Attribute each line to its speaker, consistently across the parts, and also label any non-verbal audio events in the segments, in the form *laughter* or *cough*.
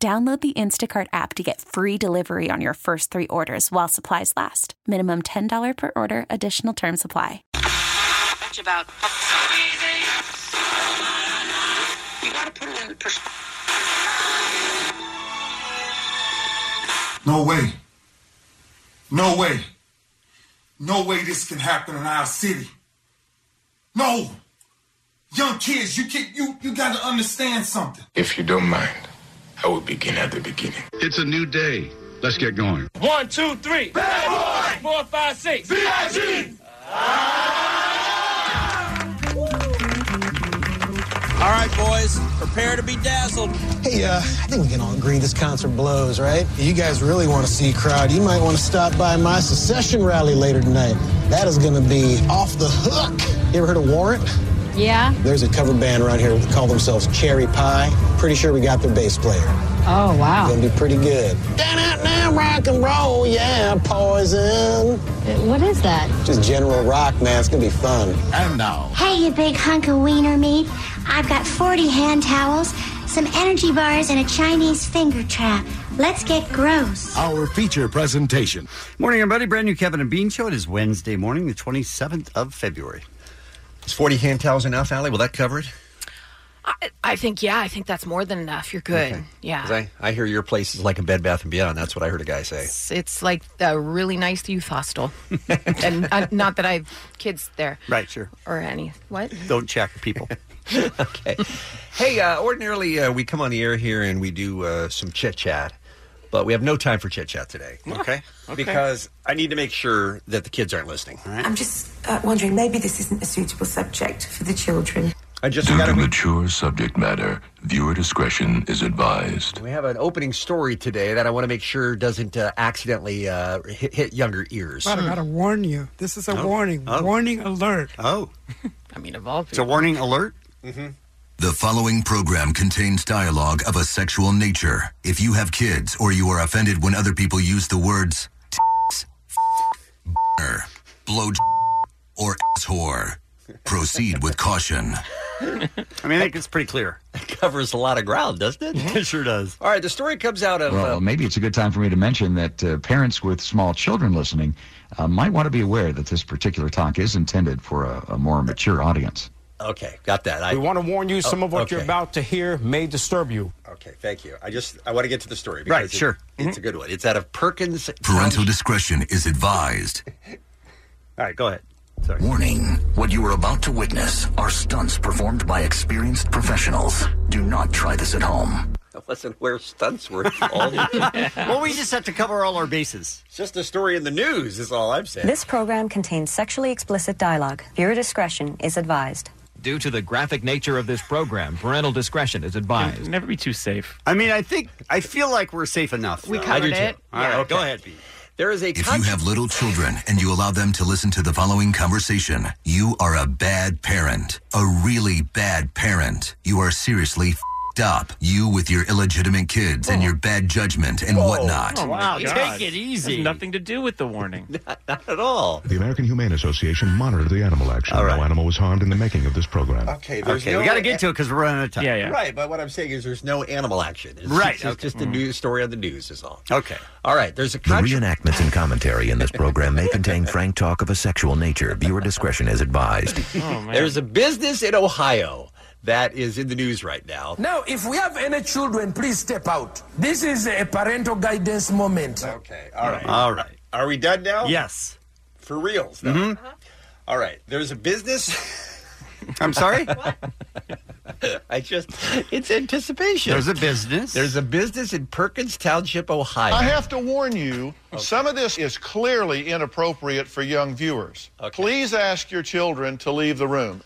Speaker 1: Download the Instacart app to get free delivery on your first three orders while supplies last. Minimum $10 per order, additional term supply.
Speaker 2: Bitch about. You gotta put it in perspective.
Speaker 3: No way. No way. No way this can happen in our city. No. Young kids, you can, you you got to understand something.
Speaker 4: If you don't mind, I will begin at the beginning.
Speaker 5: It's a new day. Let's get going.
Speaker 6: One, two, three. Bad boy. Four, five, six.
Speaker 7: Ah. All right, boys, prepare to be dazzled.
Speaker 8: Hey, uh, I think we can all agree this concert blows, right? If you guys really want to see a crowd, you might want to stop by my secession rally later tonight. That is going to be off the hook. You ever heard of Warrant?
Speaker 9: Yeah.
Speaker 8: There's a cover band around here that call themselves Cherry Pie. Pretty sure we got their bass player.
Speaker 9: Oh wow.
Speaker 8: Gonna be pretty good. Da-da-da, rock and roll, yeah, poison.
Speaker 9: What is that?
Speaker 8: Just general rock, man. It's gonna be fun.
Speaker 5: And now,
Speaker 10: Hey, you big hunk of wiener meat. I've got 40 hand towels, some energy bars, and a Chinese finger trap. Let's get gross.
Speaker 5: our feature presentation.
Speaker 11: Morning, everybody. Brand new Kevin and Bean Show. It is Wednesday morning, the 27th of February.
Speaker 7: It's 40 hand towels enough, Allie? Will that cover it?
Speaker 12: I, I think yeah, I think that's more than enough. You're good. Yeah.
Speaker 7: 'Cause I, I hear your place is like a Bed Bath and Beyond. That's what I heard a guy say.
Speaker 12: It's, it's like a really nice youth
Speaker 11: *laughs*
Speaker 12: hostel, and uh, not that I have kids there
Speaker 11: Right, sure.
Speaker 12: or any. What?
Speaker 11: Don't check people.
Speaker 7: *laughs* Okay. hey, uh, ordinarily uh, we come on the air here and we do uh, some chit chat, but we have no time for chit chat today.
Speaker 11: Okay.
Speaker 7: Because I need to make sure that the kids aren't listening.
Speaker 2: I'm just uh, wondering, maybe this isn't a suitable subject for the children.
Speaker 7: I just
Speaker 4: Due
Speaker 7: got
Speaker 4: to
Speaker 7: a,
Speaker 4: mature subject matter, viewer discretion is advised.
Speaker 7: we have an opening story today that I want to make sure doesn't uh, accidentally uh, hit, hit younger ears.
Speaker 8: I gotta warn you. This is a warning.
Speaker 11: Oh.
Speaker 8: Warning alert.
Speaker 11: Oh,
Speaker 12: *laughs* I mean, of all
Speaker 11: it's a
Speaker 12: people.
Speaker 11: warning alert.
Speaker 7: Mm-hmm.
Speaker 4: The following program contains dialogue of a sexual nature. If you have kids or you are offended when other people use the words t- blow or ass whore, proceed with caution.
Speaker 11: *laughs* I mean, I think it's pretty clear. Mm-hmm.
Speaker 7: covers a lot of ground, doesn't it?
Speaker 11: It sure does.
Speaker 7: All right, the story comes out of.
Speaker 6: Well,
Speaker 7: uh,
Speaker 6: maybe it's a good time for me to mention that uh, parents with small children listening uh, might want to be aware that this particular talk is intended for a, a more mature audience.
Speaker 7: okay, got that. I,
Speaker 5: We want to warn you some of what you're
Speaker 7: okay.
Speaker 5: about to hear may disturb you.
Speaker 7: Okay, thank you. I just I want to get to the story.
Speaker 11: Right,
Speaker 7: because
Speaker 11: sure. Mm-hmm.
Speaker 7: It's a good one. It's out of Perkins.
Speaker 4: Parental discretion is advised.
Speaker 11: All right, go ahead. Sorry.
Speaker 4: Warning What you are about to witness are stunts performed by experienced professionals. Do not try this at home.
Speaker 7: I wasn't where stunts *laughs* were. involved. it's
Speaker 11: Well, we just have to cover all our bases.
Speaker 7: just a story in the news. Is all I'm saying.
Speaker 2: This program contains sexually explicit dialogue. Viewer discretion is advised.
Speaker 7: Due to the graphic nature of this program, parental discretion is advised.
Speaker 6: Never be too safe.
Speaker 11: I mean, I think I feel like we're safe enough.
Speaker 12: We
Speaker 11: though.
Speaker 12: covered
Speaker 11: I do
Speaker 12: it.
Speaker 11: Too. All right,
Speaker 7: Yeah,
Speaker 11: go
Speaker 7: okay.
Speaker 11: ahead, Pete.
Speaker 7: There is a.
Speaker 4: If you
Speaker 7: contra-
Speaker 4: have little children and you allow them to listen to the following conversation, you are a bad parent. A really bad parent. You are seriously fed up. You with your illegitimate kids and your bad judgment and
Speaker 6: Oh,
Speaker 4: whatnot.
Speaker 11: Wow, take it easy.
Speaker 6: to do with the warning.
Speaker 7: *laughs* not at all.
Speaker 5: The American Humane Association monitored the animal action.
Speaker 7: All right.
Speaker 5: No animal was harmed in the making of this program.
Speaker 7: Okay, there's
Speaker 11: Okay,
Speaker 7: no-
Speaker 11: we got to get to it because we're running out of time.
Speaker 7: Right, but what I'm saying is there's no animal action. It's
Speaker 11: Right,
Speaker 7: Just, it's
Speaker 11: okay. Mm-hmm.
Speaker 7: just a news story on the news is all.
Speaker 11: Okay.
Speaker 7: All right. There's a contra-
Speaker 4: reenactments and commentary in this program may contain frank talk of a sexual nature. Viewer discretion is advised.
Speaker 7: There's a business in Ohio that is in the news right now.
Speaker 5: Now, if we have any children, please step out. This is a parental guidance moment.
Speaker 7: Okay. All right.
Speaker 11: All right.
Speaker 7: Are we done now?
Speaker 11: Yes. Mm-hmm.
Speaker 7: For reals. Though. All right. There's a business.
Speaker 11: *laughs* I'm sorry.
Speaker 7: *laughs* I just. It's anticipation.
Speaker 11: There's a business.
Speaker 7: There's a business in Perkins Township, Ohio.
Speaker 5: I have to warn you, some of this is clearly inappropriate for young viewers.
Speaker 7: Okay.
Speaker 5: Please ask your children to leave the room.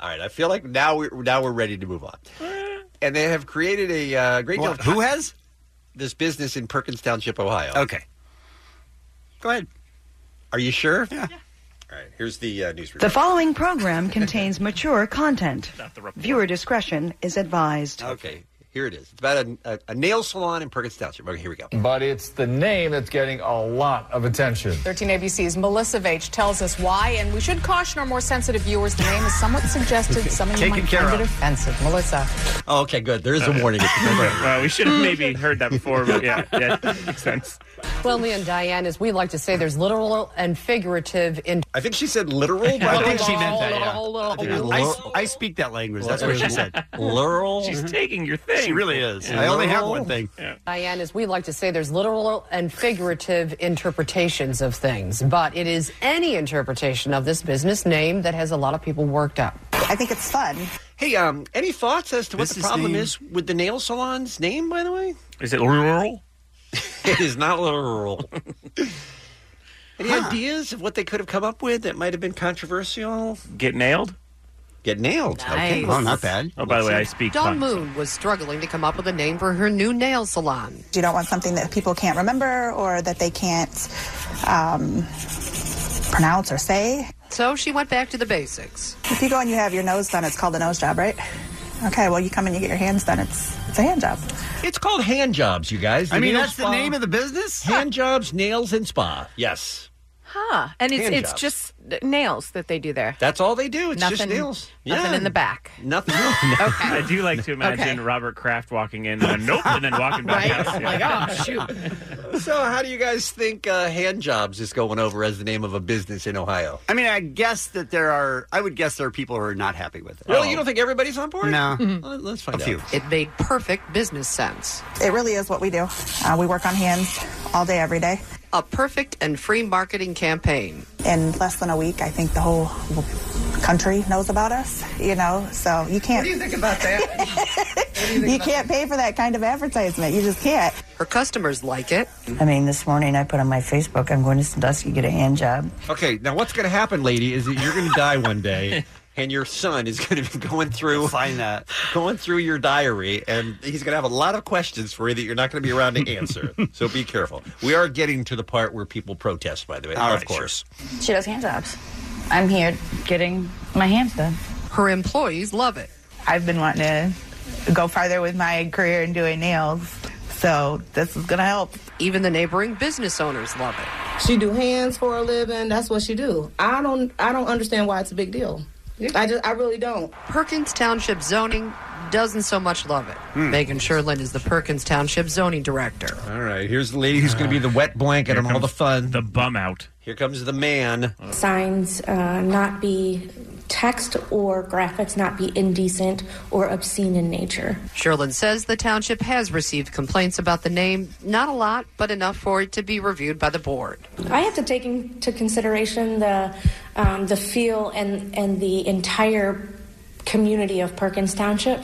Speaker 7: All right. I feel like now we're now we're ready to move on. And they have created a uh, great deal.
Speaker 11: What?
Speaker 7: Of,
Speaker 11: Who has?
Speaker 7: this business in Perkins Township, Ohio.
Speaker 11: Okay. Go ahead.
Speaker 7: Are you sure? Yeah. All right. Here's the uh, news
Speaker 13: The
Speaker 7: report.
Speaker 13: following program contains mature content. Viewer discretion is advised.
Speaker 7: Okay. Here it is. It's about a, a, a nail salon in Perkins Township. Okay. Here we go.
Speaker 14: But it's the name that's getting a lot of attention.
Speaker 10: 13 ABC's Melissa Vage tells us why, and we should caution our more sensitive viewers. The name is somewhat suggestive. Some of you
Speaker 7: Taken
Speaker 10: might
Speaker 7: care
Speaker 10: find
Speaker 7: of.
Speaker 10: it offensive. Melissa.
Speaker 7: Oh, okay. Good. There is a warning. at the
Speaker 6: Right. *laughs* Well, we should have maybe heard that before, but yeah, yeah, makes sense.
Speaker 15: Well, Lee and Diane, as we like to say, there's literal and figurative in.
Speaker 7: I think she said literal.
Speaker 11: I think she meant
Speaker 7: *laughs*
Speaker 11: that. yeah.
Speaker 15: I think
Speaker 11: Yeah.
Speaker 15: it was
Speaker 11: I, s-
Speaker 15: literal.
Speaker 11: I speak that language. That's what she said.
Speaker 7: Literal.
Speaker 11: She's
Speaker 6: taking your
Speaker 11: thing. She really is. I only have one thing.
Speaker 15: Diane, as we like to say, there's literal and figurative interpretations of things, but it is any interpretation of this business name that has a lot of people worked up.
Speaker 7: I think it's fun. Hey, um, any thoughts as to what the problem is with the nail salon's name? By the way,
Speaker 6: Is it rural?
Speaker 7: *laughs* it is
Speaker 6: *laughs*
Speaker 7: not literal. Any ideas of what they could have come up with that might have been controversial?
Speaker 6: Get nailed?
Speaker 7: Get nailed.
Speaker 15: Okay. Nice. Oh, not bad.
Speaker 6: Oh, by the way, I speak
Speaker 15: Dawn
Speaker 6: pun.
Speaker 15: Moon was struggling to come up with a name for her new nail salon.
Speaker 16: You don't want something that people can't remember or that they can't um, pronounce or say.
Speaker 15: So she went back to the basics.
Speaker 16: If you go and you have your nose done, it's called a nose job, right? Okay, well, you come and you get your hands done, it's, it's a hand job.
Speaker 7: It's called hand jobs, you guys.
Speaker 11: I mean,
Speaker 7: nail
Speaker 11: that's the
Speaker 7: spa.
Speaker 11: name of the business?
Speaker 7: Hand jobs, nails, and spa. Yes,
Speaker 12: Huh. And it's
Speaker 7: Hand
Speaker 12: it's
Speaker 7: jobs.
Speaker 12: just nails that they do there.
Speaker 7: that's all they do. It's
Speaker 12: nothing,
Speaker 7: just nails.
Speaker 12: Nothing in the back.
Speaker 7: Nothing.
Speaker 6: I do like to imagine Robert Kraft walking in, uh, nope, and then walking back out.
Speaker 7: Oh my gosh, shoot. *laughs* So, how do you guys think uh, hand jobs is going over as the name of a business in Ohio?
Speaker 11: I mean, I guess that there are. I would guess there are people who are not happy with it.
Speaker 7: Really, you don't think everybody's on board?
Speaker 11: No.
Speaker 7: Well, let's find
Speaker 11: A
Speaker 7: out.
Speaker 11: few.
Speaker 15: It made perfect business sense.
Speaker 16: It really is what we do. Uh, we work on hands all day, every day.
Speaker 15: A perfect and free marketing campaign.
Speaker 16: In less than a week, I think the whole country knows about us, you know, so you can't.
Speaker 15: What do you think about that?
Speaker 16: you can't pay for that kind of advertisement. You just can't.
Speaker 15: Her customers like it.
Speaker 17: I mean, this morning I put on my Facebook, I'm going to Sandusky get a hand job.
Speaker 7: Okay, now what's going to happen, lady, is that you're going to die one *laughs* day, and your son is going to be going through find that going through your diary, and he's going to have a lot of questions for you that you're not going to be around to *laughs* answer. so be careful. We are getting to the part where people protest. By the way,
Speaker 11: All
Speaker 7: of
Speaker 11: right,
Speaker 7: course.
Speaker 17: She does hand jobs. I'm here getting my hands done.
Speaker 15: Her employees love it.
Speaker 18: I've been wanting to go farther with my career in doing nails, so this is gonna help.
Speaker 15: Even the neighboring business *laughs* owners love it.
Speaker 19: She do hands for a living. That's what she do. I don't I don't understand why it's a big deal. I just I really don't.
Speaker 15: Perkins Township zoning doesn't so much love it.
Speaker 6: Hmm.
Speaker 15: Megan Sherlin is the Perkins Township zoning director.
Speaker 7: All right, here's the lady who's going to be the wet blanket on all the fun. The
Speaker 6: bum out.
Speaker 7: Uh, Here comes the man.
Speaker 20: signs uh, not be text or graphics not be indecent or obscene in nature.
Speaker 15: Sherlin says the township has received complaints about the name, not a lot, but enough for it to be reviewed by the board.
Speaker 20: I have to take into consideration the um, the feel and and the entire community of Perkins Township.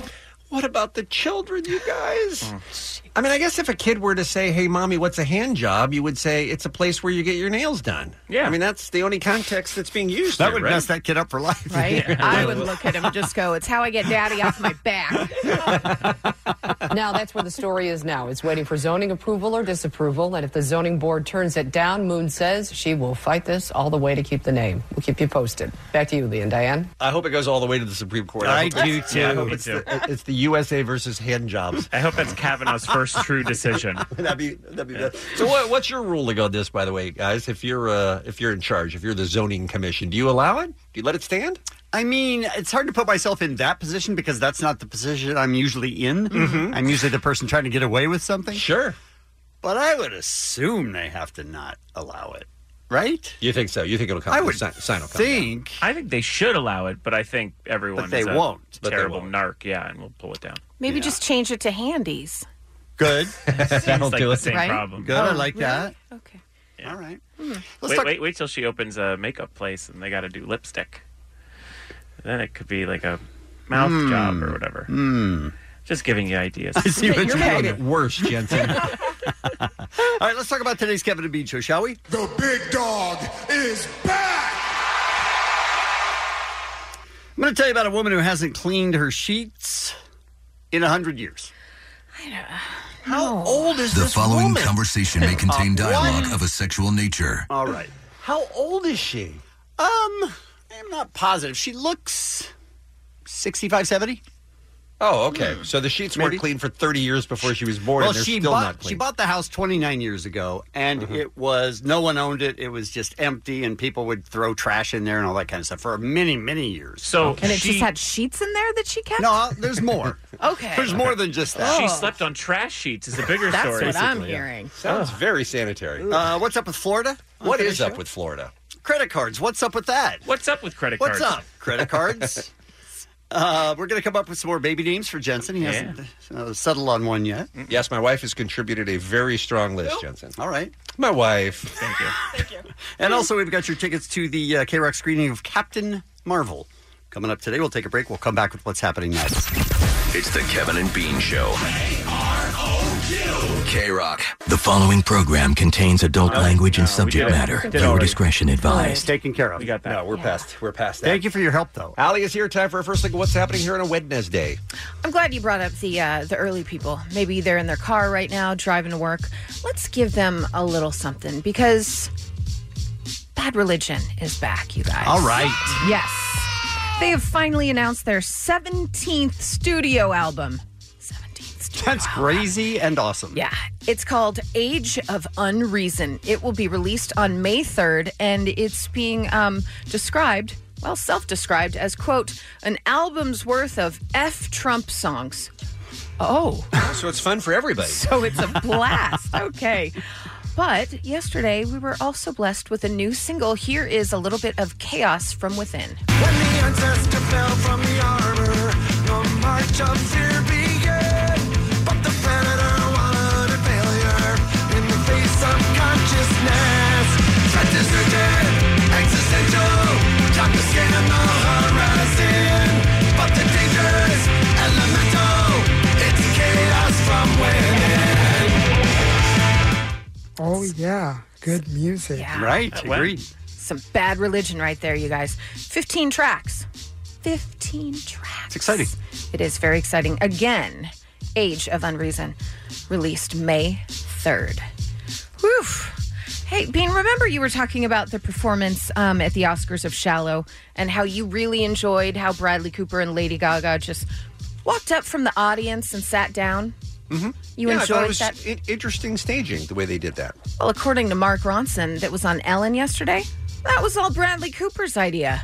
Speaker 7: What about the children, you guys?
Speaker 11: Oh,
Speaker 7: I mean, I guess if a kid were to say, "Hey, mommy, what's a hand job?" you would say it's a place where you get your nails done. Yeah, I mean that's the only context that's being used.
Speaker 11: That
Speaker 7: here,
Speaker 11: would
Speaker 7: right?
Speaker 11: mess that kid up for life. *laughs*
Speaker 12: Right? I would look at him and just go, it's how I get daddy off my
Speaker 11: *laughs*
Speaker 12: back.
Speaker 15: *laughs* now that's where the story is now. It's waiting for zoning approval or disapproval, and if the zoning board turns it down, Moon says she will fight this all the way to keep the name. We'll keep you posted. Back to you, Lee and Diane.
Speaker 7: I hope it goes all the way to the Supreme Court.
Speaker 11: I
Speaker 7: hope
Speaker 11: do,
Speaker 7: it's- yeah, I
Speaker 11: too.
Speaker 7: hope it's, the, it's the USA versus hand jobs.
Speaker 6: I hope that's Kavanaugh's first true decision.
Speaker 7: *laughs* that'd be that'd be bad. So, what, what's your ruling on this, by the way, guys? If you're uh, if you're in charge, if you're the zoning commission, do you allow it? Do you let it stand?
Speaker 11: I mean, it's hard to put myself in that position because that's not the position I'm usually in.
Speaker 7: Mhm.
Speaker 11: I'm usually the person trying to get away with something.
Speaker 7: Sure.
Speaker 11: But I would assume they have to not allow it, right?
Speaker 7: You think so? You think it'll come?
Speaker 11: I would
Speaker 7: sign, sign will come down.
Speaker 11: think.
Speaker 6: I think they should allow it, but I think everyone
Speaker 11: But they
Speaker 6: is a
Speaker 11: won't. But they
Speaker 6: Terrible narc, yeah, and we'll pull it down.
Speaker 12: Maybe just change it to handies.
Speaker 6: *laughs*
Speaker 11: Good.
Speaker 6: That'll
Speaker 11: do
Speaker 6: the
Speaker 11: it.
Speaker 6: same
Speaker 12: Right? Oh,
Speaker 6: problem.
Speaker 11: Good. I like that.
Speaker 12: Okay.
Speaker 11: All right.
Speaker 6: wait, wait, wait till she opens a makeup place and they got to do lipstick. Then it could be like a mouth
Speaker 11: Hmm.
Speaker 6: job or whatever. Just giving you ideas.
Speaker 11: I see what you're making *laughs* it
Speaker 7: worse, Jensen.
Speaker 11: All right, let's talk about today's Kevin and Bean show, shall we? The big dog is back. I'm going to tell you about a woman who hasn't cleaned her sheets in a hundred years. How old is
Speaker 4: The
Speaker 11: this
Speaker 4: following
Speaker 11: woman? *laughs*
Speaker 4: conversation may contain
Speaker 11: Uh, what?
Speaker 4: dialogue of a sexual nature.
Speaker 11: All right. How old is she? Um, I'm not positive. She looks 65, 70.
Speaker 7: Oh, okay. So the sheets weren't clean for 30 years before she was born.
Speaker 11: Hmm. well,
Speaker 7: and they're
Speaker 11: she
Speaker 7: still
Speaker 11: bought
Speaker 7: not clean. Mm-hmm.
Speaker 11: she bought the house 29 years ago, and it was no one owned it. It was just empty, and people would throw trash in there and all that kind of stuff for many, many years.
Speaker 6: So
Speaker 12: And it just had sheets in there that she kept?
Speaker 11: No, there's more.
Speaker 12: *laughs* okay.
Speaker 11: There's more than just that.
Speaker 12: Oh.
Speaker 6: She slept on trash sheets. Is
Speaker 12: *laughs*
Speaker 6: a bigger
Speaker 11: That's
Speaker 6: story.
Speaker 11: what I'm
Speaker 6: basically, yeah.
Speaker 11: hearing.
Speaker 7: Sounds very sanitary.
Speaker 11: Uh, what's up with Florida?
Speaker 7: what is up with Florida?
Speaker 11: Credit cards. What's up with that?
Speaker 6: What's up with credit
Speaker 11: What's
Speaker 7: cards?
Speaker 11: up?
Speaker 6: *laughs*
Speaker 11: Credit cards. uh, we're going to come up with some more baby names for Jensen. He
Speaker 7: Yeah.
Speaker 11: hasn't uh, settled on one yet.
Speaker 7: Yes, my wife has contributed a very strong list, Jensen.
Speaker 11: All right.
Speaker 7: My wife.
Speaker 12: *laughs*
Speaker 7: Thank you.
Speaker 11: And also, we've got your tickets to the uh, K Rock screening of Captain Marvel coming up today. We'll take a break. We'll come back with what's happening next.
Speaker 4: It's the Kevin and Bean Show. K Rock. The following program contains adult language and subject
Speaker 7: did it.
Speaker 4: matter.
Speaker 7: Did it
Speaker 4: Viewer
Speaker 7: already.
Speaker 4: discretion advised.
Speaker 11: taken care of. We
Speaker 7: got that. No, we're past. We're past that.
Speaker 11: Thank you for your help, though.
Speaker 7: Allie is here. Time for a first look at what's happening here on
Speaker 11: *laughs*
Speaker 7: a Wednesday.
Speaker 12: I'm glad you brought up the uh, the early people. Maybe they're in their car right now, driving to work. Let's give them a little something because bad religion is back, you guys.
Speaker 11: All right.
Speaker 12: Yes, they have finally announced their 17th studio album.
Speaker 11: That's crazy and awesome.
Speaker 12: Yeah. It's called Age of Unreason. It will be released on May 3rd, and it's being um, described, well, self described as, quote, an album's worth of F Trump songs. Oh.
Speaker 7: So it's fun for everybody.
Speaker 12: So it's a blast. okay. But yesterday, we were also blessed with a new single. Here is a little bit of Chaos from Within.
Speaker 1: When the ancestor fell from the armor, the march of fear began. But the predator wanted failure in the face of consciousness. Threats are dead, existential, darkness skin on the horizon. But the danger is elemental, it's chaos from within.
Speaker 21: Oh yeah, good music.
Speaker 11: Right,
Speaker 12: That went.
Speaker 11: agreed.
Speaker 12: Some bad religion right there, you guys. 15 tracks. 15 tracks. It's
Speaker 11: exciting.
Speaker 12: It is very exciting. Again, Age of Unreason, released May 3rd. Whew. Hey, Bean, remember you were talking about the performance um, at the Oscars of Shallow and how you really enjoyed how Bradley Cooper and Lady Gaga just walked up from the audience and sat down?
Speaker 7: Mm-hmm.
Speaker 12: You
Speaker 7: yeah, I thought
Speaker 12: enjoyed
Speaker 7: it was
Speaker 12: that?
Speaker 7: in- interesting staging the way they did that.
Speaker 12: Well, according to Mark Ronson, that was on Ellen yesterday, that was all Bradley Cooper's idea.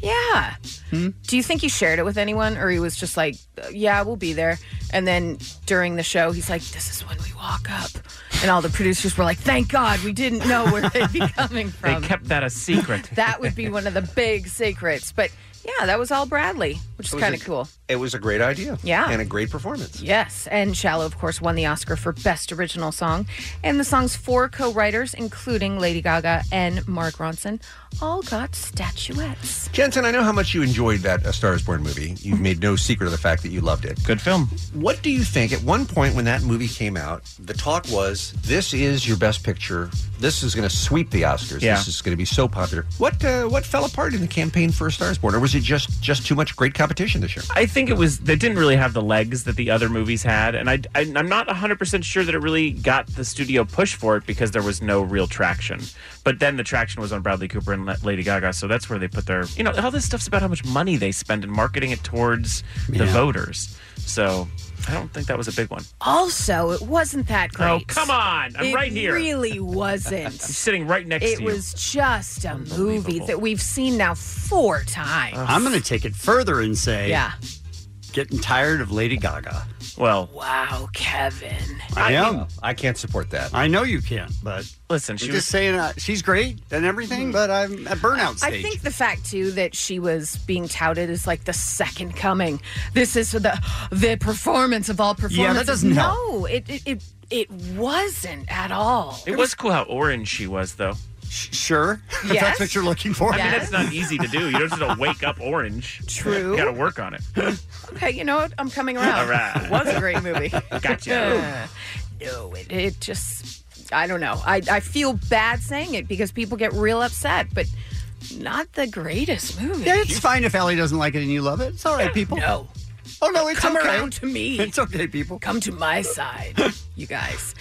Speaker 12: Yeah.
Speaker 7: Hmm?
Speaker 12: Do you think he shared it with anyone, or he was just like, "Uh, "Yeah, we'll be there"? And then during the show, he's like, "This is when we walk up," and all the producers were like, "Thank God, we didn't know where they'd
Speaker 7: *laughs*
Speaker 12: be coming
Speaker 6: They
Speaker 12: from."
Speaker 6: kept that a secret.
Speaker 12: *laughs* that would be one of the big secrets. But yeah, that was all Bradley, which
Speaker 7: It
Speaker 12: is
Speaker 7: was
Speaker 12: kind of
Speaker 7: a-
Speaker 12: cool.
Speaker 7: It was a great idea.
Speaker 12: Yeah.
Speaker 7: And a great performance.
Speaker 12: Yes, and Shallow, of course, won the Oscar for Best Original Song. And the song's four co writers, including Lady Gaga and Mark Ronson, all got statuettes.
Speaker 7: Jensen, I know how much you enjoyed that A Star is Born movie. You've made no secret of the fact that you loved it.
Speaker 6: Good film.
Speaker 7: What do you think? At one point when that movie came out, the talk was this is your best picture. This is going to sweep the Oscars.
Speaker 6: Yeah.
Speaker 7: This is going to be so popular. What uh, what fell apart in the campaign for A Star is Born? Or was it just, just too much great competition this year?
Speaker 6: I think it was they didn't really have the legs that the other movies had, and I, I am not 100 percent sure that it really got the studio push for it because there was no real traction. But then the traction was on Bradley Cooper and La- Lady Gaga, so that's where they put their you know all this stuff's about how much money they spend in marketing it towards the
Speaker 7: Yeah.
Speaker 6: voters. So I don't think that was a big one.
Speaker 12: Also, it wasn't that great.
Speaker 6: Oh, come on. I'm
Speaker 12: It
Speaker 6: right here.
Speaker 12: really wasn't.
Speaker 6: *laughs* I'm sitting right next
Speaker 12: it
Speaker 6: to you.
Speaker 12: was just a movie that we've seen now four times.
Speaker 11: I'm going to take it further and say,
Speaker 12: Yeah.
Speaker 11: getting tired of Lady Gaga.
Speaker 6: Well,
Speaker 12: Wow, Kevin.
Speaker 11: I am.
Speaker 7: I can't support that.
Speaker 11: I know you can't, but
Speaker 6: listen,
Speaker 11: she's just saying uh, she's great and
Speaker 7: Mm-hmm.
Speaker 11: everything, but I'm at burnout
Speaker 12: I
Speaker 11: stage.
Speaker 12: think the fact too that she was being touted as like the second coming. This is the the performance of all performances.
Speaker 6: Yeah, that
Speaker 12: no,
Speaker 6: doesn't help.
Speaker 12: it it it, it wasn't at all.
Speaker 6: It was cool how orange she was, though.
Speaker 11: Sure,
Speaker 12: If Yes. that's what
Speaker 11: you're looking for.
Speaker 6: I mean,
Speaker 12: Yes.
Speaker 6: that's not easy to do. You don't just don't wake up orange.
Speaker 12: True.
Speaker 6: You got to work on it.
Speaker 12: Okay, you know what? I'm coming around.
Speaker 6: All right.
Speaker 12: It was a great movie.
Speaker 6: *laughs*
Speaker 12: *laughs* Uh,
Speaker 6: Gotcha.
Speaker 12: no, it, it just I don't know. I I feel bad saying it because people get real upset, but not the greatest movie.
Speaker 11: yeah, it's fine if Ellie doesn't like it and you love it. It's all right, people. No. Oh no, it's
Speaker 12: come
Speaker 11: okay.
Speaker 12: around to me.
Speaker 11: It's okay, people.
Speaker 12: Come to
Speaker 11: *laughs*
Speaker 12: my side, you guys.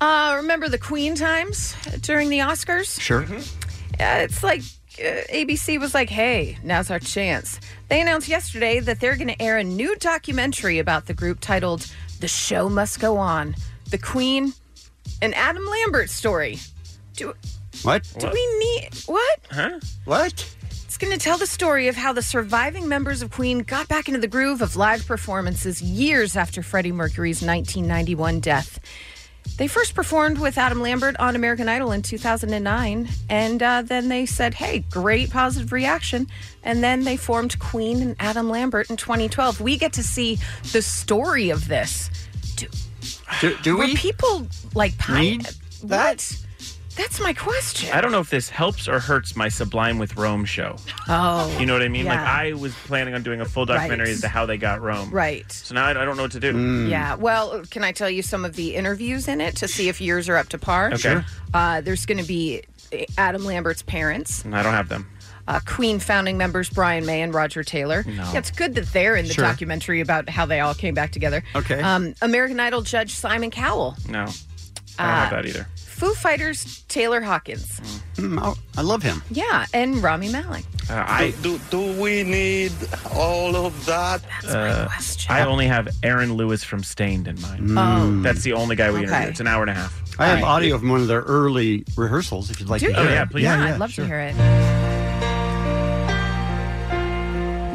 Speaker 12: Uh, remember the Queen times during the Oscars?
Speaker 11: Sure.
Speaker 12: Yeah, it's like uh, ABC was like, hey, now's our chance. They announced yesterday that they're going to air a new documentary about the group titled The Show Must Go On The Queen and Adam Lambert Story. Do,
Speaker 11: What?
Speaker 12: do we need. What?
Speaker 11: Huh? What?
Speaker 12: It's going to tell the story of how the surviving members of Queen got back into the groove of live performances years after Freddie Mercury's 1991 death. They first performed with Adam Lambert on American Idol in 2009, and uh, then they said, hey, great positive reaction. And then they formed Queen and Adam Lambert in 2012. We get to see the story of this.
Speaker 11: Do, do
Speaker 12: Were
Speaker 11: we?
Speaker 12: people like pine-
Speaker 6: Need
Speaker 12: What? That's my question.
Speaker 6: I don't know if this helps or hurts my Sublime with Rome show.
Speaker 12: Oh.
Speaker 6: You know what I mean? Like
Speaker 12: yeah.
Speaker 6: I was planning on doing a full documentary
Speaker 12: Right.
Speaker 6: as to how they got Rome.
Speaker 12: Right.
Speaker 6: So now I, I don't know what to do.
Speaker 22: Mm.
Speaker 12: Yeah. Well, can I tell you some of the interviews in it to see if yours are up to par?
Speaker 6: Okay. Sure.
Speaker 12: Uh, there's going to be eh, Adam Lambert's parents,
Speaker 6: I don't have them.
Speaker 12: uh, Queen founding members Brian May and Roger Taylor.
Speaker 6: No.
Speaker 12: Yeah, it's good that they're in the
Speaker 6: Sure.
Speaker 12: documentary about how they all came back together.
Speaker 6: Okay.
Speaker 12: Um, American Idol judge Simon Cowell,
Speaker 6: No. I don't
Speaker 12: Uh,
Speaker 6: have that either. Mm.
Speaker 12: Foo Fighters Taylor Hawkins.
Speaker 11: Mm, I love him.
Speaker 12: Yeah, and Rami Malek.
Speaker 6: Uh, I
Speaker 22: do, do we need all of that?
Speaker 6: Uh, I only have Aaron Lewis from Stained in mind.
Speaker 22: Mm.
Speaker 11: Oh.
Speaker 6: That's the only guy we interviewed.
Speaker 11: Okay.
Speaker 6: It's an hour and a half.
Speaker 11: I have audio from one of their early rehearsals. If you'd like
Speaker 6: Do
Speaker 11: to
Speaker 6: you?
Speaker 11: hear
Speaker 6: Oh, yeah,
Speaker 11: it.
Speaker 6: please.
Speaker 12: Yeah, I'd love to hear it.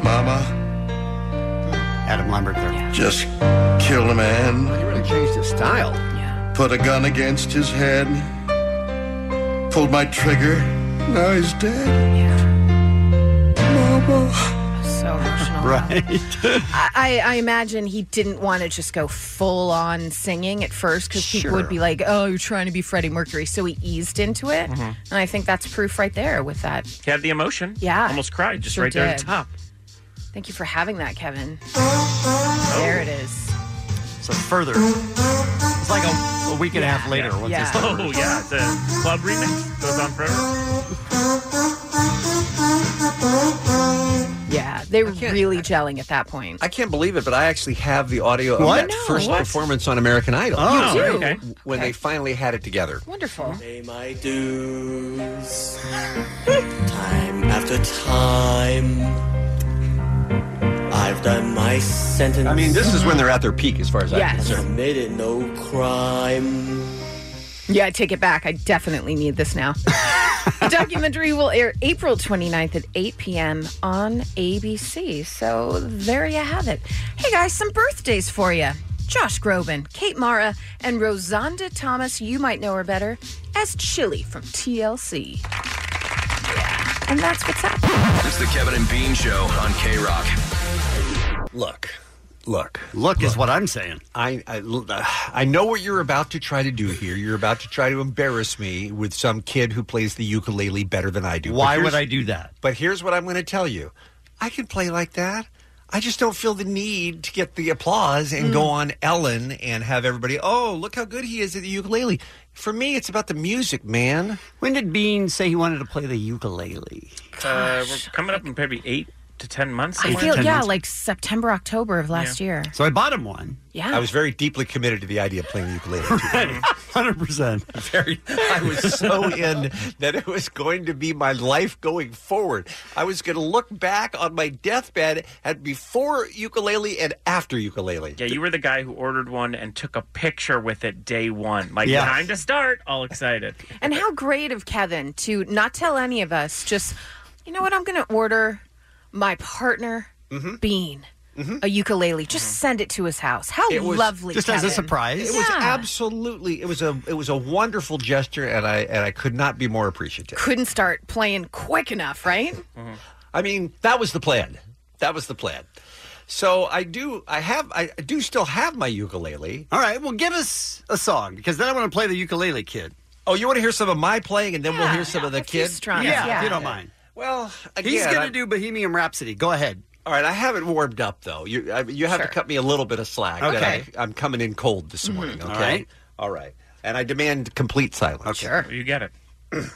Speaker 22: Mama,
Speaker 11: Mm, *laughs* Adam Lambert there.
Speaker 22: just killed a man,
Speaker 11: He really changed his style.
Speaker 22: put a gun against his head, pulled my trigger. Now he's dead. Mama.
Speaker 12: So emotional.
Speaker 22: Right.
Speaker 12: I, I, I imagine he didn't want to just go full on singing at first because people would
Speaker 22: Sure.
Speaker 12: be like, oh, you're trying to be Freddie Mercury. So he eased into it.
Speaker 6: Mhm.
Speaker 12: And I think that's proof right there with that.
Speaker 6: He had the emotion.
Speaker 12: Yeah.
Speaker 6: Almost cried just
Speaker 12: Sure
Speaker 6: right there at the
Speaker 12: did.
Speaker 6: top.
Speaker 12: Thank you for having that, Kevin.
Speaker 6: Oh.
Speaker 12: There it is.
Speaker 11: So further, it's like a, a week and a half later. Once
Speaker 6: yeah.
Speaker 11: it's over.
Speaker 6: Oh, yeah. The club remix goes on forever.
Speaker 12: Yeah, they were really gelling at that point.
Speaker 7: I can't believe it, but I actually have the audio of
Speaker 12: What?
Speaker 7: that
Speaker 12: No.
Speaker 7: first
Speaker 12: What?
Speaker 7: performance on American Idol.
Speaker 12: Oh, You do? okay.
Speaker 7: When they finally had it together.
Speaker 12: Wonderful.
Speaker 5: Pay my dues.
Speaker 10: Mm.
Speaker 5: time after time. I've done my sentence.
Speaker 7: I mean, this is when they're at their peak as far as I'm
Speaker 5: I've
Speaker 7: concerned.
Speaker 5: committed no crime.
Speaker 12: Yeah, I take it back. I definitely need this now. the documentary will air April 29th at 8 p.m. on ABC. So there you have it. Hey guys, some birthdays for you. Josh Groban, Kate Mara, and Rosanda Thomas, you might know her better as Chili from TLC. Yeah, and that's what's happening.
Speaker 23: It's the Kevin and Bean Show on K Rock.
Speaker 7: Look, look,
Speaker 11: look is what I'm saying.
Speaker 7: I, I I know what you're about to try to do here. You're about to try to embarrass me with some kid who plays the ukulele better than I do. But
Speaker 11: Why
Speaker 7: here's-
Speaker 11: would I do that?
Speaker 7: But here's what I'm going to tell you. I can play like that. I just don't feel the need to get the applause and
Speaker 11: Mm.
Speaker 7: go on Ellen and have everybody, oh, look how good he is at the ukulele. For me, it's about the music, man.
Speaker 11: When did Bean say he wanted to play the ukulele?
Speaker 6: Uh, we're coming up in maybe eight to ten months.
Speaker 12: I
Speaker 6: somewhere.
Speaker 12: feel, yeah, like September, October of last year.
Speaker 11: So I bought him one.
Speaker 12: Yeah.
Speaker 7: I was very deeply committed to the idea of playing the ukulele.
Speaker 11: *laughs*
Speaker 7: Hundred
Speaker 11: percent.
Speaker 7: *laughs* Very. I was so in that it was going to be my life going forward. I was going to look back on my deathbed at before ukulele and after ukulele.
Speaker 6: Yeah, you were the guy who ordered one and took a picture with it day one. Like,
Speaker 7: Yeah.
Speaker 6: time to start. All
Speaker 12: *laughs*
Speaker 6: excited.
Speaker 12: And how great of Kevin to not tell any of us, just, you know what, I'm going to order my partner,
Speaker 7: Mm-hmm.
Speaker 12: Bean, a ukulele. Just send it to his house. How
Speaker 7: It was-
Speaker 12: lovely. Kevin.
Speaker 7: It was absolutely. It was a. It was a wonderful gesture, and I and I could not be more appreciative.
Speaker 12: Couldn't start playing quick enough, right?
Speaker 11: Mm-hmm.
Speaker 7: I mean, that was the plan. That was the plan. So I do. I have. I do still have my ukulele.
Speaker 11: All right. Well, give us a song because then I want to play the ukulele kid.
Speaker 7: Oh, you want to hear some of my playing, and then we'll hear some of the
Speaker 11: few
Speaker 7: kids.
Speaker 11: strums, Yeah, if yeah. you don't mind.
Speaker 7: Well, again,
Speaker 11: He's going
Speaker 7: I'm-
Speaker 11: to do Bohemian Rhapsody. Go ahead.
Speaker 7: All right, I haven't warmed up though. You I, you have to cut me a little bit of slack. that
Speaker 11: Okay. Mm-hmm.
Speaker 7: I, am coming in cold this morning. Okay,
Speaker 11: All right.
Speaker 7: all right, and I demand complete silence. Okay.
Speaker 6: You get it.
Speaker 7: *clears throat* I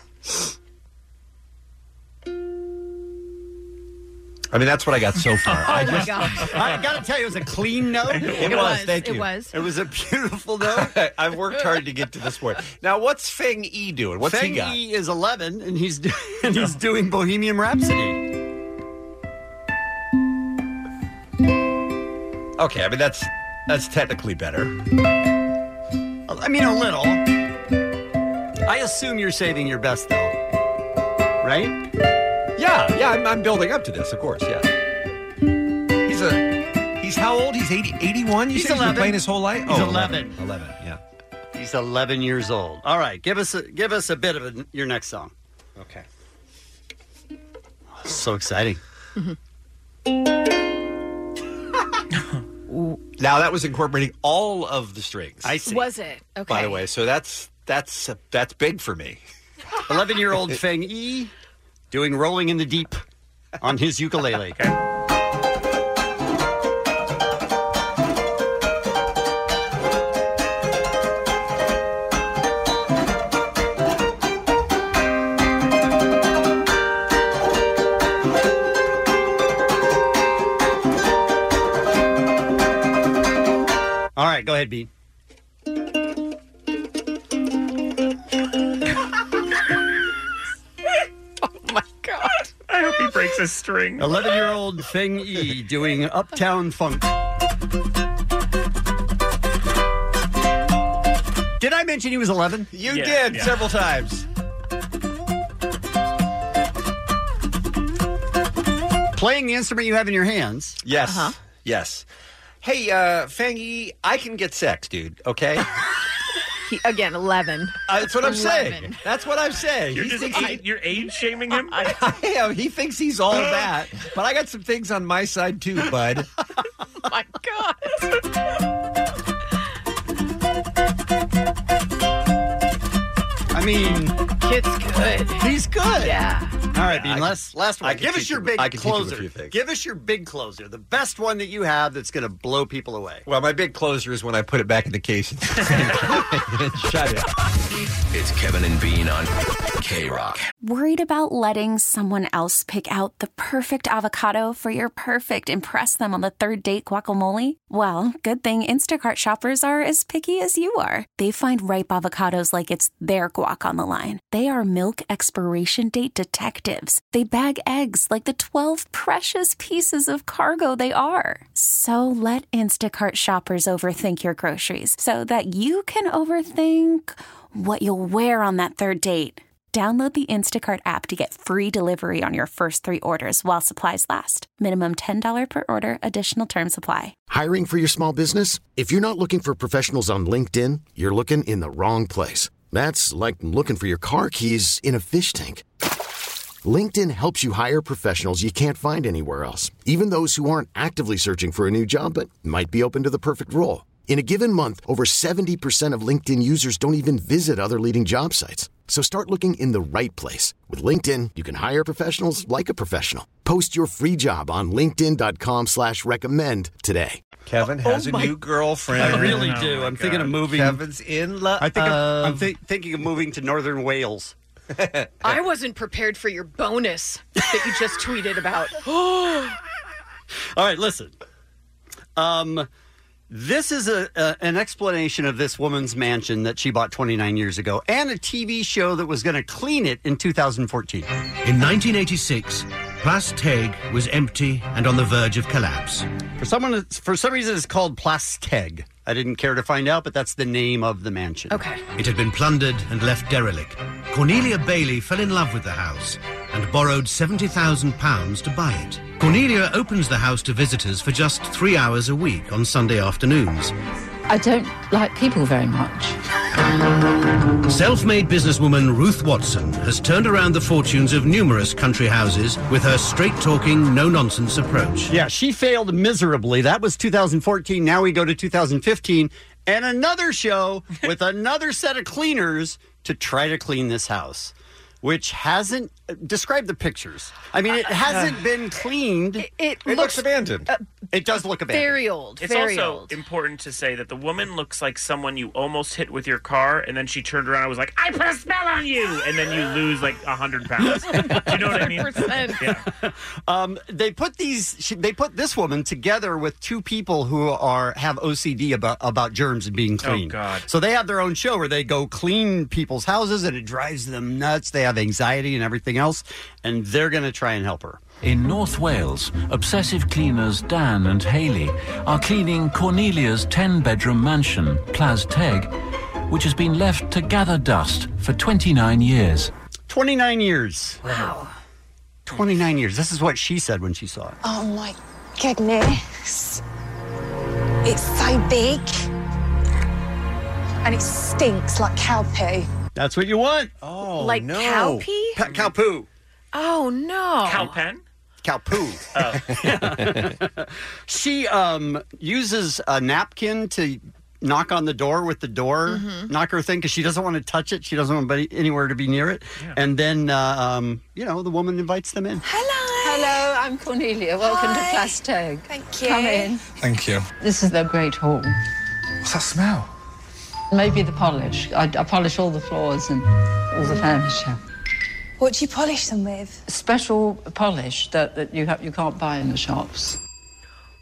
Speaker 7: mean, that's what I got
Speaker 11: *laughs*
Speaker 7: so far. I just-
Speaker 11: I got to tell you, Oh it was a clean note.
Speaker 7: It, was, Thank you.
Speaker 11: It was a beautiful note.
Speaker 7: I've worked hard to get to this point. Now, what's Feng E doing? What's
Speaker 11: Feng
Speaker 7: *laughs* he got?
Speaker 11: Yi is 11, and he's do- *laughs* and he's doing Bohemian Rhapsody.
Speaker 7: Okay, I mean that's that's technically better.
Speaker 11: I mean, a little. I assume you're saving your best, though, right?
Speaker 7: Yeah, yeah, I'm, I'm building up to this, of course. Yeah, he's a he's how old? He's 80, 81? You
Speaker 11: He's
Speaker 7: said he's been
Speaker 11: 11.
Speaker 7: playing his whole life.
Speaker 11: He's
Speaker 7: Oh,
Speaker 11: 11.
Speaker 7: 11, Yeah.
Speaker 11: He's 11 years old. All right, give us a, give us a bit of a, your next song.
Speaker 7: Okay.
Speaker 11: So exciting.
Speaker 7: Now that was incorporating all of the strings. I
Speaker 12: Was it? Okay.
Speaker 7: By the way, so that's that's that's big for me.
Speaker 11: 11 year
Speaker 7: *laughs*
Speaker 11: old Feng Yi doing Rolling in the Deep on his
Speaker 7: *laughs*
Speaker 11: ukulele. All right, go ahead, B.
Speaker 12: Oh
Speaker 6: I hope he breaks his string.
Speaker 11: 11 year old Feng Yi doing Uptown Funk. Did I mention he was 11?
Speaker 7: You Yeah, did, yeah. several times.
Speaker 11: Playing the instrument you have in your hands.
Speaker 7: Yes. Yes. Hey, uh, Fang Yi, I can get sex, dude. Okay.
Speaker 12: He, again, 11.
Speaker 7: Uh, that's what I'm
Speaker 12: 11.
Speaker 7: saying. That's what I'm saying.
Speaker 6: You're
Speaker 7: He
Speaker 6: just
Speaker 7: thinks he-
Speaker 6: you're age shaming him.
Speaker 7: *laughs* I am. He thinks he's *laughs* all that, but I got some things on my side too, bud.
Speaker 24: My God.
Speaker 11: I mean,
Speaker 12: kid's good.
Speaker 11: He's good.
Speaker 12: Yeah.
Speaker 11: All right, Bean. Last last
Speaker 7: I
Speaker 11: one.
Speaker 7: can
Speaker 11: Give
Speaker 7: teach
Speaker 11: us your
Speaker 7: you-
Speaker 11: big
Speaker 7: I can teach you a
Speaker 11: closer.
Speaker 7: few things.
Speaker 11: Give us your big closer. The best one that you have that's going to blow people away.
Speaker 7: Well, my big closer is when I put it back in the *laughs* case. Shut it.
Speaker 10: It's Kevin and Bean on K Rock.
Speaker 1: Worried about letting someone else pick out the perfect avocado for your perfect impress them on the third date guacamole? Well, good thing Instacart shoppers are as picky as you are. They find ripe avocados like it's their guac on the line. They are milk expiration date detectives. They bag eggs like the 12 precious pieces of cargo they are. So let Instacart shoppers overthink your groceries so that you can overthink what you'll wear on that third date. Download the Instacart app to get free delivery on your first three orders while supplies last. Minimum $10 per order, additional term supply.
Speaker 9: Hiring for your small business? If you're not looking for professionals on LinkedIn, you're looking in the wrong place. That's like looking for your car keys in a fish tank. LinkedIn helps you hire professionals you can't find anywhere else, even those who aren't actively searching for a new job but might be open to the perfect role. In a given month, over 70% of LinkedIn users don't even visit other leading job sites. So start looking in the right place. With LinkedIn, you can hire professionals like a professional. Post your free job on linkedin.com/recommend slash recommend today.
Speaker 7: Kevin has a new girlfriend.
Speaker 11: I really do. I'm thinking of moving. Um,
Speaker 7: Kevin's in love.
Speaker 11: Oh, I think I'm, I'm thi- thinking of moving to Northern *laughs* Wales.
Speaker 7: Uh,
Speaker 12: I wasn't prepared for your bonus that you just tweeted
Speaker 7: *gasps*
Speaker 12: about. Oh,
Speaker 11: All right, listen. Um, this is a, a an explanation of this woman's mansion that she bought 29 years ago, and a TV show that was going to clean it in 2014.
Speaker 17: In 1986, Plasteg was empty and on the verge of collapse.
Speaker 11: For someone, for some reason, it's called Plasteg. I didn't care to find out, but that's the name of the mansion.
Speaker 12: Okay.
Speaker 17: It had been plundered and left derelict. Cornelia Bailey fell in love with the house and borrowed £70,000 to buy it. Cornelia opens the house to visitors for just three hours a week on Sunday afternoons.
Speaker 13: I don't like people very much.
Speaker 17: Self made businesswoman Ruth Watson has turned around the fortunes of numerous country houses with her straight talking, no nonsense approach.
Speaker 11: Yeah, she failed miserably. That was 2014. Now we go to 2015 and
Speaker 12: *laughs*
Speaker 11: another show with another set of cleaners to try to clean this house, which hasn't. Describe the pictures. I mean, it hasn't been cleaned.
Speaker 12: Uh, It, uh,
Speaker 11: looks abandoned. It does look abandoned.
Speaker 12: Very old.
Speaker 6: It's
Speaker 12: very
Speaker 6: also
Speaker 12: old.
Speaker 6: important to say that the woman looks like someone you almost hit with your car, and then she turned around and was like, "I put a spell on you," and then you lose like hundred pounds. Do you know what I mean?
Speaker 12: *laughs*
Speaker 11: Um, they put these. She, they put this woman together with two people who are have OCD about about germs and being clean.
Speaker 6: God.
Speaker 11: So they have their own show where they go clean people's houses, and it drives them nuts. They have anxiety and everything else, and they're going to try and help her.
Speaker 23: In North Wales, obsessive cleaners Dan and Haley are cleaning Cornelia's 10 bedroom mansion, Plas Teg, which has been left to gather dust for 29 years.
Speaker 11: 29 years. Wow. 29 years. This is what she said when she saw it.
Speaker 25: Oh my goodness. It's so big. And it stinks like cow poo.
Speaker 11: That's what you want. Oh,
Speaker 12: Like no. cow pee?
Speaker 11: Pa- cow poo.
Speaker 12: Oh no.
Speaker 6: pen?
Speaker 11: Cow poo. *laughs* she um, uses a napkin to knock on the door with the door
Speaker 12: Mm-hmm.
Speaker 11: knocker thing because she doesn't want to touch it. She doesn't want anybody, anywhere to be near it. And then, uh, um, you know, the woman invites them in.
Speaker 13: Hello, I'm Cornelia. Welcome to Plastag. Thank you. Come in.
Speaker 22: Thank you.
Speaker 13: This is their great hall.
Speaker 22: What's that smell?
Speaker 13: Maybe the polish. I, I polish all the floors and all the furniture.
Speaker 25: What do you polish them with?
Speaker 13: Special polish that, that you have, you can't buy in the shops.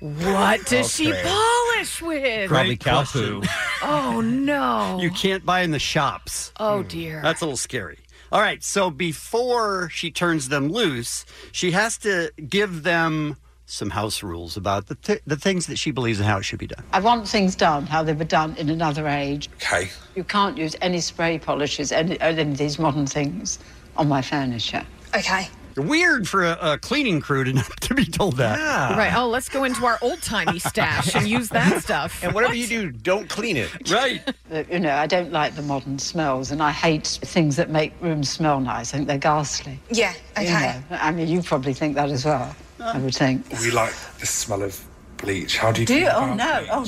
Speaker 12: What does she polish with?
Speaker 11: Probably cow poo.
Speaker 12: Oh no.
Speaker 11: you can't buy in the shops.
Speaker 12: Oh dear.
Speaker 11: That's a little scary. All right, so before she turns them loose, she has to give them some house rules about the th- the things that she believes in how it should be done.
Speaker 13: I want things done how they were done in another age.
Speaker 22: Okay.
Speaker 13: You can't use any spray polishes, any, any of these modern things on my furniture.
Speaker 25: Okay.
Speaker 11: Weird for a, a cleaning crew to *laughs* not to be told that.
Speaker 12: Right. Oh, let's go into our old timey stash and use *laughs* that stuff.
Speaker 13: And
Speaker 7: whatever you do, don't clean it.
Speaker 11: Right.
Speaker 13: But, you know, I don't like the modern smells, and I hate things that make rooms smell nice. I think they're ghastly.
Speaker 25: Yeah,
Speaker 13: You
Speaker 25: okay.
Speaker 13: know, I mean, you probably think that as well. I would think.
Speaker 22: We like the smell of bleach. How do you
Speaker 13: Do
Speaker 22: feel
Speaker 13: you? Oh
Speaker 22: about
Speaker 13: no! Oh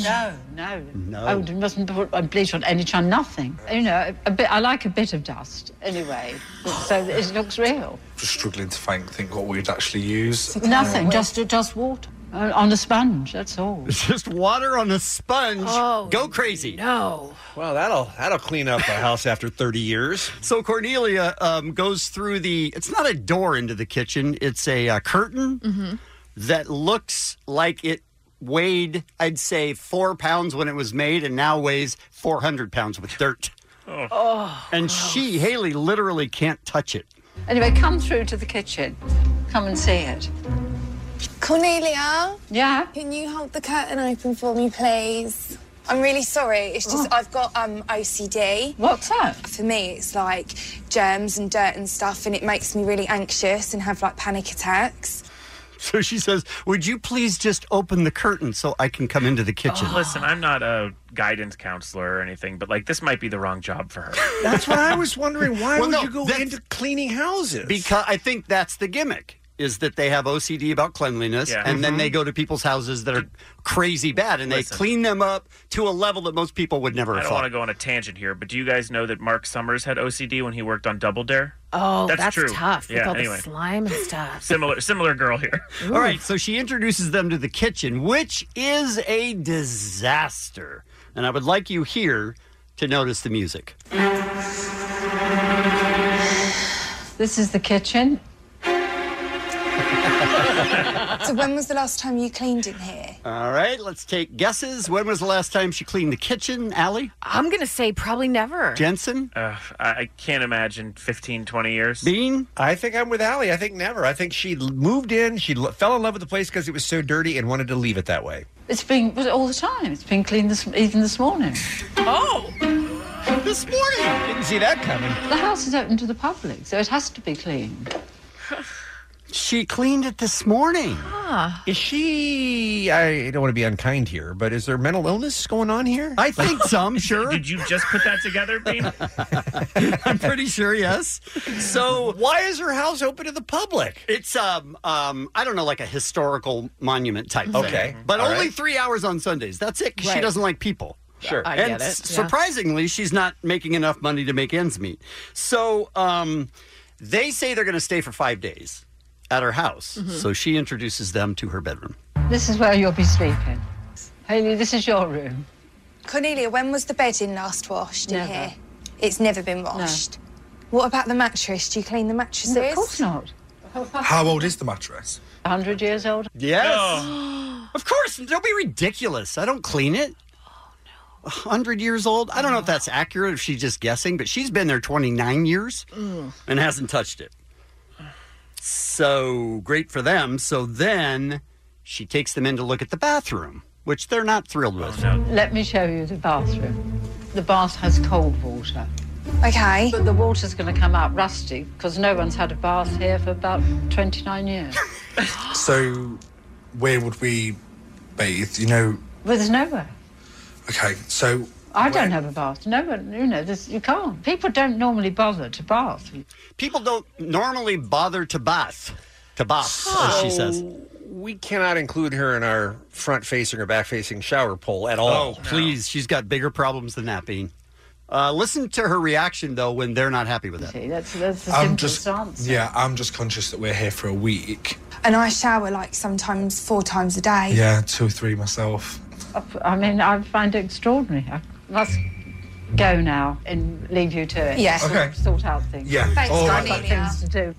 Speaker 13: no! No! I would- mustn't put a bleach on any time. Nothing. You know, a bit. I like a bit of dust anyway, so that it looks real.
Speaker 22: Just struggling to think, think what we'd actually use.
Speaker 13: Nothing. Just just water Uh, on a sponge. That's all.
Speaker 11: Just water on a sponge.
Speaker 13: Oh,
Speaker 11: Go crazy.
Speaker 12: No.
Speaker 7: Well, that'll that'll clean up
Speaker 11: uh,
Speaker 7: a house after 30 years.
Speaker 11: So Cornelia um, goes through the. It's not a door into the kitchen. It's a uh, curtain that looks like it weighed, I'd say, four pounds when it was made, and now weighs 400 pounds with dirt.
Speaker 13: Oh.
Speaker 11: and she, Haley, literally can't touch it.
Speaker 13: Anyway, come through to the kitchen. Come and see it.
Speaker 25: Cornelia?
Speaker 13: Yeah?
Speaker 25: Can you hold the curtain open for me, please? I'm really sorry. It's just I've got um OCD.
Speaker 13: What's that?
Speaker 25: For me, it's like germs and dirt and stuff, and it makes me really anxious and have like panic attacks.
Speaker 11: So she says, "Would you please just open the curtain so I can come into the kitchen?"
Speaker 6: Listen, I'm not a guidance counselor or anything, but like this might be the wrong job for her.
Speaker 7: *laughs*
Speaker 6: *laughs*
Speaker 7: That's what I was wondering. Why
Speaker 11: Well,
Speaker 7: would
Speaker 11: no,
Speaker 7: you go
Speaker 11: that's-
Speaker 7: into cleaning houses?
Speaker 11: Because I think that's the gimmick is that they have OCD about cleanliness,
Speaker 7: Yeah.
Speaker 11: and then
Speaker 7: Mhm.
Speaker 11: they go to people's houses that are crazy bad, and
Speaker 6: Mm-hmm. Listen.
Speaker 11: they clean them up to a level that most people would never
Speaker 6: I
Speaker 11: have
Speaker 6: don't want
Speaker 11: thought.
Speaker 6: to go on a tangent here, but do you guys know that Mark Summers had OCD when he worked on Double Dare?
Speaker 12: Oh, that's,
Speaker 6: true.
Speaker 12: tough with
Speaker 6: Yeah,
Speaker 12: all
Speaker 6: anyway.
Speaker 12: the slime and stuff.
Speaker 6: Similar, similar girl here.
Speaker 11: All right, so she introduces them to the kitchen, which is a disaster, and I would like you here to notice the music.
Speaker 13: This is the kitchen.
Speaker 25: so when was the last time you cleaned in here?
Speaker 11: All right, let's take guesses. When was the last time she cleaned the kitchen, Allie?
Speaker 12: I'm gonna say probably never.
Speaker 11: Jensen?
Speaker 6: Uh, I, I can't imagine 15, 20 years.
Speaker 11: Bean?
Speaker 7: I think I'm with Allie. I think never. I think she l- moved in. She l- fell in love with the place because it was so dirty and wanted to leave it that way.
Speaker 13: It's been was it all the time. It's been clean this even this morning.
Speaker 12: Oh,
Speaker 11: this morning.
Speaker 7: Didn't see that coming.
Speaker 13: The house is open to the public, so it has to be clean.
Speaker 11: She cleaned it this morning.
Speaker 7: Is she? I don't want to be unkind here, but is there mental illness going on here?
Speaker 11: I
Speaker 7: *laughs*
Speaker 11: think some, sure.
Speaker 6: Did you just put that together,
Speaker 11: *laughs*
Speaker 6: Bean?
Speaker 11: I'm pretty sure, yes. So
Speaker 7: Why is her house open to the public?
Speaker 11: It's um um I don't know like a historical monument type thing.
Speaker 7: Okay.
Speaker 11: but
Speaker 7: All
Speaker 11: only
Speaker 7: right.
Speaker 11: three hours on Sundays. That's it. 'cause She
Speaker 7: Right.
Speaker 11: doesn't like people.
Speaker 7: Sure. I
Speaker 11: and
Speaker 7: get it,
Speaker 11: s-
Speaker 7: yeah.
Speaker 11: surprisingly, she's not making enough money to make ends meet. So um,
Speaker 7: Mm-hmm.
Speaker 11: they say they're going to stay for five days at her house. So she introduces them to her bedroom.
Speaker 13: This is where you'll be sleeping. Haley, this is your room.
Speaker 25: Cornelia, when was the bedding last washed in
Speaker 13: Never.
Speaker 25: here? It's never been washed. What about the mattress? Do you clean the mattresses?
Speaker 13: No, of course not.
Speaker 14: How old is the mattress?
Speaker 13: 100 years old?
Speaker 11: Yes. Of course. Don't be ridiculous. I don't clean it. Oh, no. 100 years old? I don't know if that's accurate, if she's just guessing, but she's been there 29 years
Speaker 1: Mm.
Speaker 11: and hasn't touched it. So great for them. So then she takes them in to look at the bathroom, which they're not thrilled with.
Speaker 13: Let me show you the bathroom. The bath has cold water.
Speaker 25: Okay.
Speaker 13: But the water's going to come out rusty because no one's had a bath here for about 29 years.
Speaker 14: So, where would we bathe? You know,
Speaker 13: Well, there's nowhere.
Speaker 14: okay, so
Speaker 13: I don't have a bath. No one, you know, this, you can't. People don't normally bother to bath.
Speaker 11: People don't normally bother to bath. To bath, as she says.
Speaker 7: We cannot include her in our front facing or back facing shower poll at all.
Speaker 11: Oh, please. She's got bigger problems than that, Bean. Uh, listen to her reaction, though, when they're not happy with that.
Speaker 13: See, that's, that's the
Speaker 14: I'm
Speaker 13: simplest
Speaker 14: just
Speaker 13: answer.
Speaker 14: yeah, I'm just conscious that we're here for a week.
Speaker 25: And I shower like sometimes four times a day.
Speaker 14: Yeah, two or three myself.
Speaker 13: I mean, I find it extraordinary. I must go now and leave you to it.
Speaker 25: Yeah.
Speaker 13: Sort-
Speaker 25: Okay.
Speaker 13: Sort out things.
Speaker 14: Yeah. Thanks, All right.
Speaker 13: I've got things to do.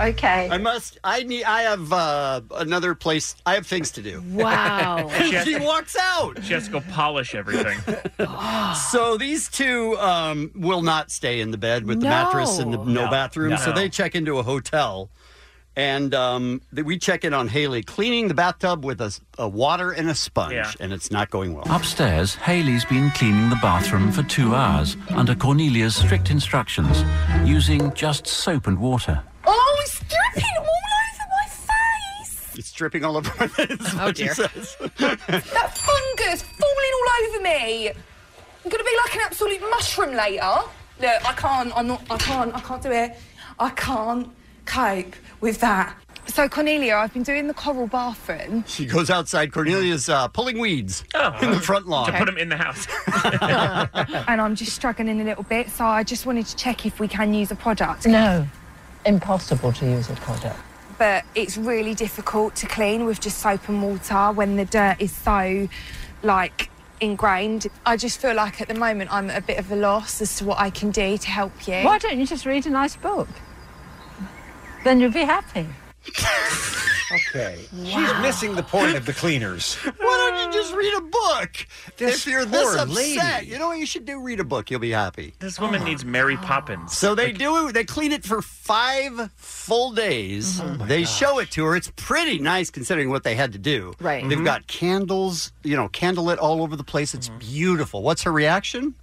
Speaker 13: Okay.
Speaker 11: I must. I need. I have uh, another place. I have things to do.
Speaker 13: Wow.
Speaker 11: *laughs* she walks out.
Speaker 6: She has to go polish everything.
Speaker 11: so these two um, will not stay in the bed with the
Speaker 6: No.
Speaker 11: mattress and the no,
Speaker 6: No.
Speaker 11: bathroom.
Speaker 6: No.
Speaker 11: So they check into a hotel, and um, th- we check in on Haley cleaning the bathtub with a, s- a water and a sponge, and it's not going well.
Speaker 23: Upstairs, Haley's been cleaning the bathroom for two hours under Cornelia's strict instructions, using just soap and water.
Speaker 1: Oh, it's dripping all over my face.
Speaker 11: It's dripping all over. is
Speaker 1: Oh,
Speaker 11: what she
Speaker 1: dear.
Speaker 11: says.
Speaker 1: That fungus falling all over me. I'm gonna be like an absolute mushroom later. Look, I can't. I'm not. I can't. I can't do it. I can't cope with that.
Speaker 25: So, Cornelia, I've been doing the coral
Speaker 13: *laughs*
Speaker 25: bathroom.
Speaker 11: She goes outside. Cornelia's uh, pulling weeds
Speaker 6: Oh.
Speaker 11: in the front lawn
Speaker 25: To put 'em
Speaker 6: in the house.
Speaker 25: and I'm just struggling a little bit, so I just wanted to check if we can use a product.
Speaker 13: No. Impossible to use a product.
Speaker 25: But it's really difficult to clean with just soap and water when the dirt is so, like, ingrained. I just feel like at the moment I'm at a bit of a loss as to what I can do to help you.
Speaker 13: Why don't you just read a nice book? Then you'll be happy.
Speaker 7: Okay. She's missing the point of the cleaners.
Speaker 11: Why don't you just read a book?
Speaker 7: This
Speaker 11: if you're this
Speaker 7: poor
Speaker 11: upset,
Speaker 7: lady.
Speaker 11: you know what you should do? Read a book. You'll be happy.
Speaker 6: This woman needs Mary Poppins.
Speaker 11: So they do. They clean it for five full days.
Speaker 6: Oh,
Speaker 11: they show it to her. It's pretty nice considering what they had to do.
Speaker 1: Right.
Speaker 11: They've
Speaker 6: Mm-hmm.
Speaker 1: Mhm.
Speaker 11: got candles. You know, candlelit all over the place. It's beautiful. What's her reaction?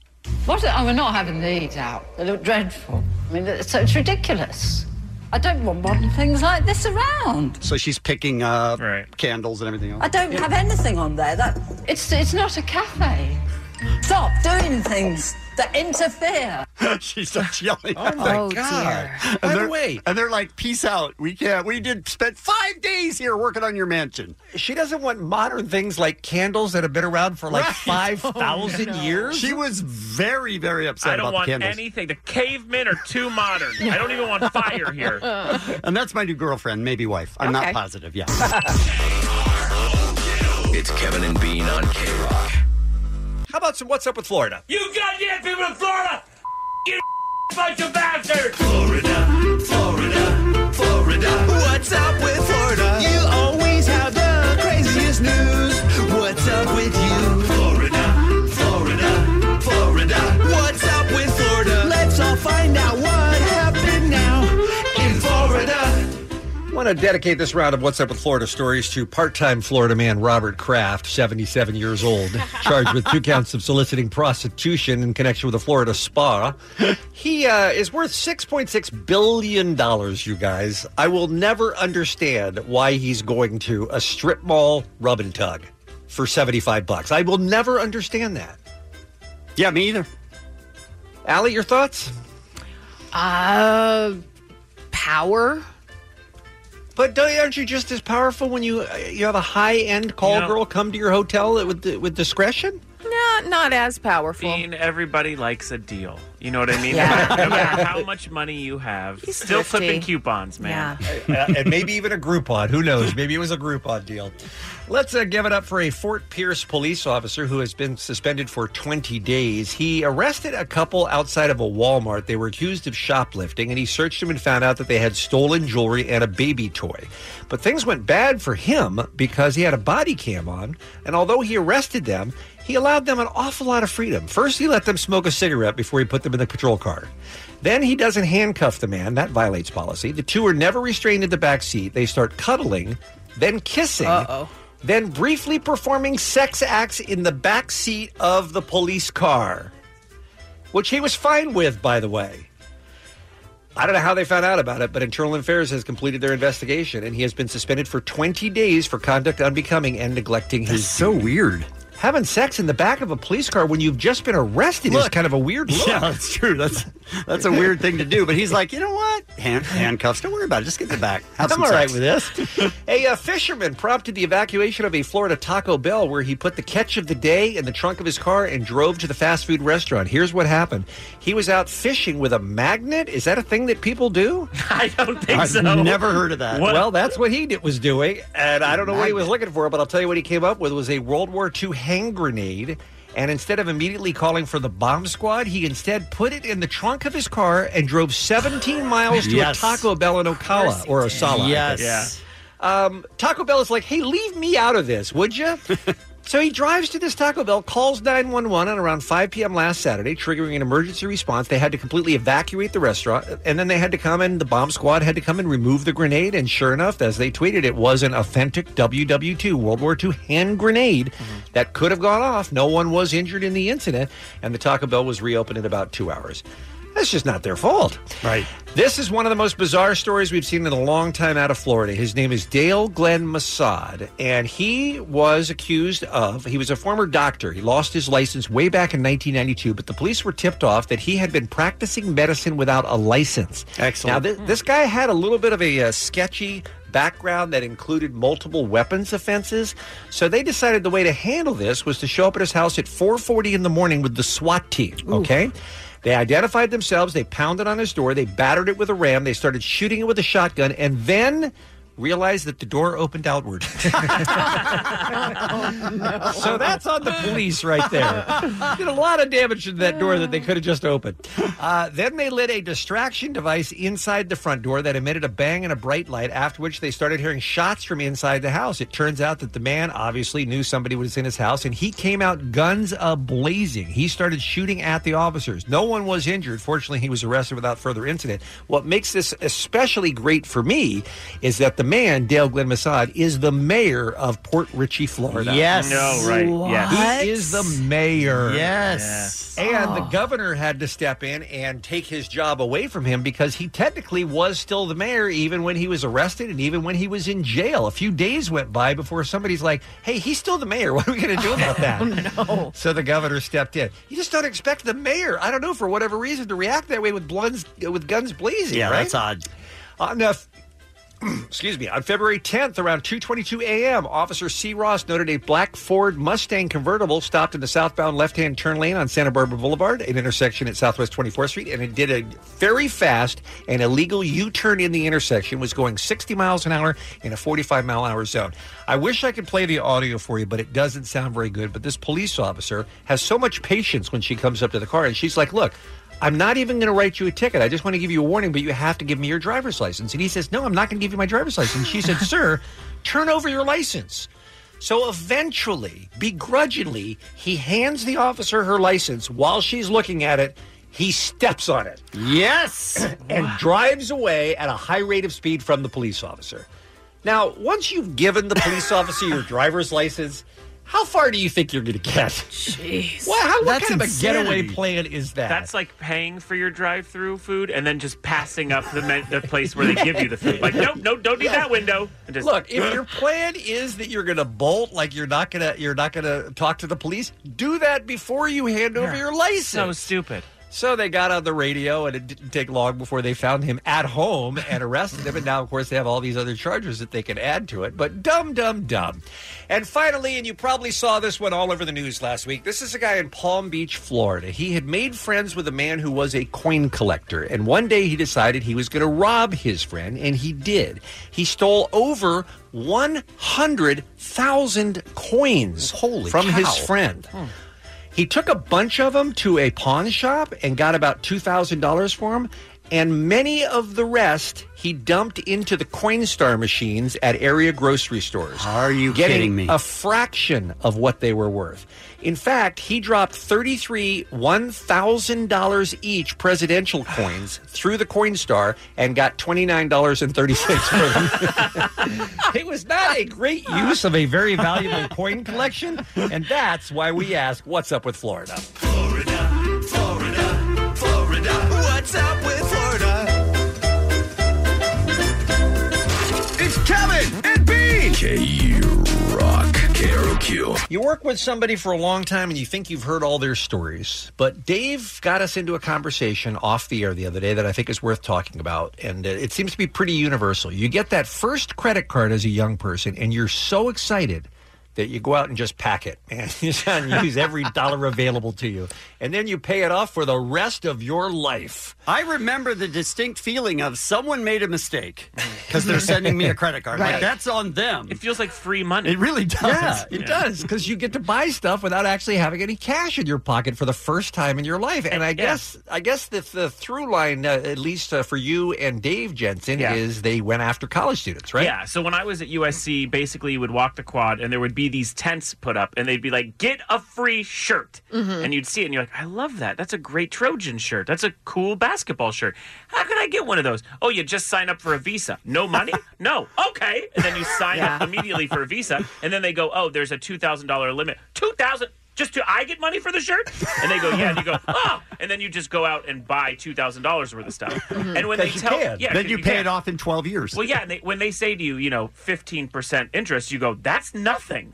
Speaker 13: What? Oh, we're not having these out. They look dreadful. I mean, it's, it's ridiculous. I don't want modern things like this
Speaker 6: Mm.
Speaker 13: around.
Speaker 11: So she's picking up candles and everything else.
Speaker 13: I don't have anything on there. That it's it's not a cafe. Stop doing things that interfere.
Speaker 11: *laughs* she starts yelling.
Speaker 13: Oh, my Oh, God.
Speaker 11: And
Speaker 7: By the
Speaker 11: they're-
Speaker 7: way-
Speaker 11: and they're like, "Peace out. We can't. We did spend five days here working on your mansion."
Speaker 7: She doesn't want modern things like candles that have been around for like
Speaker 11: Right. *laughs*
Speaker 7: 5,000
Speaker 11: Oh, no.
Speaker 7: years.
Speaker 11: She was very, very upset
Speaker 6: I don't
Speaker 11: about
Speaker 6: want
Speaker 11: the candles.
Speaker 6: anything. The cavemen are too modern. I don't even want fire here.
Speaker 11: and that's my new girlfriend, maybe wife. I'm
Speaker 6: Okay.
Speaker 11: not positive. *laughs* Yeah.
Speaker 10: It's Kevin and Bean on K Rock.
Speaker 7: How about some What's Up with Florida?
Speaker 10: You goddamn people in Florida! You bunch of bastards! Florida, Florida, Florida. What's up with Florida? You always have the craziest news. What's up with you? Florida, Florida, Florida. What's up with Florida? Let's all find out what happened now in Florida.
Speaker 7: I want to dedicate this round of What's Up with Florida stories to part time Florida man Robert Kraft, 77 years old, charged with two counts of soliciting prostitution in connection with a Florida spa. He uh, is worth $6.6 billion, you guys. I will never understand why he's going to a strip mall rub and tug for 75 bucks. I will never understand that.
Speaker 11: Yeah, me either.
Speaker 7: Allie, your thoughts?
Speaker 16: Uh, power.
Speaker 7: But don't, aren't you just as powerful when you uh, you have a high end call
Speaker 16: You know-
Speaker 7: girl come to your hotel with with discretion?
Speaker 16: No, not as powerful.
Speaker 6: Dean, everybody likes a deal. You know what I mean?
Speaker 7: Yeah.
Speaker 6: No matter, no matter
Speaker 7: Yeah.
Speaker 6: how much money you have,
Speaker 7: He's
Speaker 6: still
Speaker 7: thrifty.
Speaker 6: clipping coupons, man.
Speaker 7: Uh, and maybe even a Groupon. Who knows? Maybe it was a Groupon deal. Let's uh, give it up for a Fort Pierce police officer who has been suspended for 20 days. He arrested a couple outside of a Walmart. They were accused of shoplifting, and he searched them and found out that they had stolen jewelry and a baby toy. But things went bad for him because he had a body cam on, and although he arrested them, he allowed them an awful lot of freedom. First, he let them smoke a cigarette before he put them in the patrol car. Then he doesn't handcuff the man. That violates policy. The two are never restrained in the back seat. They start cuddling, then kissing, then briefly performing sex acts in the back seat of the police car, which he was fine with, by the way. I don't know how they found out about it, but Internal Affairs has completed their investigation, and he has been suspended for 20 days for conduct unbecoming and neglecting his. so
Speaker 11: weird.
Speaker 7: Having sex in the back of a police car when you've just been arrested is
Speaker 11: Look.
Speaker 7: kind of a weird look.
Speaker 11: Yeah, that's true. That's that's a weird thing to do. But he's like, you know what? Hand, handcuffs. Don't worry about it. Just get in the back. Have
Speaker 7: I'm
Speaker 11: some
Speaker 7: all right
Speaker 11: sex."
Speaker 6: *laughs*
Speaker 7: with this. a uh, fisherman prompted the evacuation of a Florida Taco Bell where he put the catch of the day in the trunk of his car and drove to the fast food restaurant. Here's what happened. He was out fishing with a magnet. Is that a thing that people do?
Speaker 6: *laughs* I don't think
Speaker 7: I've
Speaker 6: so.
Speaker 7: never heard of that.
Speaker 6: What-
Speaker 7: Well, that's what he did, was doing, and I don't know what he was looking for, but I'll tell you what he came up with was a World War II hand grenade. And instead of immediately calling for the bomb squad, he instead put it in the trunk of his car and drove 17 miles to
Speaker 11: Yes.
Speaker 7: a Taco Bell in Ocala or Osala. I think.
Speaker 11: Yes.
Speaker 7: Um, Taco Bell is like, hey, leave me out of this, would you? so he drives to this Taco Bell, calls 911 at around 5 p.m. last Saturday, triggering an emergency response. They had to completely evacuate the restaurant, and then they had to come in, the bomb squad had to come and remove the grenade. And sure enough, as they tweeted, it was an authentic WW2, World War II hand grenade that could have gone off. No one was injured in the incident, and the Taco Bell was reopened in about two hours. That's just not their fault. Right. This is one of the most bizarre stories we've seen in a long time out of Florida. His name is Dale Glenn Massad, and he was accused of, he was a former doctor. He lost his license way back in 1992, but the police were tipped off that he had been practicing medicine without a license. Excellent. Now, thi- this guy had a little bit of a uh, sketchy background that included multiple weapons offenses. So they decided the way to handle this was to show up at his house at 4:40 in the morning with the SWAT team, okay? They identified themselves, they pounded on his door, they battered it with a ram, they started shooting it with a shotgun and then realized that the door opened outward. So that's on the police right there. *laughs* Did a lot of damage to that door that they could have just opened. Uh, then they lit a distraction device inside the front door that emitted a bang and a bright light, after which they started hearing shots from inside the house. It turns out that the man obviously knew somebody was in his house, and he came out guns a blazing. He started shooting at the officers. No one was injured. Fortunately, he was arrested without further incident. What makes this especially great for me is that the man, Dale Glenn Massad, is the mayor of Port Richey, Florida.
Speaker 11: Yes. No, right. Yes. What?
Speaker 7: He is the mayor.
Speaker 11: Yes.
Speaker 7: And the governor had to step in and take his job away from him because he technically was still the mayor even when he was arrested and even when he was in jail. A few days went by before somebody's like, hey, he's still the mayor. *laughs* What are we going to do about that? no. So the governor stepped in. You just don't expect the mayor, I don't know, for whatever reason, to react that way with, blunts, with guns blazing.
Speaker 11: Yeah,
Speaker 7: right?
Speaker 11: that's odd.
Speaker 7: On uh, *clears throat* excuse me, on February 10th around 2:22 a.m., Officer C. Ross noted a black Ford Mustang convertible stopped in the southbound left-hand turn lane on Santa Barbara Boulevard, an intersection at Southwest 24th Street, and it did a very fast and illegal U-turn in the intersection. Was going 60 miles an hour in a 45 mile an hour zone. I wish I could play the audio for you, but it doesn't sound very good. But this police officer has so much patience when she comes up to the car, and she's like, "Look." I'm not even going to write you a ticket. I just want to give you a warning, but you have to give me your driver's license. And he says, No, I'm not going to give you my driver's license. She said, Sir, turn over your license. So eventually, begrudgingly, he hands the officer her license while she's looking at it. He steps on it. Yes. *clears throat* and drives away at a high rate of speed from the police officer. Now, once you've given the police officer your driver's license, how far do you think you're going to get? Jeez. Well, how, what
Speaker 6: That's
Speaker 7: kind
Speaker 6: insanity.
Speaker 7: of a getaway plan is that?
Speaker 6: That's like paying for your drive-through food and then just passing up the men- the place where they give you the food. Like, nope, nope, don't need that window. And just,
Speaker 7: Look, if your plan is that you're going to bolt, like you're not going to, you're not going to talk to the police, do that before you hand over your license.
Speaker 6: so stupid.
Speaker 7: So they got on the radio, and it didn't take long before they found him at home and arrested him. And now, of course, they have all these other charges that they can add to it. But dumb, dumb, dumb. And finally, and you probably saw this one all over the news last week. This is a guy in Palm Beach, Florida. He had made friends with a man who was a coin collector. And one day he decided he was going to rob his friend, and he did. He stole over 100,000 coins
Speaker 11: Holy
Speaker 7: from
Speaker 11: cow.
Speaker 7: his friend.
Speaker 6: Hmm.
Speaker 7: He took a bunch of them to a pawn shop and got about $2,000 for them. And many of the rest he dumped into the Coinstar machines at area grocery stores. Are you
Speaker 11: kidding me?
Speaker 7: A fraction of what they were worth. In fact, he dropped 33 $1,000 each presidential coins through the Coinstar and got $29.36 for them. it was not a great *laughs* use of a very valuable coin collection, and that's why we ask what's up with Florida.
Speaker 10: Florida, Florida. What's up with Florida?
Speaker 7: It's Kevin and Bean.
Speaker 10: K Rock Q.
Speaker 7: You work with somebody for a long time and you think you've heard all their stories, but Dave got us into a conversation off the air the other day that I think is worth talking about, and uh, it seems to be pretty universal. You get that first credit card as a young person, and you're so excited that you go out and just pack it and *laughs* you use every dollar available to you, and then you pay it off for the rest of your life.
Speaker 11: I remember the distinct feeling of someone made a mistake because they're sending me a credit card. Like,
Speaker 7: Right.
Speaker 11: that's on them. It
Speaker 6: feels like free money.
Speaker 11: It really does.
Speaker 7: Yeah, it does because you get to buy stuff without actually having any cash in your pocket for the first time in your life. And I guess I guess the, the through line, uh, at least uh, for you and Dave Jensen,
Speaker 6: Yeah.
Speaker 7: is they went after college students, right?
Speaker 6: Yeah. So when I was at USC, basically you would walk the quad and there would be these tents put up and they'd be like, get a free shirt.
Speaker 10: Mhm.
Speaker 6: And you'd see it and you're like, I love that. That's a great Trojan shirt. That's a cool basketball shirt. How could I get one of those? Oh, you just sign up for a visa. No money? no. Okay. And then you sign up immediately for a visa. And then they go, oh, there's a $2,000 limit. 2000 just to I get money for the shirt? And they go, yeah. And you go, oh. And then you just go out and buy $2,000 worth of stuff. And when they
Speaker 11: That you
Speaker 6: tell
Speaker 11: can.
Speaker 6: yeah,
Speaker 11: then
Speaker 6: 'cause
Speaker 11: you, pay
Speaker 6: can.
Speaker 11: it off in 12 years.
Speaker 6: Well, yeah, and they, when they say to you, you know, fifteen percent interest, you go, "That's nothing."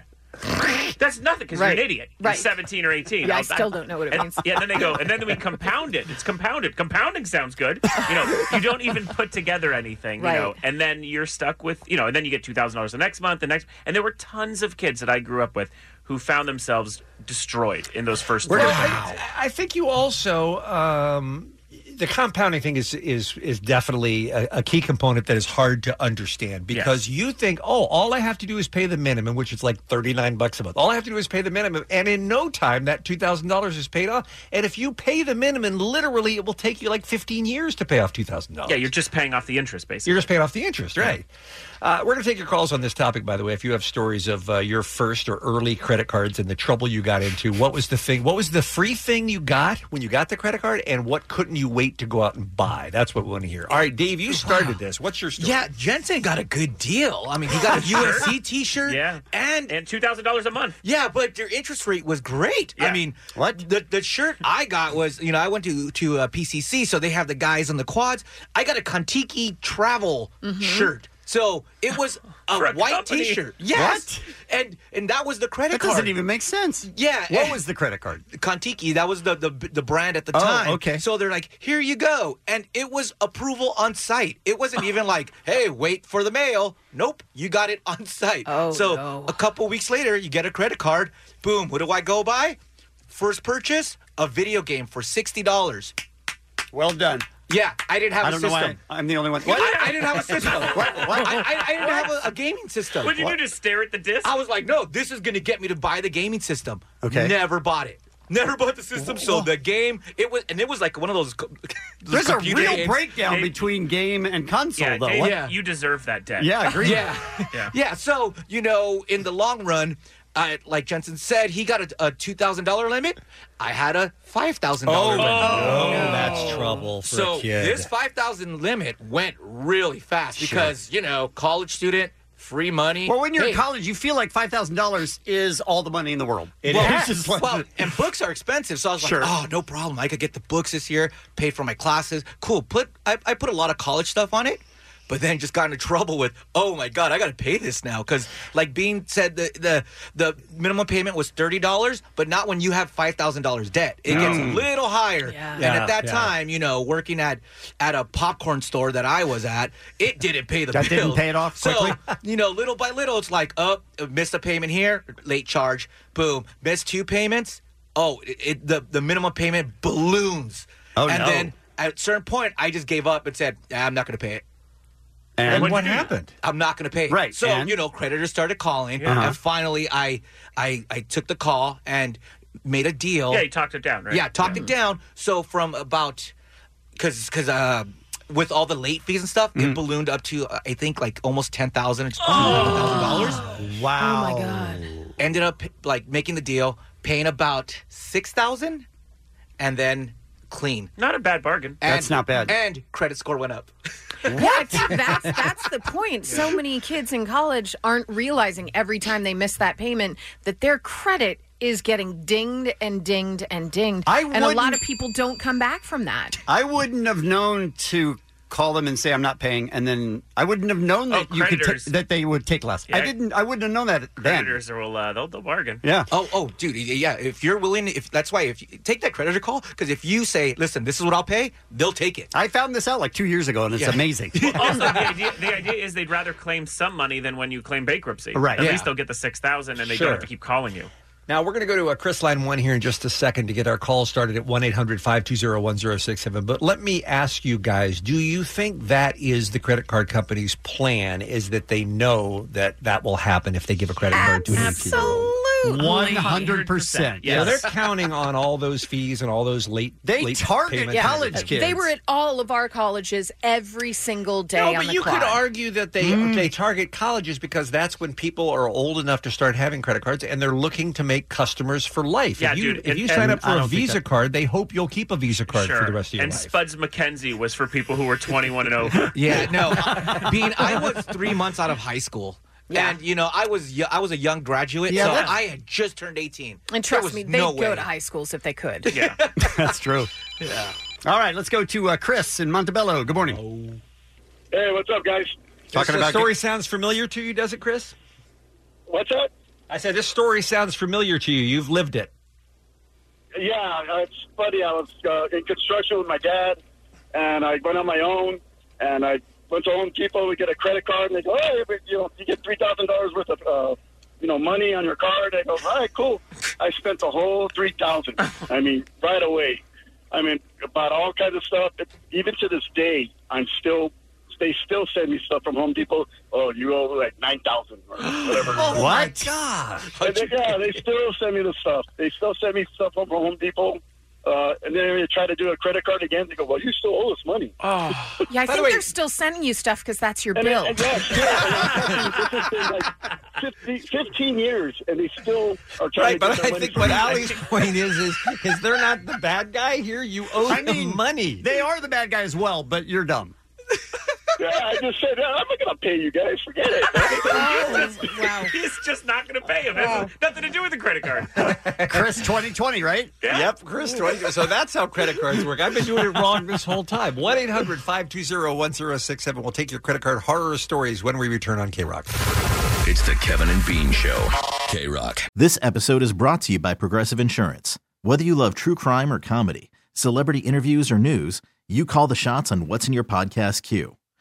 Speaker 6: That's nothing because
Speaker 12: Right.
Speaker 6: you're an idiot.
Speaker 12: Right.
Speaker 6: You're seventeen or eighteen.
Speaker 12: Yeah, I
Speaker 6: I'll-
Speaker 12: still don't know what it
Speaker 6: and-
Speaker 12: means.
Speaker 6: Yeah, and then they go, and then we compound it. It's compounded. Compounding sounds good. You know, you don't even put together anything. You know,
Speaker 12: Right.
Speaker 6: and then you're stuck with you know, and then you get two thousand dollars the next month, the next, and there were tons of kids that I grew up with who found themselves destroyed in those first.
Speaker 7: Well,
Speaker 6: three months.
Speaker 7: I, I think you also um, the compounding thing is is is definitely a, a key component that is hard to understand because you think, oh, all I have to do is pay the minimum, which is like thirty nine bucks a month. All I have to do is pay the minimum, and in no time that two thousand dollars is paid off. And if you pay the minimum, literally, it will take you like fifteen years to pay off two thousand dollars.
Speaker 6: yeah, you're just paying off the interest, basically.
Speaker 7: You're just paying off the interest, right? Uh, we're going to take your calls on this topic, by the way. If you have stories of uh, your first or early credit cards and the trouble you got into, what was the thing? What was the free thing you got when you got the credit card, and what couldn't you wait to go out and buy? That's what we want to hear. All right, Dave, you started this. What's your story?
Speaker 18: Yeah, Jensen got a good deal. I mean, he
Speaker 6: *laughs*
Speaker 7: *laughs*
Speaker 18: got a USC T-shirt.
Speaker 6: Yeah,
Speaker 18: and
Speaker 6: and two thousand dollars a month.
Speaker 18: Yeah, but their interest rate was great. I mean, what the the shirt I got was you know I went to to uh, PCC, so they have the guys on the quads. I got a Contiki travel
Speaker 6: Mm-hmm.
Speaker 18: shirt. So
Speaker 6: *laughs*
Speaker 18: it was a,
Speaker 11: For a
Speaker 18: white
Speaker 11: company.
Speaker 18: T-shirt, yes, and and that was the credit
Speaker 11: That
Speaker 18: card.
Speaker 11: doesn't even make sense.
Speaker 18: Yeah,
Speaker 11: What
Speaker 18: and-
Speaker 11: was the credit card?
Speaker 18: Contiki. That was the, the the brand at the
Speaker 11: Oh,
Speaker 18: time.
Speaker 11: okay.
Speaker 18: So they're like, here you go, and it was approval on site. It wasn't even like, hey, wait for the mail. Nope, you got it on site. Oh, so a couple weeks later, you get a credit card. Boom. What do I go by? First purchase, a video game for sixty dollars.
Speaker 11: Well done.
Speaker 18: Yeah, I didn't have
Speaker 11: I
Speaker 18: a
Speaker 11: don't know
Speaker 18: system.
Speaker 11: why I'm the only one.
Speaker 18: What? I, I
Speaker 11: *laughs*
Speaker 18: didn't have a system.
Speaker 11: What? What?
Speaker 18: I, I, I didn't
Speaker 11: What?
Speaker 18: have a, a gaming system.
Speaker 11: What'd you do,
Speaker 6: Just stare at the disc?
Speaker 18: I was like, no, this is going to get me to buy the gaming system.
Speaker 11: Okay.
Speaker 18: Never bought it. Never bought the system. So the game, it was, and it was like one of those. co- *laughs* those
Speaker 11: There's a
Speaker 18: computer
Speaker 11: real
Speaker 18: games.
Speaker 11: breakdown between game and console,
Speaker 18: Yeah,
Speaker 11: though.
Speaker 18: Dave,
Speaker 11: What?
Speaker 18: yeah.
Speaker 6: You deserve that debt.
Speaker 11: Yeah, agreed.
Speaker 18: Yeah.
Speaker 6: *laughs* yeah.
Speaker 18: Yeah. So you know, in the long run, I, like Jensen said, he got a, a two thousand dollar limit. I had a five thousand
Speaker 10: Oh,
Speaker 15: Oh,
Speaker 11: Oh,
Speaker 18: dollar limit.
Speaker 6: Oh,
Speaker 7: that's trouble for
Speaker 18: so
Speaker 7: a kid.
Speaker 18: this five thousand limit went really fast because you know, college student, free money.
Speaker 11: Well, when you're in
Speaker 18: Hey,
Speaker 11: college, you feel like five thousand dollars is all the money in the world.
Speaker 18: well,
Speaker 11: It's just like-
Speaker 18: *laughs* well, and books are expensive, so I was
Speaker 11: Sure.
Speaker 18: like, oh, no problem. I could get the books this year, pay for my classes. Cool. Put I, I put a lot of college stuff on it. but then just got into trouble with, oh my god, I got to pay this now because like Bean said, the the the minimum payment was thirty dollars, but not when you have five thousand dollars debt. It gets a
Speaker 11: Mm.
Speaker 18: little higher.
Speaker 11: Yeah.
Speaker 18: And
Speaker 11: Yeah,
Speaker 18: at that
Speaker 11: yeah.
Speaker 18: time, you know, working at at a popcorn store that I was at, it didn't pay the
Speaker 11: That
Speaker 18: bill.
Speaker 11: didn't pay it off
Speaker 18: So,
Speaker 11: quickly?
Speaker 18: you know, little by little, it's like, oh, missed a payment here, late charge, boom, missed two payments. Oh, it, it- the the minimum payment balloons.
Speaker 11: Oh,
Speaker 18: and
Speaker 11: no.
Speaker 18: then at a certain point, I just gave up and said, "Ah, I'm not going to pay it.
Speaker 11: And And what what'd you do? happened?
Speaker 18: I'm not going to pay. it.
Speaker 11: Right,
Speaker 18: So
Speaker 11: and-
Speaker 18: you know, creditors started calling,
Speaker 11: Yeah. Uh-huh.
Speaker 18: and finally, I, I, I took the call and made a deal.
Speaker 6: Yeah, you talked it down, right?
Speaker 18: Yeah, talked it down. So from about because because uh, with all the late fees and stuff, it ballooned up to uh, I think like almost ten thousand dollars. Wow! Oh my god! Ended up like making the deal, paying about six thousand, and then clean.
Speaker 6: Not a bad bargain.
Speaker 11: That's not bad.
Speaker 18: And credit score went up.
Speaker 12: What? *laughs* that's that's the point. So many kids in college aren't realizing every time they miss that payment that their credit is getting dinged and dinged and dinged.
Speaker 11: I
Speaker 12: and a lot
Speaker 11: wouldn't-
Speaker 12: of people don't come back from that.
Speaker 11: I wouldn't have known to call them and say I'm not paying, and then I wouldn't have known that
Speaker 6: Oh,
Speaker 11: you could ta-
Speaker 6: creditors.
Speaker 11: that they would take less. I
Speaker 6: Yeah.
Speaker 11: didn't. I wouldn't have known that then.
Speaker 6: Creditors will uh, they'll, they'll bargain.
Speaker 11: Yeah.
Speaker 18: Oh, oh, dude. Yeah. If you're willing, if that's why, if you take that creditor call, because if you say, "Listen, this is what I'll pay," they'll take it.
Speaker 11: I found this out like two years ago, and it's
Speaker 18: Yeah.
Speaker 11: amazing.
Speaker 6: *laughs* also, the idea, the idea is they'd rather claim some money than when you claim bankruptcy.
Speaker 7: Right.
Speaker 6: At
Speaker 7: Yeah.
Speaker 6: least they'll get the six thousand, and they
Speaker 7: Sure.
Speaker 6: don't have to keep calling you.
Speaker 7: Now we're going to go to a Chris line one here in just a second to get our call started at 1-800-520-1067. But let me ask you guys, do you think that is the credit card company's plan is that they know that that will happen if they give a credit card to an 18-year-old?
Speaker 11: Absolutely. 100%,
Speaker 7: Yeah,
Speaker 11: yes.
Speaker 7: they're counting on all those fees and all those late
Speaker 11: They
Speaker 7: late
Speaker 11: target
Speaker 7: payments.
Speaker 12: They were at all of our colleges every single day.
Speaker 7: No,
Speaker 12: on
Speaker 7: but
Speaker 12: the
Speaker 7: you
Speaker 12: clock. Mm.
Speaker 7: could argue that they
Speaker 6: Hmm.
Speaker 7: they target colleges because that's when people are old enough to start having credit cards, and they're looking to make customers for life.
Speaker 6: Yeah,
Speaker 7: if you,
Speaker 6: dude,
Speaker 7: If
Speaker 6: and-
Speaker 7: you sign
Speaker 6: and
Speaker 7: up
Speaker 6: I
Speaker 7: for a
Speaker 6: don't think
Speaker 7: Visa
Speaker 6: that-
Speaker 7: card, they hope you'll keep a Visa card for the rest of your
Speaker 6: and
Speaker 7: life.
Speaker 6: Spuds McKenzie was for people who were 21 and over.
Speaker 18: Yeah, *laughs*
Speaker 6: *laughs*
Speaker 18: no. Bean, I was three months out of high school. And you know, I was yo- I was a young graduate,
Speaker 12: Yeah,
Speaker 18: so
Speaker 12: that's-
Speaker 18: I had just turned eighteen.
Speaker 12: And
Speaker 18: There
Speaker 12: trust
Speaker 18: was
Speaker 12: me, they'd
Speaker 18: no
Speaker 12: go
Speaker 18: way. *laughs*
Speaker 12: to high schools if they could.
Speaker 11: Yeah, *laughs* that's true. Yeah. All right, let's go to uh, Chris in Montebello. Good morning.
Speaker 7: Oh.
Speaker 15: Hey, what's up, guys?
Speaker 11: Talking
Speaker 7: this
Speaker 11: about-
Speaker 7: story sounds familiar to you, does it, Chris?
Speaker 15: What's up?
Speaker 7: I said this story sounds familiar to you. You've lived it.
Speaker 15: Yeah, uh, it's funny. I was uh, in construction with my dad, and I went on my own, and I went to Home Depot. We get a credit card, and they go, "Hey, but, you know, you get three thousand dollars worth of." Uh, you know, money on your card. I go, all right, cool. I spent the whole three thousand. I mean, right away. I mean, about all kinds of stuff. Even to this day, I'm still. They still send me stuff from Home Depot. Oh, you owe like nine thousand or whatever.
Speaker 10: Oh, my What?
Speaker 15: God! They, yeah, they still send me the stuff. They still send me stuff from Home Depot. Uh, and then they try to do a credit card again. They go, "Well, you still owe us money."
Speaker 11: Ah.
Speaker 15: *laughs*
Speaker 12: Oh, yeah. I
Speaker 15: By the
Speaker 12: think
Speaker 15: way-
Speaker 12: they're still sending you stuff because that's your
Speaker 15: And
Speaker 12: bill.
Speaker 15: it- and
Speaker 12: *laughs*
Speaker 15: yes, yeah, and I- this has been, like, 50 15 years, and they still are trying to get
Speaker 7: Right, but
Speaker 15: their
Speaker 7: I
Speaker 15: money
Speaker 7: think
Speaker 15: from
Speaker 7: what
Speaker 15: me.
Speaker 7: Ali's point is is is they're not the bad guy here. You owe
Speaker 11: I
Speaker 7: them
Speaker 11: mean,
Speaker 7: money.
Speaker 11: They are the bad guy as well, but you're
Speaker 7: *laughs*
Speaker 11: dumb.
Speaker 15: Yeah, I just said, I'm not going to pay you guys. Forget it.
Speaker 11: Oh,
Speaker 12: wow.
Speaker 6: He's just not going to pay him. It has Nothing to do with the credit card.
Speaker 11: *laughs* Chris 2020, right?
Speaker 7: Yep, Chris 20. So that's how credit cards work. I've been doing it wrong *laughs* this whole time. 1 800 520 1067. We'll take your credit card horror stories when we return on K Rock.
Speaker 19: It's the Kevin and Bean Show. K Rock.
Speaker 20: This episode is brought to you by Progressive Insurance. Whether you love true crime or comedy, celebrity interviews or news, you call the shots on what's in your podcast queue.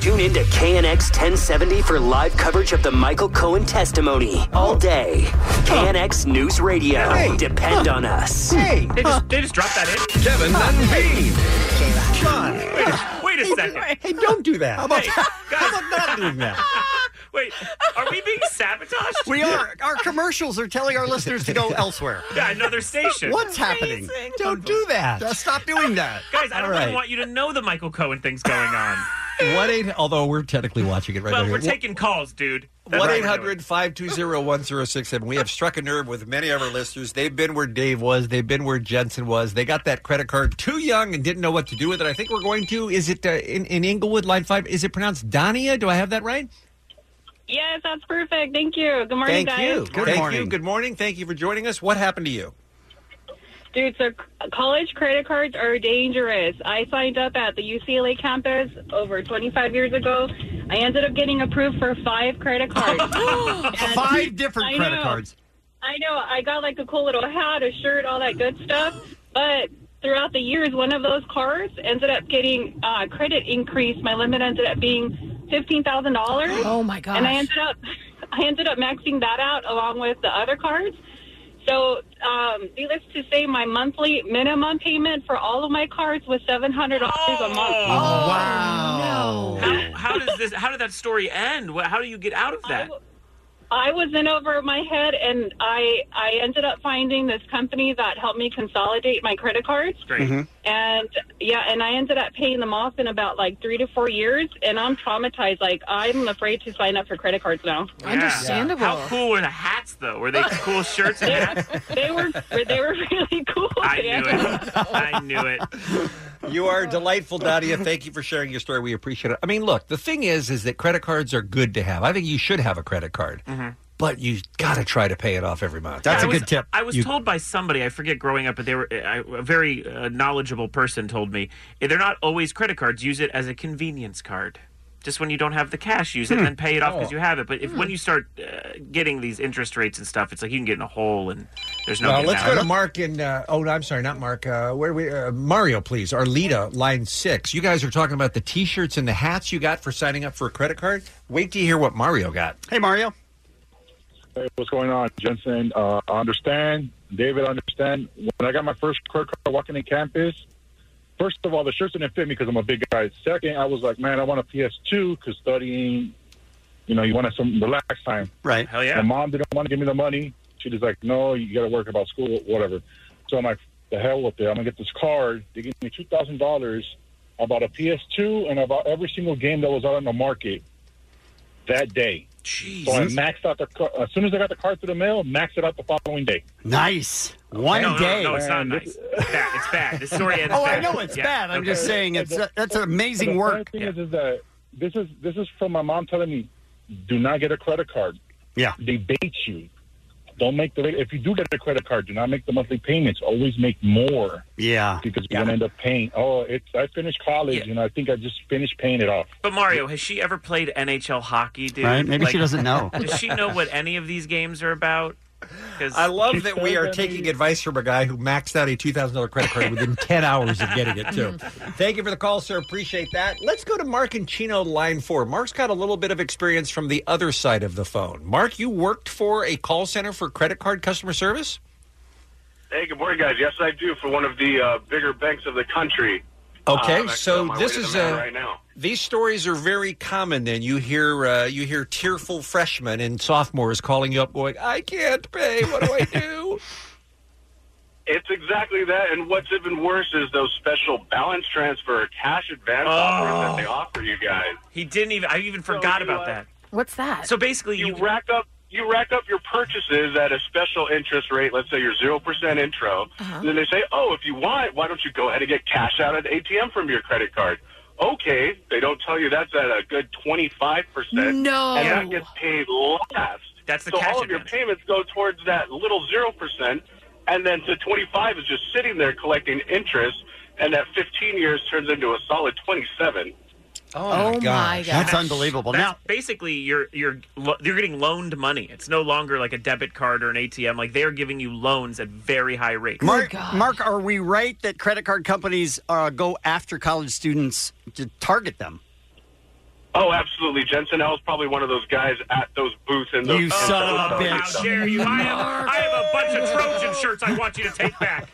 Speaker 2: Tune in to KNX 1070 for live coverage of the Michael Cohen testimony all day. KNX News Radio. Depend on us.
Speaker 6: Hey, they just, they just dropped that in.
Speaker 2: Kevin and
Speaker 6: Bean. John, wait a, wait a second.
Speaker 7: Hey, don't do that. How
Speaker 6: about,
Speaker 7: not doing that?
Speaker 6: *laughs* Wait, are we being sabotaged?
Speaker 11: We are. Our commercials are telling our listeners to go elsewhere.
Speaker 6: Yeah, another station.
Speaker 11: What's happening?
Speaker 7: Don't do that.
Speaker 11: Just stop doing that.
Speaker 6: Guys, I don't
Speaker 7: All right.
Speaker 6: even want you to know the Michael Cohen thing's going on.
Speaker 7: One eight. Although we're technically
Speaker 12: *gasps*
Speaker 7: watching it right
Speaker 6: well,
Speaker 7: now.
Speaker 6: we're taking calls, dude. That's
Speaker 7: One
Speaker 6: what we're
Speaker 7: eight
Speaker 6: doing.
Speaker 7: hundred five two zero one zero six seven. We have struck a nerve with many of our listeners. They've been where Dave was. They've been where Jensen was. They got that credit card too young and didn't know what to do with it. I think we're going to. Is it uh, in in Inglewood line five? Is it pronounced Donia? Do I have that right?
Speaker 21: Yes, that's perfect. Thank you. Good morning,
Speaker 7: Thank
Speaker 21: guys.
Speaker 7: you. Good morning. Good morning. Thank you for joining us. What happened to you?
Speaker 21: Dude, so c- college credit cards are dangerous. I signed up at the UCLA campus over 25 years ago. I ended up getting approved for five credit
Speaker 11: *laughs*
Speaker 21: cards. And-
Speaker 11: Five different
Speaker 21: I
Speaker 11: credit
Speaker 21: know.
Speaker 11: cards.
Speaker 21: I know. I got like a cool little hat, a shirt, all that good stuff. But throughout the years, one of those cards ended up getting uh, credit increase. My limit ended up being fifteen thousand dollars.
Speaker 12: Oh, my
Speaker 21: And I
Speaker 12: gosh.
Speaker 21: ended up, *laughs* I ended up maxing that out along with the other cards. So, um, needless to say, my monthly minimum payment for all of my cards was seven hundred dollars a month.
Speaker 6: wow. How, how does this? How did that story end? What, how do you get out of that?
Speaker 21: I was in over my head, and I I ended up finding this company that helped me consolidate my credit cards.
Speaker 6: Great.
Speaker 21: And yeah, and I ended up paying them off in about like three to four years, and I'm traumatized. Like I'm afraid to sign up for credit cards now.
Speaker 6: Yeah. How cool were the hats, though? Were they
Speaker 21: *laughs*
Speaker 6: cool shirts and hats?
Speaker 21: They were they were really cool.
Speaker 6: I knew it. I knew it.
Speaker 7: *laughs* You are delightful, Dadia. Thank you for sharing your story. We appreciate it. I mean, look, the thing is, is that credit cards are good to have. I think you should have a credit card, but you got to try to pay it off every month.
Speaker 6: I was- I was told by somebody, I forget growing up, but they were eh, I, a very uh, knowledgeable person told me eh, they're not always credit cards. Use it as a convenience card. Just when you don't have the cash, use it
Speaker 4: Hmm.
Speaker 6: and then pay it off because
Speaker 4: Oh.
Speaker 6: you have it. But if when
Speaker 4: Hmm.
Speaker 6: you start uh, getting these interest rates and stuff, it's like you can get in a hole and there's no.
Speaker 7: Well,
Speaker 6: getting
Speaker 7: let's
Speaker 6: out.
Speaker 7: go to Mark and uh, oh, no, I'm sorry, not Mark. Uh, where we uh, Mario, please. Arlita, line six. You guys are talking about the T-shirts and the hats you got for signing up for a credit card. Wait to hear what Mario got.
Speaker 11: Hey, Mario.
Speaker 3: Hey, what's going on, Jensen? Uh, I understand. David, I understand. When I got my first credit card walking in campus, first of all, the shirts didn't fit me because I'm a big guy. Second, I was like, man, I want a PS2 because studying, you know, you want some relax time.
Speaker 11: Right. Hell yeah.
Speaker 3: My mom didn't want to give me the money. She was like, no, you got to work about school, whatever. So I'm like, the hell with it. I'm going to get this card. They gave me $2,000 about a PS2 and about every single game that was out on the market that day. So I maxed out the car. As soon as I got the card through the mail, maxed it out the following day.
Speaker 11: Nice. One
Speaker 6: no, no,
Speaker 11: day.
Speaker 6: No, it's not
Speaker 11: And
Speaker 6: nice. It's bad. *laughs* It's bad. This story ends
Speaker 11: *laughs* Oh, I
Speaker 6: bad.
Speaker 11: know it's
Speaker 6: Yeah.
Speaker 11: bad. I'm just
Speaker 6: Okay.
Speaker 11: saying it's that's an amazing
Speaker 3: And the
Speaker 11: work.
Speaker 3: sad thing is, is that this is this is from my mom telling me, do not get a credit card.
Speaker 11: Yeah,
Speaker 3: they bait you. Don't make the if you do get a credit card, do not make the monthly payments. Always make more.
Speaker 11: Yeah,
Speaker 3: because you're gonna end up paying. Oh, it's I finished college and I think I just finished paying it off.
Speaker 6: But Mario, has she ever played NHL hockey, dude?
Speaker 3: Right, maybe she doesn't know.
Speaker 6: *laughs* Does she know what any of these games are about? 'Cause-
Speaker 7: I love that
Speaker 11: Oh
Speaker 7: we are taking advice from a guy who maxed out a two thousand dollar credit card within ten hours of getting it too. Thank you for the call, sir. Appreciate that. Let's go to Mark and Chino line four. Mark's got a little bit of experience from the other side of the phone. Mark, you worked for a call center for credit card customer service.
Speaker 5: Hey, good morning, guys. Yes, I do for one of the uh, bigger banks of the country. Uh, I'm
Speaker 7: Okay,
Speaker 5: actually on
Speaker 7: so
Speaker 5: my
Speaker 7: this
Speaker 5: way to
Speaker 7: is
Speaker 5: the man
Speaker 7: a.
Speaker 5: right now.
Speaker 7: These stories are very common. Then you hear uh, you hear tearful freshmen and sophomores calling you up, going, "I can't pay. What do I do?"
Speaker 5: *laughs* It's exactly that, and what's even worse is those special balance transfer cash advance offers that they offer you guys.
Speaker 6: Oh. He didn't even. I even forgot
Speaker 5: you,
Speaker 6: about
Speaker 5: uh,
Speaker 6: that.
Speaker 12: What's that?
Speaker 6: So basically,
Speaker 5: you, rack up you rack up your purchases at a special interest rate. Let's say your zero percent intro, and then they say, "Oh, if you want, why don't you go ahead and get cash out at ATM from your credit card?" Okay, they don't tell you that's at a good twenty five percent.
Speaker 10: No.
Speaker 5: and that gets paid last.
Speaker 6: That's the
Speaker 5: so
Speaker 6: cash
Speaker 5: all of your payments go towards that little zero percent, and then the twenty five is just sitting there collecting interest, and that fifteen years turns into a solid twenty seven.
Speaker 6: Oh,
Speaker 5: my Oh, gosh. my
Speaker 11: That's unbelievable.
Speaker 6: That's
Speaker 11: now,
Speaker 6: basically, you're you're lo- you're getting loaned money. It's no longer like a debit card or an ATM. Like they're giving you loans at very high rates.
Speaker 11: Mark, Mark, are we right that credit card companies uh, go after college students to target them?
Speaker 5: Oh, absolutely. Jensen L is probably one of those guys at those booths and those.
Speaker 11: You son
Speaker 6: Oh,
Speaker 11: of a bitch.
Speaker 5: How
Speaker 10: dare you. I have-
Speaker 6: I have a bunch of Trojan shirts I want you to take back.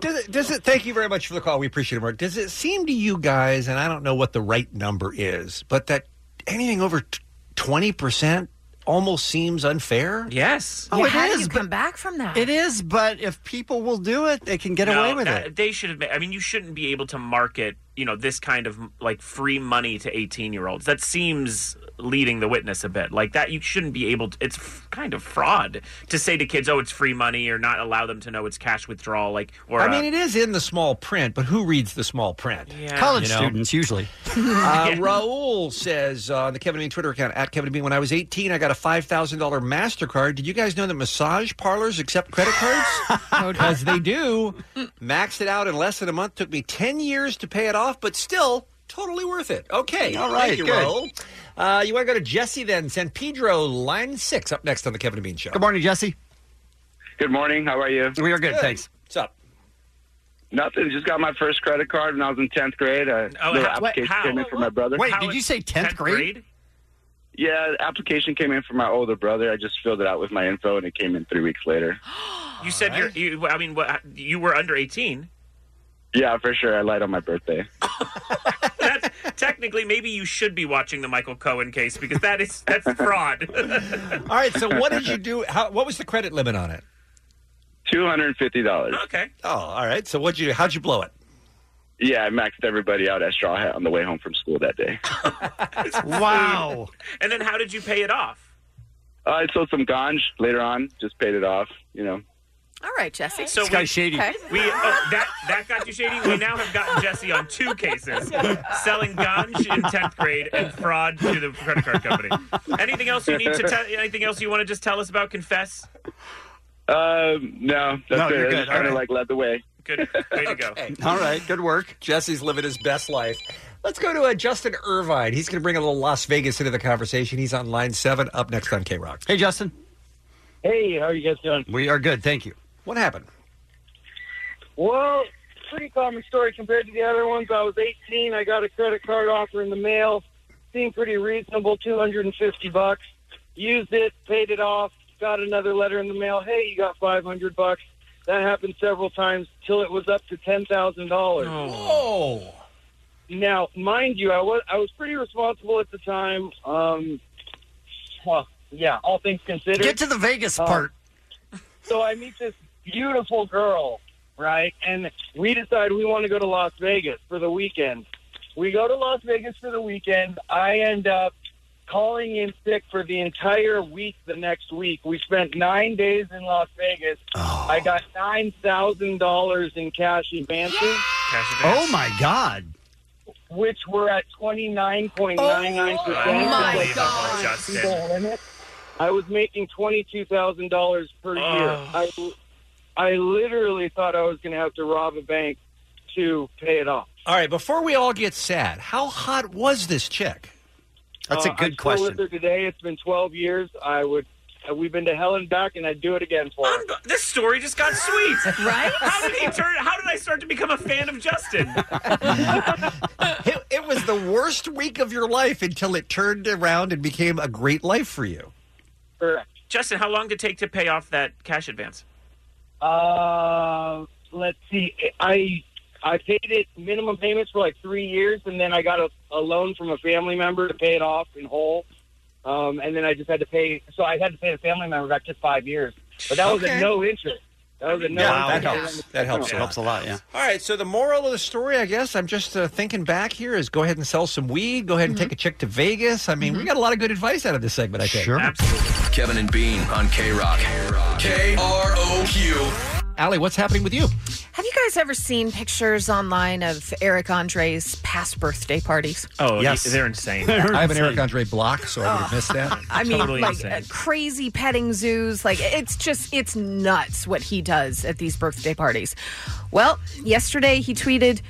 Speaker 7: does it, does it thank you very much for the call we appreciate it mark does it seem to you guys and i don't know what the right number is but that anything over t- 20% almost seems unfair Oh,
Speaker 6: yes
Speaker 12: yeah, how do you come back from that?
Speaker 11: It is, but if people will do it, they can get
Speaker 6: No,
Speaker 11: away with
Speaker 6: uh,
Speaker 11: it.
Speaker 6: They should have. ma- I mean, you shouldn't be able to market, you know, this kind of like free money to eighteen-year-olds. That seems leading the witness a bit. Like that, you shouldn't be able. to It's f- kind of fraud to say to kids, "Oh, it's free money," or not allow them to know it's cash withdrawal. Like, or
Speaker 7: i
Speaker 6: uh,
Speaker 7: mean it is in the small print but who reads the small print
Speaker 6: Yeah. College students,
Speaker 11: usually
Speaker 6: *laughs*
Speaker 7: uh, Raul says uh, on the Kevin and Twitter account at Kevin and Bean, when I was 18, I got a $5,000 MasterCard. Did you guys know that massage parlors accept credit cards? Because they do. Maxed it out in less than a month. Took me 10 years to pay it off, but still totally worth it. Okay.
Speaker 11: All
Speaker 7: Thank
Speaker 11: right,
Speaker 7: you,
Speaker 11: good.
Speaker 7: Raul. Uh, you want to go to Jesse then? San Pedro, line six, up next on the Kevin and Bean Show.
Speaker 11: Good morning, Jesse.
Speaker 4: Good morning. How are you?
Speaker 11: We are good. Thanks.
Speaker 7: What's up?
Speaker 4: Nothing. Just got my first credit card when I was in tenth grade. A
Speaker 11: Oh,
Speaker 4: little
Speaker 11: how- wait,
Speaker 4: application
Speaker 11: how?
Speaker 4: came in for my brother.
Speaker 11: Wait, did you say 10th, grade?
Speaker 4: Yeah, the application came in for my older brother. I just filled it out with my info, and it came in three weeks later.
Speaker 6: you said you're. You, I mean, what, you were under
Speaker 11: *laughs*
Speaker 6: eighteen.
Speaker 4: Yeah, for sure. I lied on my birthday.
Speaker 6: Technically, maybe you should be watching the Michael Cohen case because that is that's fraud. *laughs*
Speaker 7: All right. So, what did you do? How, what was the credit limit on it?
Speaker 4: Two hundred and fifty dollars.
Speaker 6: Okay.
Speaker 7: Oh, all right. So, what'd you? How'd you blow it?
Speaker 4: Yeah, I maxed everybody out at Straw Hat on the way home from school
Speaker 7: *laughs*
Speaker 4: that day.
Speaker 11: wow.
Speaker 6: And then how did you pay it off?
Speaker 4: Uh, I sold some ganj later on. Just paid it off. You know.
Speaker 12: All right, Jesse.
Speaker 4: This guy's
Speaker 6: *laughs*
Speaker 4: shady.
Speaker 12: Okay.
Speaker 6: We oh, that that got you shady. We now have gotten Jesse on two cases: selling ganj in tenth grade and fraud to the credit card company. Anything else you need to tell? Anything else you want to just tell us about? Confess.
Speaker 4: Um, no, that's
Speaker 6: No,
Speaker 4: it.
Speaker 6: you're good.
Speaker 4: I just
Speaker 6: All
Speaker 4: kind
Speaker 6: right.
Speaker 4: of like led the way.
Speaker 6: Good way
Speaker 4: *laughs*
Speaker 6: to go.
Speaker 11: All right, good work.
Speaker 7: Jesse's living his best life. Let's go to uh, Justin Irvine. He's going to bring a little Las Vegas into the conversation. He's on line seven, up next on K Rock.
Speaker 11: Hey, Justin.
Speaker 26: Hey, how are you guys doing?
Speaker 11: We are good. Thank you.
Speaker 7: What happened?
Speaker 26: Well, pretty common story compared to the other ones. I was 18. I got a credit card offer in the mail. Seemed pretty reasonable, 250 bucks. Used it, paid it off. Got another letter in the mail. Hey, you got 500 bucks. That happened several times till it was up to ten thousand dollars.
Speaker 11: Oh.
Speaker 7: Whoa!
Speaker 26: Now, mind you, I was I was pretty responsible at the time. Um, well, yeah, all things considered.
Speaker 11: Get to the Vegas
Speaker 6: Oh.
Speaker 11: part.
Speaker 26: so I meet this beautiful girl, right? And we decide we want to go to Las Vegas for the weekend. We go to Las Vegas for the weekend. I end up calling in sick for the entire week the next week. We spent nine days in Las Vegas. I got $9,000 in cash advances,
Speaker 11: Oh, my God.
Speaker 26: which were at 29.99%.
Speaker 10: Oh, my
Speaker 26: Like,
Speaker 10: God.
Speaker 26: the limit. I was making $22,000 per
Speaker 10: Oh.
Speaker 26: year. I, I literally thought I was going to have to rob a bank to pay it off.
Speaker 7: All right, before we all get sad, how hot was this chick?
Speaker 26: Uh, I'm still With her today, it's been 12 years. I would. uh, We've been to hell and back, and I'd do it again for her.
Speaker 6: This story just got sweet,
Speaker 26: Right?
Speaker 6: How did he turn? How did I start to become a fan of Justin?
Speaker 7: It, it was the worst week of your life until it turned around and became a great life for you.
Speaker 26: Correct.
Speaker 6: Justin, how long did it take to pay off that cash advance?
Speaker 26: Uh, let's see. I I paid it minimum payments for like three years, and then I got a, a loan from a family member to pay it off in whole. Um, and then I just had to pay. So I had to pay the family member back just five years, but that was
Speaker 7: Okay.
Speaker 26: at no interest. That was at no
Speaker 7: Wow,
Speaker 26: interest.
Speaker 7: that helps. That helps.
Speaker 11: It helps a lot, yeah.
Speaker 7: All right, so the moral of the story, I guess, I'm just uh, thinking back here is go ahead and sell some weed, go ahead and take a chick to Vegas. I mean, we got a lot of good advice out of this segment, I think.
Speaker 19: Sure. Kevin and Bean on K Rock. K R O Q.
Speaker 7: Allie, what's happening with you?
Speaker 12: Have you guys ever seen pictures online of Eric Andre's past birthday parties?
Speaker 6: Oh,
Speaker 7: Yes.
Speaker 6: he- they're
Speaker 7: *laughs*
Speaker 6: insane.
Speaker 7: I have an Eric Andre block, so *laughs* I would have missed that.
Speaker 12: *laughs* I mean, like uh, crazy petting zoos. Like, it's just, it's nuts what he does at these birthday parties. Well, yesterday he tweeted,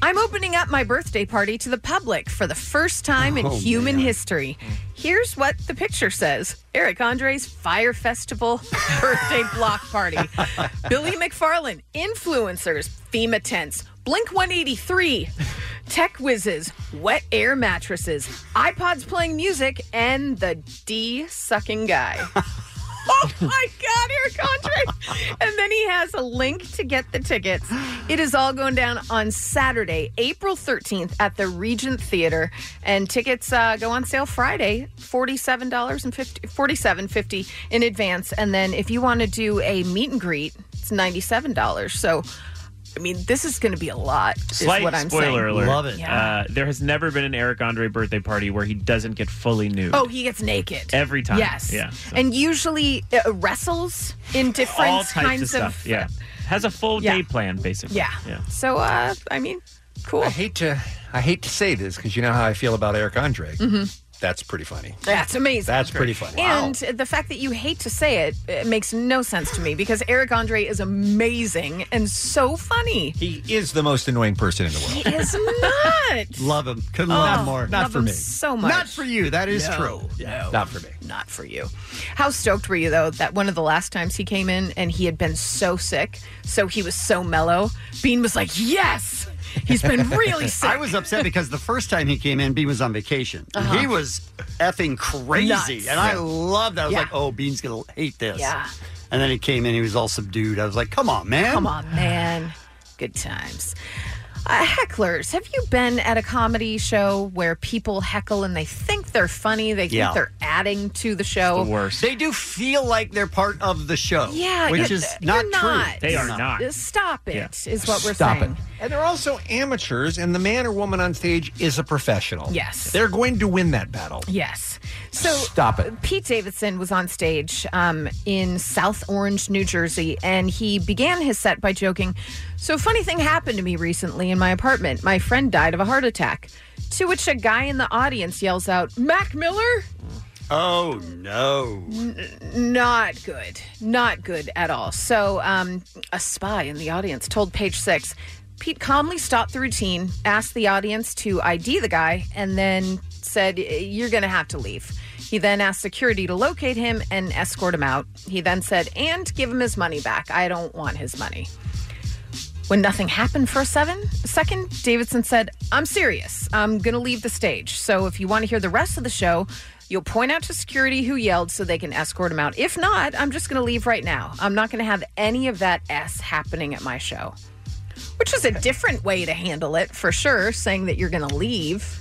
Speaker 12: I'm opening up my birthday party to the public for the first time in
Speaker 22: Oh,
Speaker 12: human history. Here's what the picture says Eric Andre's Fire Festival birthday block party. Billy McFarlane, influencers, FEMA tents, Blink 183. tech whizzes, wet air mattresses, iPods playing music, and the D sucking guy. oh *laughs* my God, Eric Andre. And then he has a link to get the tickets. It is all going down on Saturday, April 13th at the Regent Theater. And tickets uh, go on sale Friday, $47.50, $47.50 in advance. And then if you want to do a meet and greet, it's $97. So, I mean, this is going to be a lot, is
Speaker 6: Slight
Speaker 12: what I'm
Speaker 6: spoiler
Speaker 12: saying.
Speaker 6: alert.
Speaker 12: Yeah.
Speaker 6: Uh, there has never been an Eric Andre birthday party where he doesn't get fully nude.
Speaker 12: Oh, he gets naked
Speaker 6: Every time.
Speaker 12: Yes.
Speaker 6: Yeah, so.
Speaker 12: And usually uh, wrestles in different
Speaker 6: all types
Speaker 12: kinds
Speaker 6: of stuff. yeah, has a full
Speaker 12: Yeah.
Speaker 6: day plan basically.
Speaker 12: Yeah.
Speaker 7: Yeah.
Speaker 12: So, uh, I mean, cool.
Speaker 7: I hate to I hate to say this because you know how I feel about Eric Andre.
Speaker 12: Mhm.
Speaker 7: That's pretty funny.
Speaker 12: That's amazing.
Speaker 7: That's pretty funny.
Speaker 12: And the fact that you hate to say it, it makes no sense to me because Eric Andre is amazing and so funny.
Speaker 7: He is the most annoying person in the world.
Speaker 12: He is not.
Speaker 11: Love him. Couldn't
Speaker 12: Oh,
Speaker 11: love him more.
Speaker 12: Not love for him me. so much.
Speaker 11: Not for you. That is
Speaker 12: No,
Speaker 11: true.
Speaker 12: no.
Speaker 7: Not for me.
Speaker 12: Not for you. How stoked were you though that one of the last times he came in and he had been so sick, so he was so mellow. Bean was like, "Yes, he's been really sick."
Speaker 11: *laughs* I was upset because the first time he came in, Bean was on vacation.
Speaker 12: Uh-huh.
Speaker 11: He was effing crazy.
Speaker 12: Nuts.
Speaker 11: And I
Speaker 12: Yeah.
Speaker 11: loved that. I was
Speaker 12: Yeah.
Speaker 11: like, oh, Bean's going to hate this.
Speaker 12: Yeah.
Speaker 11: And then he came in, he was all subdued. I was like, come on, man.
Speaker 12: Come on, man. Good times. Uh, hecklers, have you been at a comedy show where people heckle and they think they're funny? They think
Speaker 11: Yeah.
Speaker 12: they're adding to the show.
Speaker 11: They do feel like they're part of the show.
Speaker 12: Yeah,
Speaker 11: Which
Speaker 12: you're-
Speaker 11: is
Speaker 12: you're
Speaker 11: not,
Speaker 12: not.
Speaker 11: true.
Speaker 12: Stop it. Is what we're
Speaker 7: Stop
Speaker 12: saying.
Speaker 7: it. And they're also amateurs, and the man or woman on stage is a professional.
Speaker 12: Yes.
Speaker 7: They're going to win that battle.
Speaker 12: Yes. So
Speaker 7: Stop it.
Speaker 12: Pete Davidson was on stage um, in South Orange, New Jersey, and he began his set by joking. So, a funny thing happened to me recently in my apartment. My friend died of a heart attack. To which a guy in the audience yells out, Mac Miller?
Speaker 11: Oh, no.
Speaker 12: Not good. Not good at all. So, um, a spy in the audience told Page Six Pete calmly stopped the routine, asked the audience to ID the guy, and then said, You're going to have to leave. He then asked security to locate him and escort him out. He then said, And give him his money back. I don't want his money. When nothing happened for a seven second, Davidson said, I'm serious. I'm going to leave the stage. So if you want to hear the rest of the show, you'll point out to security who yelled so they can escort him out. If not, I'm just going to leave right now. I'm not going to have any of that S happening at my show, which is a different way to handle it for sure, saying that you're going to leave.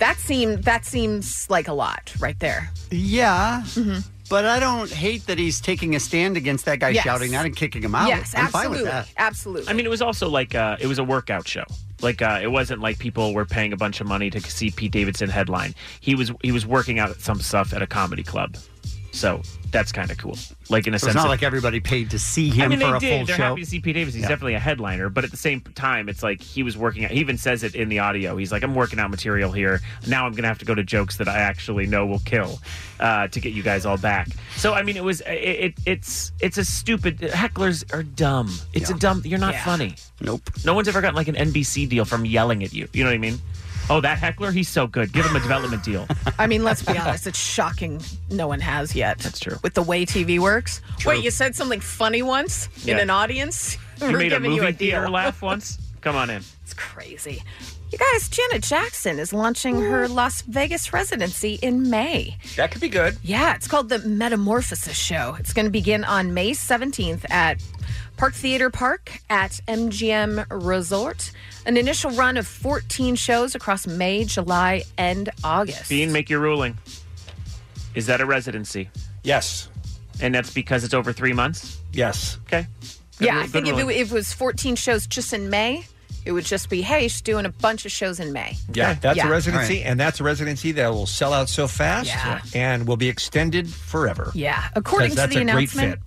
Speaker 12: That seem that seems like a lot right there.
Speaker 11: Yeah.
Speaker 12: Mm-hmm.
Speaker 11: But I don't hate that he's taking a stand against that guy
Speaker 12: Yes.
Speaker 11: shouting that and kicking him out.
Speaker 12: yes,
Speaker 11: I'm fine
Speaker 12: absolutely,
Speaker 11: with that.
Speaker 12: absolutely.
Speaker 6: I mean, it was also like uh, it was a workout show. Like uh, it wasn't like people were paying a bunch of money to see Pete Davidson headline. He was he was working out some stuff at a comedy club, so that's kind of cool. Like in a
Speaker 11: So
Speaker 6: sense,
Speaker 11: it's not
Speaker 6: of-
Speaker 11: like everybody paid to see him
Speaker 6: I mean,
Speaker 11: for
Speaker 6: they
Speaker 11: a
Speaker 6: did.
Speaker 11: full
Speaker 6: They're
Speaker 11: show.
Speaker 6: happy to see Pete Davidson. He's
Speaker 11: Yeah.
Speaker 6: definitely a headliner, but at the same time, it's like he was working out. He even says it in the audio. He's like, "I'm working out material here. Now I'm going to have to go to jokes that I actually know will kill uh, to get you guys all back." So I mean, it was it, it it's it's a stupid hecklers are dumb. It's a dumb. You're not funny.
Speaker 11: Nope.
Speaker 6: No one's ever gotten like an NBC deal from yelling at you. You know what I mean? Oh, that heckler, he's so good. Give him a development
Speaker 11: *laughs*
Speaker 6: deal.
Speaker 12: I mean, let's be honest. It's shocking no one has yet. That's true. With the way TV works.
Speaker 6: True.
Speaker 12: Wait, you said something funny once in
Speaker 6: Yeah.
Speaker 12: an audience? *laughs*
Speaker 6: You
Speaker 12: We're
Speaker 6: made a
Speaker 12: giving
Speaker 6: movie
Speaker 12: you a deal.
Speaker 6: theater laugh once. Come on in.
Speaker 12: It's crazy. You guys, Janet Jackson is launching her Las Vegas residency in May.
Speaker 10: That could be good.
Speaker 12: Yeah, it's called the Metamorphosis Show. It's going to begin on May 17th at Park Theater Park at MGM Resort. An initial run of 14 shows across May, July, and August.
Speaker 6: Bean, make your ruling. Is that a residency?
Speaker 7: Yes.
Speaker 6: And that's because it's over three months?
Speaker 7: Yes.
Speaker 6: Okay.
Speaker 12: yeah,
Speaker 6: ru-
Speaker 12: I think if it,
Speaker 6: ruling.
Speaker 12: if it was 14 shows just in May, it would just be, hey, she's doing a bunch of shows in May.
Speaker 7: Yeah, that's
Speaker 12: Yeah.
Speaker 7: a residency,
Speaker 12: All right.
Speaker 7: and that's a residency that will sell out so fast and will be extended forever.
Speaker 12: Yeah,
Speaker 7: 'Cause
Speaker 12: according to
Speaker 7: that's
Speaker 12: the
Speaker 7: a great
Speaker 12: announcement,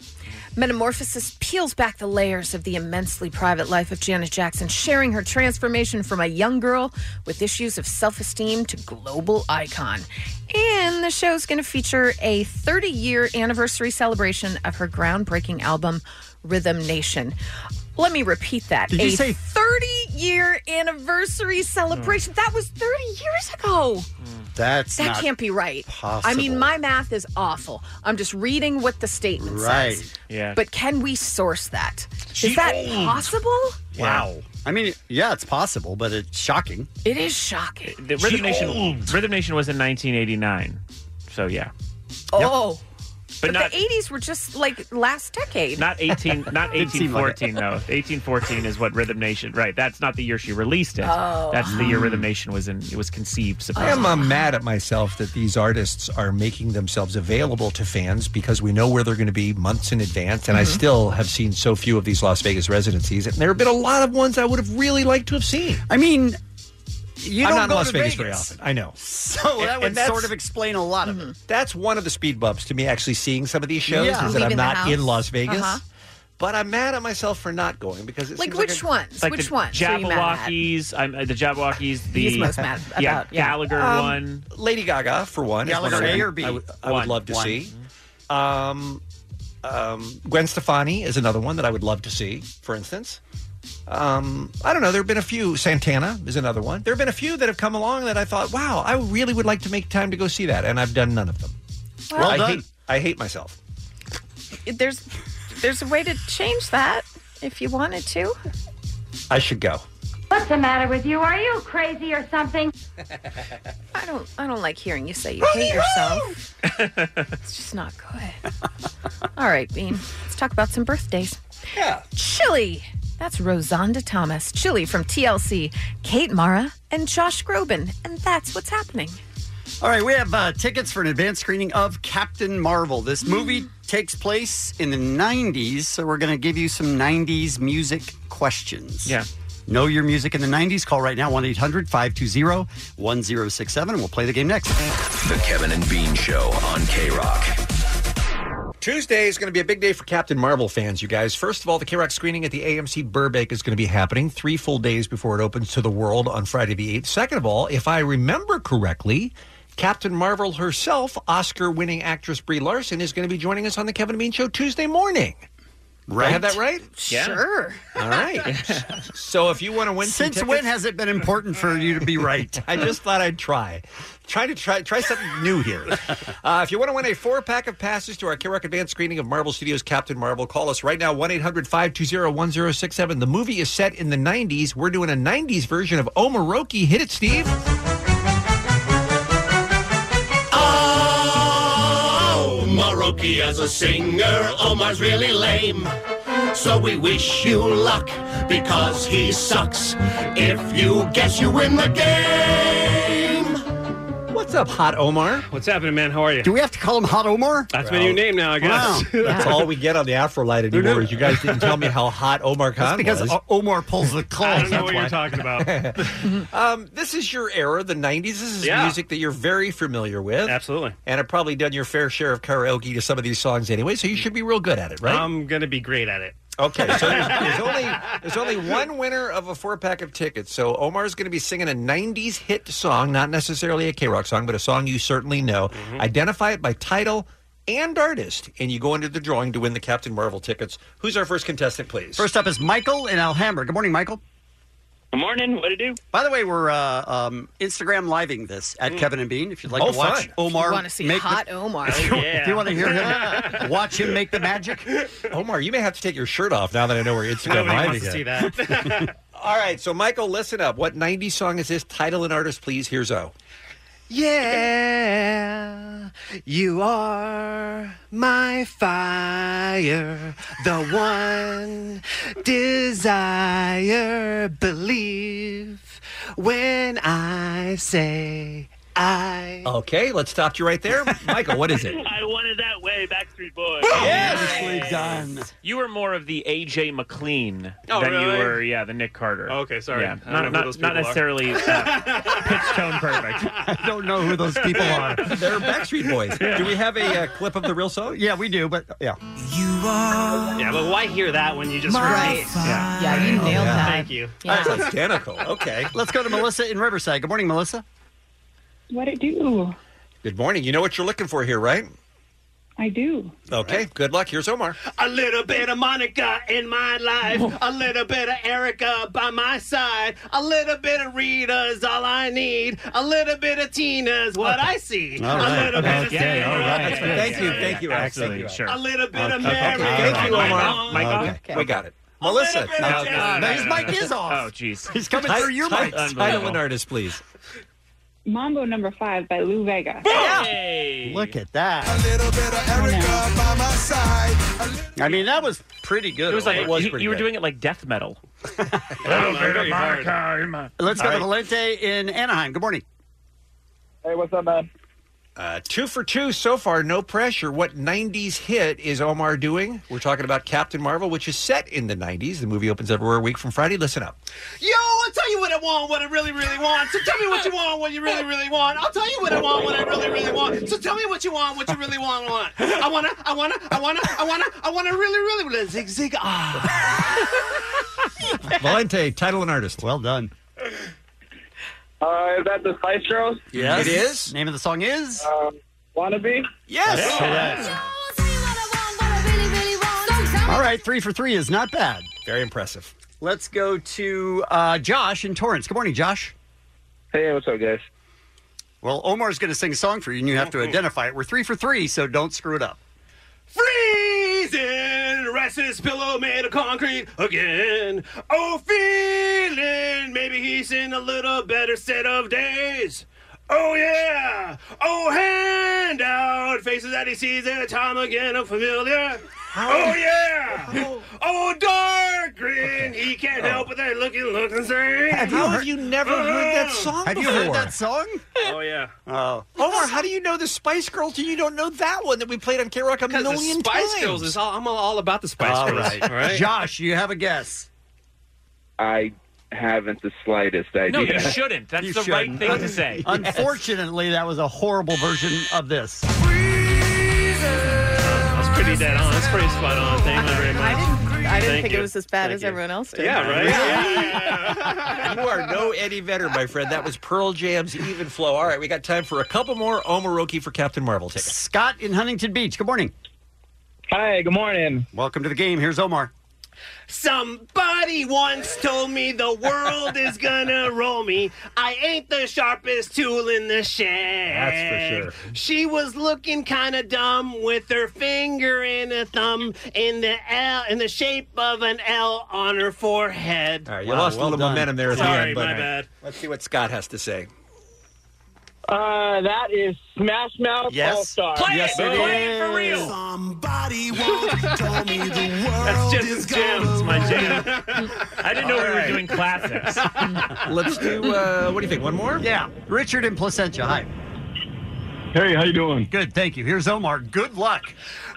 Speaker 12: Metamorphosis peels back the layers of the immensely private life of Janet Jackson, sharing her transformation from a young girl with issues of self esteem to global icon. And the show's going to feature a 30 year anniversary celebration of her groundbreaking album, Rhythm Nation. Let me repeat that.
Speaker 11: Did you
Speaker 12: A
Speaker 11: say-
Speaker 12: 30 year anniversary celebration? That was 30 years ago.
Speaker 11: That's
Speaker 12: That
Speaker 11: not
Speaker 12: can't be right. I
Speaker 11: possible.
Speaker 12: mean, my math is awful. I'm just reading what the statement
Speaker 11: right.
Speaker 12: says.
Speaker 6: Yeah.
Speaker 12: But can we source that? Is that possible?
Speaker 6: Wow.
Speaker 11: I mean, yeah, it's possible, but it's shocking.
Speaker 12: It is shocking.
Speaker 6: The Rhythm Nation, Rhythm Nation was in 1989. So, yeah.
Speaker 12: Oh. But,
Speaker 6: But not-
Speaker 12: the 80s were just like last decade.
Speaker 6: Not
Speaker 12: *laughs*
Speaker 6: 18, not
Speaker 12: Didn't seem like
Speaker 6: 1814, though. 1814 is what Rhythm Nation, right. That's not the year she released it.
Speaker 12: Oh.
Speaker 6: That's the year Rhythm Nation was in, it was conceived,
Speaker 7: I am
Speaker 6: supposedly.
Speaker 7: uh, mad at myself that these artists are making themselves available to fans because we know where they're going to be months in advance, and I
Speaker 12: Mm-hmm.
Speaker 10: Mhm.
Speaker 7: still have seen so few of these Las Vegas residencies, and there have been a lot of ones I would have really liked to have seen.
Speaker 11: I mean, you
Speaker 7: I'm
Speaker 11: don't
Speaker 7: not
Speaker 11: go
Speaker 7: in Las
Speaker 11: to
Speaker 7: Vegas, very
Speaker 11: Vegas.
Speaker 7: often. I know.
Speaker 11: *laughs* So that would sort of explain a lot
Speaker 12: Mm-hmm.
Speaker 11: of it.
Speaker 7: That's one of the speed bumps to me actually seeing some of these shows
Speaker 11: Yeah.
Speaker 7: is that I'm
Speaker 11: Leaving the
Speaker 7: not
Speaker 11: house.
Speaker 7: in Las Vegas.
Speaker 12: Uh-huh.
Speaker 7: But I'm mad at myself for not going because it's
Speaker 12: Like which ones?
Speaker 6: Like
Speaker 12: which
Speaker 6: the
Speaker 12: ones? are you mad at?
Speaker 6: Jabberwockies, I'm, uh, the Jabberwockies, the
Speaker 12: He's most mad
Speaker 6: yeah,
Speaker 12: about, yeah.
Speaker 6: Gallagher
Speaker 7: Um,
Speaker 6: one,
Speaker 7: Lady Gaga for one. is one
Speaker 6: Gallagher
Speaker 7: I would-
Speaker 6: A or B?
Speaker 7: I would, I would
Speaker 6: One.
Speaker 7: love to
Speaker 6: One.
Speaker 7: see. Um, um, Gwen Stefani is another one that I would love to see. For instance, um, I don't know. There have been a few. Santana is another one. There have been a few that have come along that I thought, wow, I really would like to make time to go see that, and I've done none of them.
Speaker 12: Well
Speaker 7: I
Speaker 12: done.
Speaker 7: Hate, I hate myself.
Speaker 12: There's there's a way to change that if you wanted to.
Speaker 7: I should go.
Speaker 12: What's the matter with you? Are you crazy or something? I don't I don't like hearing you say you hate yourself.
Speaker 6: *laughs*
Speaker 12: it's just not good. *laughs* All right, Bean. Let's talk about some birthdays.
Speaker 11: Yeah.
Speaker 12: Chili. That's Rosanda Thomas, Chili from TLC, Kate Mara, and Josh Groban. And that's what's happening.
Speaker 11: All right, we have uh, tickets for an advanced screening of Captain Marvel. This movie takes place in the 90s, so we're going to give you some 90s music questions.
Speaker 6: Yeah.
Speaker 11: Know your music in the 90s. Call right now 1 800 520 1067, and we'll play the game next.
Speaker 19: The Kevin and Bean Show on K Rock.
Speaker 7: Tuesday is going to be a big day for Captain Marvel fans, you guys. First of all, the K Rock screening at the AMC Burbank is going to be happening three full days before it opens to the world on Friday the 8th. Second of all, if I remember correctly, Captain Marvel herself, Oscar winning actress Brie Larson, is going to be joining us on the Kevin and Bean Show Tuesday morning. Do I have that right?
Speaker 12: Sure.
Speaker 7: All
Speaker 11: *laughs*
Speaker 7: right. so if you want to win some
Speaker 11: Since
Speaker 7: tickets-
Speaker 11: when has it been important for you to be right?
Speaker 7: *laughs* I just thought I'd try. Try to try try something new here. Uh, if you want to win a four pack of passes to our Kirk Advanced screening of Marvel Studios Captain Marvel, call us right now 1 800 520 1067. The movie is set in the 90s. We're doing a 90s version of Omaroki. Hit it, Steve.
Speaker 10: Oh, Maroki as a singer, Omar's really lame. So we wish you luck because he sucks. If you guess you win the game.
Speaker 7: What's up, Hot Omar?
Speaker 25: What's happening, man? How are you?
Speaker 11: Do we have to call him Hot Omar?
Speaker 25: That's my new name now, I *laughs* guess.
Speaker 11: Wow.
Speaker 7: That's all we get on the Afrolight anymore. is You guys didn't tell me how hot Omar Khan
Speaker 11: That's because
Speaker 7: was.
Speaker 11: O- Omar pulls the claw.
Speaker 7: I don't know what you're
Speaker 25: talking *laughs* about.
Speaker 7: um, this is your era, the 90s. This is
Speaker 25: Yeah.
Speaker 7: music that you're very familiar with.
Speaker 25: Absolutely.
Speaker 7: And I've probably done your fair share of karaoke to some of these songs anyway, so you should be real good at it, right?
Speaker 25: I'm going to be great at it.
Speaker 7: Okay, so there's,
Speaker 25: *laughs*
Speaker 7: there's only there's only one winner of a four pack of tickets. So Omar's going to be singing a '90s hit song, not necessarily a K Rock song, but a song you certainly know.
Speaker 25: Mm-hmm.
Speaker 7: Identify it by title and artist, and you go into the drawing to win the Captain Marvel tickets. Who's our first contestant, please?
Speaker 11: First up is Michael in Alhambra. Good morning, Michael.
Speaker 25: Good morning. What to do? Mm.
Speaker 11: By the way, we're uh, um, Instagram living this at Kevin and Bean. If you'd like
Speaker 12: Oh,
Speaker 11: to watch
Speaker 12: fun.
Speaker 11: Omar,
Speaker 12: You wanna see
Speaker 11: make the-
Speaker 12: hot Omar.
Speaker 11: *laughs* If you, if you want to hear him, *laughs* watch him make the magic.
Speaker 7: Omar, you may have to take your shirt off now that I know where Instagram
Speaker 11: Nobody
Speaker 7: Live
Speaker 11: wants
Speaker 7: is.
Speaker 11: to
Speaker 7: at. *laughs* All right, so Michael, listen up. What '90s song is this? Title and artist, please. Here's O.
Speaker 10: Yeah, you are my fire, the one desire, believe when I say I.
Speaker 7: Okay, let's stop you
Speaker 11: *laughs*
Speaker 7: right there, Michael. What is it?
Speaker 25: I wanted that way, Backstreet Boys.
Speaker 11: Nicely done.
Speaker 6: You were more of the AJ McLean
Speaker 25: Oh,
Speaker 6: than you
Speaker 25: really? Oh,
Speaker 6: were, yeah, the Nick Carter.
Speaker 25: Okay, sorry. I
Speaker 6: Yeah,
Speaker 25: don't know
Speaker 6: not
Speaker 25: who
Speaker 6: not,
Speaker 25: those
Speaker 6: not
Speaker 25: people are. *laughs*
Speaker 6: *laughs* necessarily uh, pitch tone perfect.
Speaker 11: I don't know who those people are.
Speaker 7: They're Backstreet Boys. Do we have a uh, clip of the real song?
Speaker 11: Yeah, we do, but yeah.
Speaker 10: You are.
Speaker 25: Yeah, but why hear that when you just heard
Speaker 11: Right.
Speaker 25: it?
Speaker 11: Yeah.
Speaker 12: Yeah, you nailed that.
Speaker 25: Thank you.
Speaker 11: That's
Speaker 7: identical. Okay.
Speaker 11: Let's go to Melissa in Riverside. Good morning, Melissa.
Speaker 21: *laughs* What it do?
Speaker 7: Good morning. You know what you're looking for here, right?
Speaker 21: I do.
Speaker 7: Okay. Good luck. Here's Omar.
Speaker 10: A little bit of Monica in my
Speaker 7: Oh.
Speaker 10: life, a little bit of Erica by my side, a little bit of Rita's all I need, a little bit of Tina's what I
Speaker 6: *laughs*
Speaker 10: see,
Speaker 7: All right.
Speaker 10: a little bit of
Speaker 7: Okay,
Speaker 10: Sandra.
Speaker 7: all right. That's good. Thank you,
Speaker 10: Yeah,
Speaker 7: thank you,
Speaker 10: yeah,
Speaker 7: Alex.
Speaker 10: absolutely,
Speaker 7: Thank you,
Speaker 10: sure. A little bit of
Speaker 7: Okay.
Speaker 10: Mary.
Speaker 7: Thank you,
Speaker 10: All right.
Speaker 7: Omar.
Speaker 10: Michael?
Speaker 7: Okay. We got it. Melissa.
Speaker 10: bit of
Speaker 7: now-
Speaker 10: a
Speaker 7: now-
Speaker 10: chance.
Speaker 7: now-
Speaker 10: His mic is off.
Speaker 6: Oh, jeez.
Speaker 7: He's coming
Speaker 11: through your mic.
Speaker 7: Title an artist, please.
Speaker 21: Mambo number five by Lou Vega.
Speaker 11: Look at that.
Speaker 10: by my side.
Speaker 11: I mean, that was pretty good.
Speaker 6: It was like
Speaker 11: It was
Speaker 6: you,
Speaker 11: pretty
Speaker 6: you were
Speaker 11: good.
Speaker 6: doing it like death metal.
Speaker 11: Let's go
Speaker 6: All
Speaker 11: to
Speaker 6: right.
Speaker 11: Valente in Anaheim. Good morning.
Speaker 1: Hey, what's up, man?
Speaker 7: Uh, two for two so far, no pressure. What 90s hit is Omar doing? We're talking about Captain Marvel, which is set in the 90s. The movie opens everywhere week from Friday. Listen *laughs* up.
Speaker 10: Yo, I'll tell you what I want, what I really, really want. So tell me what you want, what you really, really want. I'll tell you what I want, what I really, really want. So tell me what you want, what you really want, want. I wanna, I wanna, I wanna, I wanna, I wanna really, really, really zig zig ah.
Speaker 7: Valente, title and artist.
Speaker 11: Well done.
Speaker 1: Uh, is that the Spice Girls?
Speaker 11: Yes. It is. Name of the song is?
Speaker 1: Um, Wannabe?
Speaker 11: Yes. All right, three for three is not bad.
Speaker 7: Very impressive.
Speaker 11: Let's go to uh, Josh in Torrance. Good morning, Josh.
Speaker 1: Hey, what's up, guys?
Speaker 11: Well, Omar's going to sing a song for you, and you have to identify it. We're three for three, so don't screw it up.
Speaker 10: Freezing, restless pillow made of concrete again. Oh, feeling, maybe he's in a little better set of days. Oh, yeah. Oh, handout, faces that he sees every time again are familiar. Oh, yeah. Oh, dark grin, he can't help but that looking, look Uh-huh. insane.
Speaker 7: Oh. Have you How have heard- you never heard that song Have you heard before? that
Speaker 11: song?
Speaker 10: Oh, yeah.
Speaker 11: Oh.
Speaker 7: Omar, how do you know the Spice Girls and you don't know that one that we played on K Rock a million times?
Speaker 1: all, I'm all about the
Speaker 11: All right. Josh, you have a guess.
Speaker 1: I haven't the slightest idea.
Speaker 6: No, you shouldn't. That's
Speaker 11: You
Speaker 6: the right
Speaker 11: shouldn't.
Speaker 6: thing to say.
Speaker 11: *laughs* Unfortunately, that was a horrible version of this.
Speaker 25: That's pretty dead on. That's pretty spot on. Thank you very much.
Speaker 12: I didn't, *laughs* I didn't
Speaker 25: Thank
Speaker 12: think
Speaker 25: you.
Speaker 12: it was as bad
Speaker 25: Thank
Speaker 12: as
Speaker 25: you.
Speaker 12: everyone else did.
Speaker 25: Yeah, right?
Speaker 7: *laughs* you are no Eddie Vedder, my friend. That was Pearl Jam's Even Flow. All right, we got time for a couple more Omaroki for Captain Marvel tickets.
Speaker 11: Scott in Huntington Beach. Good morning.
Speaker 1: Hi, good morning.
Speaker 11: Welcome to the game. Here's Omar.
Speaker 10: Somebody once told me the world is gonna roll me. I ain't the sharpest tool in the shed.
Speaker 7: That's for sure.
Speaker 10: She was looking kind of dumb with her finger and a thumb in the L in the shape of an L on her forehead.
Speaker 7: All right, you lost a little momentum there at
Speaker 10: Sorry,
Speaker 7: the end.
Speaker 10: my
Speaker 7: but
Speaker 10: bad.
Speaker 7: Let's see what Scott has to say.
Speaker 1: Uh, that is Smash Mouth
Speaker 7: Yes.
Speaker 1: All Star.
Speaker 7: Play it, Yes, it play it for is. real.
Speaker 10: Somebody once told me the world is gonna
Speaker 25: It's my
Speaker 10: *laughs*
Speaker 25: jam. I didn't know we were doing
Speaker 11: classics.
Speaker 7: *laughs* Let's do. Uh, what do you think? One more?
Speaker 11: Yeah. Richard in Placentia. Hi.
Speaker 22: Hey, how you doing?
Speaker 11: Good, thank you. Here's Omar. Good luck.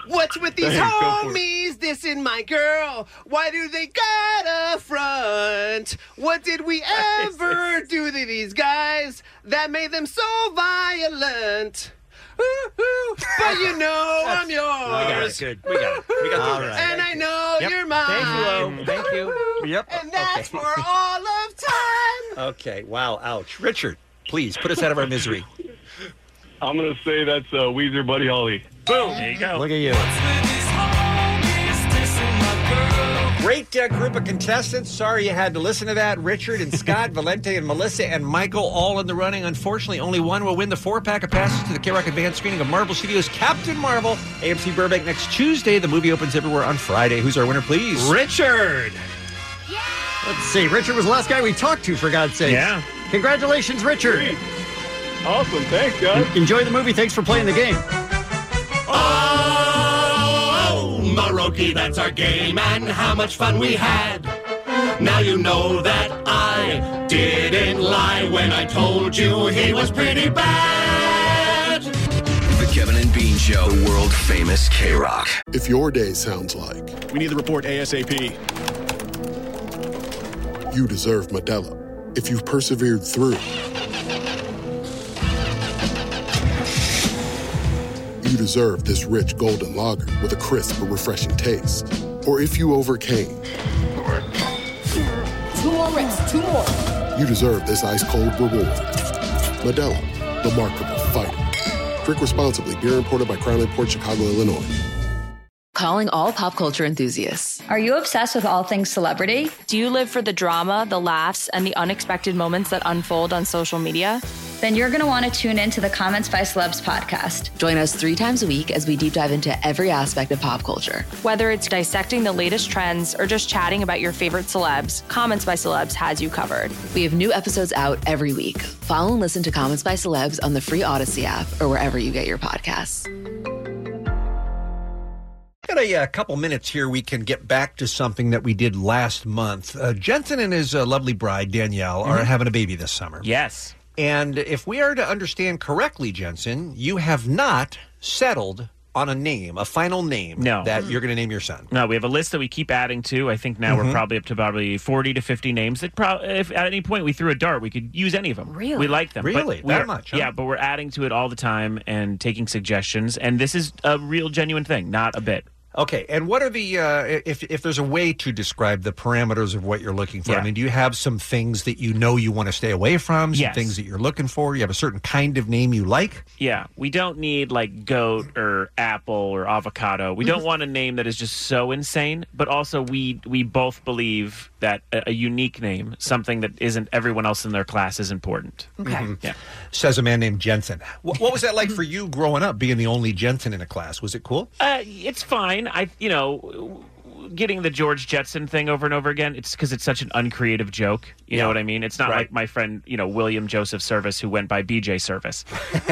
Speaker 10: What's with these
Speaker 11: Hey, go for it.
Speaker 10: homies dissing my girl? Why do they got a front? What did we ever do to these guys that made them so violent? Ooh, but you know I'm
Speaker 6: Oh,
Speaker 10: yours.
Speaker 11: Good.
Speaker 7: We got it. We
Speaker 1: Uh,
Speaker 7: got
Speaker 11: All
Speaker 7: through
Speaker 11: right.
Speaker 7: this.
Speaker 10: And I know
Speaker 7: Yep.
Speaker 10: Oh, you're mine.
Speaker 7: Thank you. Lo. Thank you. Yep.
Speaker 10: And that's
Speaker 11: *laughs*
Speaker 10: for all of time.
Speaker 7: Okay. Wow. Ouch. Richard, please put us out of our misery.
Speaker 22: I'm gonna say that's uh, Weezer Buddy Holly.
Speaker 25: Boom. There you go.
Speaker 11: Look at you.
Speaker 7: Great uh, group of contestants. Sorry you had to listen to that. Richard and Scott, Valente and Melissa and Michael all in the running. Unfortunately, only one will win the four pack of passes to the K Rock Advanced screening of Marvel Studios' Captain Marvel, AMC Burbank next Tuesday. The movie opens everywhere on Friday. Who's our winner, please?
Speaker 11: Richard. Let's see. Richard was the last guy we talked to, for God's sake.
Speaker 22: Yeah.
Speaker 11: Congratulations, Richard.
Speaker 22: Awesome. Thanks, guys.
Speaker 11: Enjoy the movie. Thanks for playing the game.
Speaker 10: Oh,
Speaker 22: Maroki,
Speaker 10: that's our game, and how much fun we had. Now you know that I didn't lie when I told you he was pretty bad.
Speaker 19: The Kevin and Bean Show, the world famous K Rock.
Speaker 14: If your day sounds like
Speaker 17: We need the report ASAP.
Speaker 14: you deserve Medella, if you've persevered through, you deserve this rich golden lager with a crisp but refreshing taste. Or if you overcame,
Speaker 10: Two more reps, two more.
Speaker 14: you deserve this ice cold reward. Medella, the mark of a fighter. Drink responsibly. Beer imported by Crown Port Chicago, Illinois.
Speaker 23: Calling all pop culture enthusiasts.
Speaker 27: Are you obsessed with all things celebrity?
Speaker 23: Do you live for the drama, the laughs, and the unexpected moments that unfold on social media?
Speaker 13: then you're going to want to tune in to the Comments by Celebs podcast.
Speaker 23: Join us three times a week as we deep dive into every aspect of pop culture.
Speaker 15: Whether it's dissecting the latest trends or just chatting about your favorite celebs, Comments by Celebs has you covered.
Speaker 23: We have new episodes out every week. Follow and listen to Comments by Celebs on the free Odyssey app or wherever you get your podcasts.
Speaker 7: Got a uh, couple minutes here. We can get back to something that we did last month. Uh, Jensen and his uh, lovely bride Danielle are
Speaker 6: Mhm.
Speaker 7: having a baby this summer.
Speaker 6: Yes.
Speaker 7: And if we are to understand correctly, Jensen, you have not settled on a name, a final name
Speaker 6: No.
Speaker 7: that you're going to name your son.
Speaker 6: No, we have a list that we keep adding to. I think now
Speaker 7: Mhm.
Speaker 6: we're probably up to probably 40 to 50 names that probably, if at any point we threw a dart, we could use any of them.
Speaker 25: Really?
Speaker 6: We like them. But
Speaker 25: Really? That
Speaker 6: we're-
Speaker 25: much, huh?
Speaker 6: Yeah, but we're adding to it all the time and taking suggestions. And this is a real, genuine thing, not a bit.
Speaker 7: Okay, and what are the uh, if if there's a way to describe the parameters of what you're looking for? I
Speaker 6: Yeah.
Speaker 7: mean, do you have some things that you know you want to stay away from? Some
Speaker 6: Yes.
Speaker 7: things that you're looking for. You have a certain kind of name you like.
Speaker 6: Yeah, we don't need like goat or apple or avocado. We don't want a name that is just so insane, but also we we both believe that a, a unique name, something that isn't everyone else in their class is important.
Speaker 7: Okay. Mhm.
Speaker 6: Yeah.
Speaker 7: Says a man named Jensen. What, what was that like for you growing up, being the only Jensen in a class? Was it cool?
Speaker 6: Uh, it's fine. I, you know, w- w- getting the George Jetson thing over and over again. It's because it's such an uncreative joke. You know what I mean? It's not like my friend, you know, William Joseph Service, who went by BJ Service.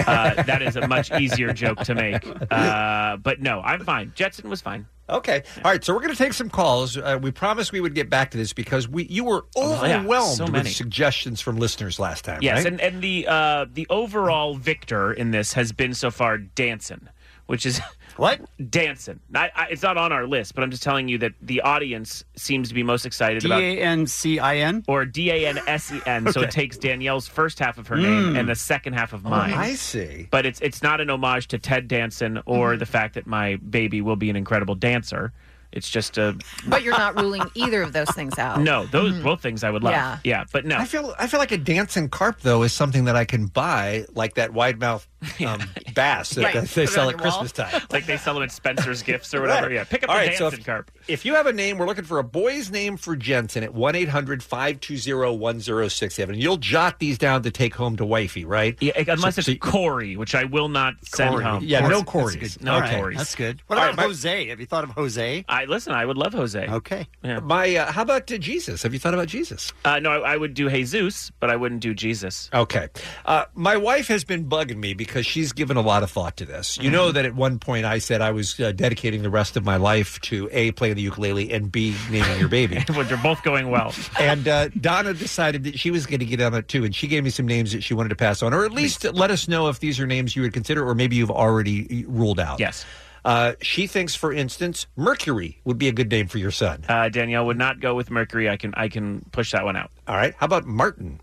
Speaker 6: Uh, that is a much easier joke to make. Uh, but no, I'm fine. Jetson was fine.
Speaker 7: Okay. All right. So we're going to take some calls. Uh, we promised we would get back to this because we you were
Speaker 6: Oh, yeah, so
Speaker 7: overwhelmed with
Speaker 6: many.
Speaker 7: suggestions from listeners last time.
Speaker 6: Yes,
Speaker 7: right?
Speaker 6: and and the uh, the overall victor in this has been so far Danson, which is *laughs*
Speaker 11: what
Speaker 6: Danson. I, I, it's not on our list, but I'm just telling you that the audience seems to be most excited
Speaker 11: D
Speaker 6: about
Speaker 11: A N C I N?
Speaker 6: Or D A N S E N. So
Speaker 11: Okay.
Speaker 6: it takes Danielle's first half of her name
Speaker 11: Mm.
Speaker 6: and the second half of
Speaker 11: Oh,
Speaker 6: mine.
Speaker 11: I
Speaker 7: Hmm. see. Mm-hmm.
Speaker 6: But it's it's not an homage to Ted Danson or the fact that my baby will be an incredible dancer. It's just a
Speaker 12: But you're not ruling either of those things out.
Speaker 6: no. Those
Speaker 7: Mm-hmm.
Speaker 6: both things I would love.
Speaker 12: Yeah.
Speaker 6: yeah but no.
Speaker 7: I feel I feel like a dancing carp though is something that I can buy, like that
Speaker 6: *laughs*
Speaker 7: wide mouth um, bass that
Speaker 6: Right.
Speaker 7: that they
Speaker 6: Put it
Speaker 7: sell
Speaker 6: on
Speaker 7: at
Speaker 6: your wall.
Speaker 7: Christmas time.
Speaker 6: like they sell them at
Speaker 7: *laughs*
Speaker 6: Spencer's Gifts or whatever.
Speaker 7: Right.
Speaker 6: Yeah, pick up
Speaker 7: All
Speaker 6: the
Speaker 7: right, so
Speaker 6: dancing
Speaker 7: if-
Speaker 6: carp.
Speaker 7: If you have a name, we're looking for a boy's name for Jensen at 1 800 520 1067. You'll jot these down to take home to wifey, right?
Speaker 6: Yeah, Unless it's Corey, which I will not send
Speaker 7: Corey.
Speaker 6: home.
Speaker 7: Yeah, no
Speaker 6: Corey's.
Speaker 7: Corey's.
Speaker 6: No
Speaker 7: All right,
Speaker 6: Corey's.
Speaker 7: that's good.
Speaker 11: What
Speaker 6: All
Speaker 11: about
Speaker 6: right, my-
Speaker 11: Jose? Have you thought of Jose?
Speaker 6: I listen. I would love Jose.
Speaker 11: Okay.
Speaker 6: Yeah.
Speaker 7: My, uh, how about uh, Jesus? Have you thought about Jesus?
Speaker 6: Uh, no, I, I would do Jesus, but I wouldn't do Jesus.
Speaker 7: Okay. Uh, my wife has been bugging me because she's given a lot of thought to this. You
Speaker 6: Mm-hmm.
Speaker 7: know that at one point I said I was uh, dedicating the rest of my life to A, playing the ukulele, and B, naming your baby.
Speaker 6: but they're both going *laughs* well.
Speaker 7: And uh, Donna decided that she was going to get on it too, and she gave me some names that she wanted to pass on, or at least let us know if these are names you would consider, or maybe you've already ruled out.
Speaker 6: Yes.
Speaker 7: Uh, she thinks, for instance, Mercury would be a good name for your son.
Speaker 6: Uh, Danielle would not go with Mercury. I can I can push that one out. Hmm.
Speaker 7: All right. How about Martin?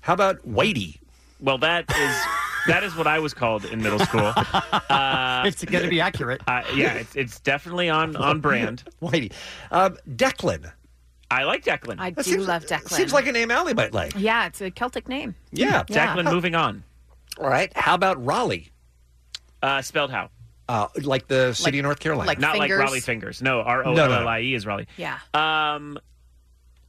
Speaker 7: How about Whitey?
Speaker 6: Well, that
Speaker 7: *laughs*
Speaker 6: is that is what I was called in middle school.
Speaker 11: *laughs*
Speaker 6: Uh,
Speaker 11: It's going to be
Speaker 7: *laughs*
Speaker 11: accurate.
Speaker 6: uh, yeah, it's, it's definitely on *laughs* on brand.
Speaker 7: Whitey, um, Declan.
Speaker 6: I like Declan.
Speaker 12: I do
Speaker 6: That seems-
Speaker 12: love Declan.
Speaker 7: seems like a name Allie might like.
Speaker 12: Yeah, it's a Celtic name.
Speaker 7: Yeah.
Speaker 6: Declan. Moving on.
Speaker 7: All right. How about Raleigh?
Speaker 6: Uh, spelled how?
Speaker 7: Uh, like the city of North Carolina.
Speaker 6: Not like Raleigh fingers. No, R O L L I E is Raleigh.
Speaker 12: Yeah.
Speaker 6: Um,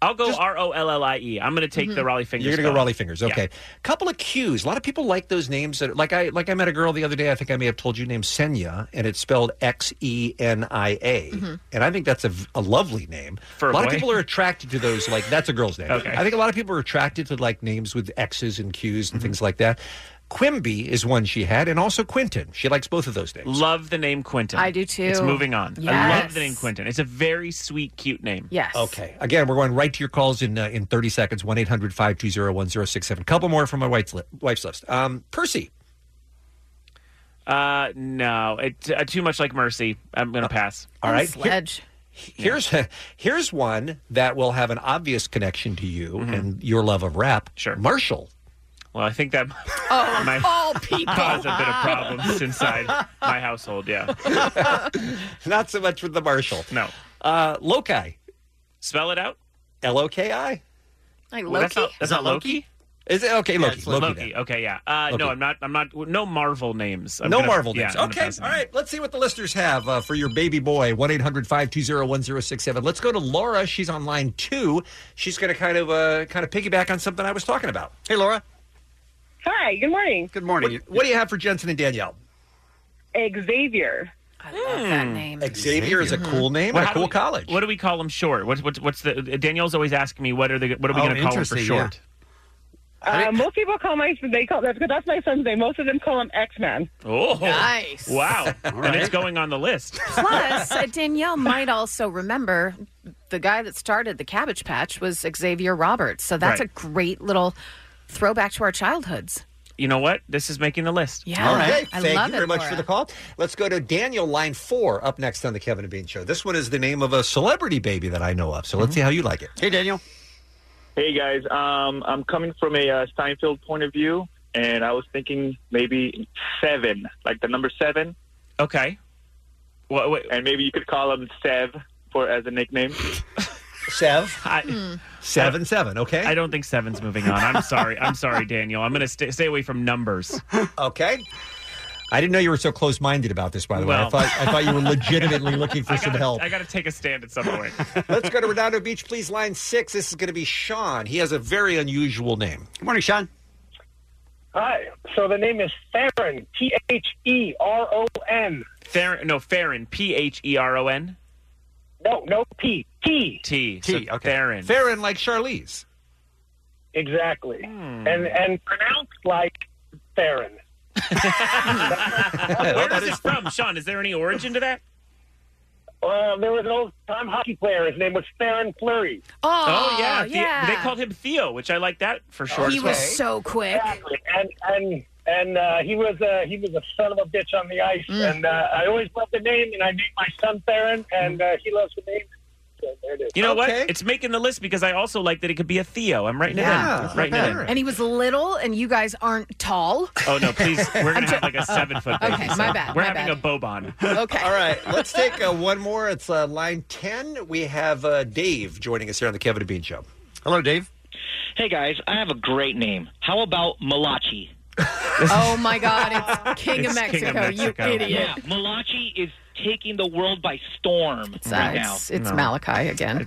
Speaker 6: I'll go R O L L I E. I'm going to take the Raleigh fingers.
Speaker 7: You're gonna go
Speaker 6: spell.
Speaker 7: Raleigh fingers.
Speaker 6: Yeah.
Speaker 7: Okay. Couple of Q's. A lot of people like those names. That, like I like I met a girl the other day. I think I may have told you named Senya, and it's spelled X E N I A.
Speaker 11: Mm-hmm.
Speaker 10: Mhm.
Speaker 7: And I think that's a, v- a lovely name.
Speaker 10: For a
Speaker 7: lot of
Speaker 10: boy?
Speaker 7: people are attracted to those. Like that's a girl's
Speaker 6: Oh,
Speaker 7: name.
Speaker 10: Okay.
Speaker 7: I think a lot of people are attracted to like names with X's and Q's
Speaker 6: Mm-hmm.
Speaker 7: and things like that. Quimby is one she had, and also Quentin. She likes both of those names.
Speaker 6: Love the name Quentin.
Speaker 12: I do too.
Speaker 6: It's moving on. I
Speaker 12: Yes.
Speaker 6: love the name Quentin. It's a very sweet, cute name.
Speaker 12: Yes.
Speaker 7: Okay. Again, we're going right to your calls in uh, in 30 seconds. 1 800 520 1067. Couple more from my wife's, li- wife's list. Um, Percy.
Speaker 6: Uh, no, it, uh, too much like Mercy. I'm going to pass.
Speaker 7: Uh, All right. Here- here's *laughs* here's one that will have an obvious connection to you and your love of rap. Sure. Marshall.
Speaker 6: Mm-hmm. Well, I think that
Speaker 10: *laughs*
Speaker 12: Oh,
Speaker 2: *laughs*
Speaker 6: might
Speaker 12: all people.
Speaker 6: *laughs* cause a bit of problems inside my household. Yeah.
Speaker 7: *laughs* Not so much with the Marshall.
Speaker 6: No.
Speaker 7: Uh, Loki.
Speaker 6: Spell it out.
Speaker 7: L O K I.
Speaker 12: Like
Speaker 6: Well, that's not- that's not Loki?
Speaker 7: Is it okay? Loki. Loki. then.
Speaker 6: Okay. Yeah. Uh,
Speaker 7: Loki.
Speaker 6: No, I'm not. I'm not. No Marvel names. I'm
Speaker 7: no
Speaker 6: gonna-
Speaker 7: Marvel
Speaker 6: yeah,
Speaker 7: names.
Speaker 6: I'm gonna
Speaker 7: okay.
Speaker 6: pass
Speaker 7: All right. Let's see what the listeners have uh, for your baby boy. 1 800 520 1067. Let's go to Laura. She's on line two. She's going to kind of uh, kind of piggyback on something I was talking about.
Speaker 11: Hey, Laura.
Speaker 2: Hi, good morning.
Speaker 11: Good morning.
Speaker 7: What, what do you have for Jensen and Danielle?
Speaker 2: Xavier.
Speaker 12: I love that name. Mm-hmm.
Speaker 7: Xavier is a cool name
Speaker 6: Well,
Speaker 7: and
Speaker 6: how do
Speaker 7: a cool
Speaker 6: we-
Speaker 7: college.
Speaker 6: What do we call him short? What's what's what's the Danielle's always asking me what are they what are we
Speaker 11: Oh,
Speaker 6: going to call him for
Speaker 11: interesting, yeah.
Speaker 6: short?
Speaker 2: Uh, most people call my they call that's that's my son's name. Most of them call him X Man.
Speaker 6: Oh,
Speaker 12: Nice.
Speaker 7: *laughs*
Speaker 6: Wow, and it's going on the list.
Speaker 12: Plus, uh, Danielle might also remember the guy that started the Cabbage Patch was Xavier Roberts. So that's
Speaker 6: Right.
Speaker 12: a great little throwback to our childhoods.
Speaker 6: You know what? This is making the list.
Speaker 12: Yeah. All right. I
Speaker 7: Thank
Speaker 12: love
Speaker 7: you
Speaker 12: it,
Speaker 7: very much for
Speaker 12: Laura.
Speaker 7: the call. Let's go to Daniel, line four, up next on the Kevin and Bean Show. This one is the name of a celebrity baby that I know of. So let's
Speaker 6: Mm-hmm.
Speaker 7: see how you like it.
Speaker 11: Hey, Daniel.
Speaker 3: Hey guys, um, I'm coming from a uh, Steinfeld point of view, and I was thinking maybe seven, like the number seven.
Speaker 6: Okay. What,
Speaker 3: And maybe you could call him Sev for as a nickname.
Speaker 7: Sev. Hmm. Seven, seven. Okay.
Speaker 6: I don't think seven's moving on. I'm sorry. I'm sorry, Daniel. I'm going to st- stay away from numbers.
Speaker 7: Okay. I didn't know you were so close minded about this, by the way. I
Speaker 6: Well.
Speaker 7: thought,
Speaker 6: *laughs*
Speaker 7: I thought you were legitimately looking for some help.
Speaker 6: I got to take a stand at some point.
Speaker 7: *laughs* Let's go to Redondo Beach, please. Line six. This is going to be Sean. He has a very unusual name.
Speaker 11: Good morning, Sean.
Speaker 26: *laughs* Hi. So the name is Theron. T H E R O N.
Speaker 6: Theron, no, Farron. P H E R O N.
Speaker 26: No, no P. T.
Speaker 6: T.
Speaker 26: T,
Speaker 6: So
Speaker 26: okay.
Speaker 6: Theron.
Speaker 7: Theron, like Charlize.
Speaker 26: Exactly.
Speaker 6: Hmm.
Speaker 26: And and pronounced like Theron.
Speaker 6: *laughs* Where is it from, Sean? Is there any origin to that?
Speaker 26: Uh, there was an old time hockey player. His name was Theron Fleury.
Speaker 6: oh yeah, The- They called him Theo, which I like that for short.
Speaker 26: He
Speaker 6: as
Speaker 26: was
Speaker 6: well.
Speaker 26: so quick. Exactly. And and and uh, he was uh, he was a son of a bitch on the ice.
Speaker 6: Mm.
Speaker 26: And uh, I always love the name, and I named my son Theron, and uh, he loves the name. So there it is.
Speaker 6: You know what? It's making the list because I also like that it could be a Theo. I'm writing
Speaker 12: Yeah,
Speaker 6: it in. Writing it in.
Speaker 12: And he was little, and you guys aren't tall.
Speaker 6: Oh no! Please, we're gonna have like a seven foot.
Speaker 12: Okay, my bad,
Speaker 6: We're
Speaker 12: my
Speaker 6: having
Speaker 12: bad.
Speaker 6: a Boban.
Speaker 12: *laughs* Okay.
Speaker 7: All right. Let's take uh, one more. It's uh, line 10. We have uh, Dave joining us here on the Kevin and Bean Show.
Speaker 11: Hello, Dave.
Speaker 20: Hey guys, I have a great name. How about Malachi?
Speaker 12: Oh my
Speaker 6: *laughs*
Speaker 12: God! It's King, of,
Speaker 20: It's
Speaker 12: Mexico,
Speaker 20: King of Mexico.
Speaker 12: You idiot!
Speaker 20: Yeah, Malachi is taking the world by storm
Speaker 12: It's, uh,
Speaker 20: right now.
Speaker 12: it's, it's Malachi again.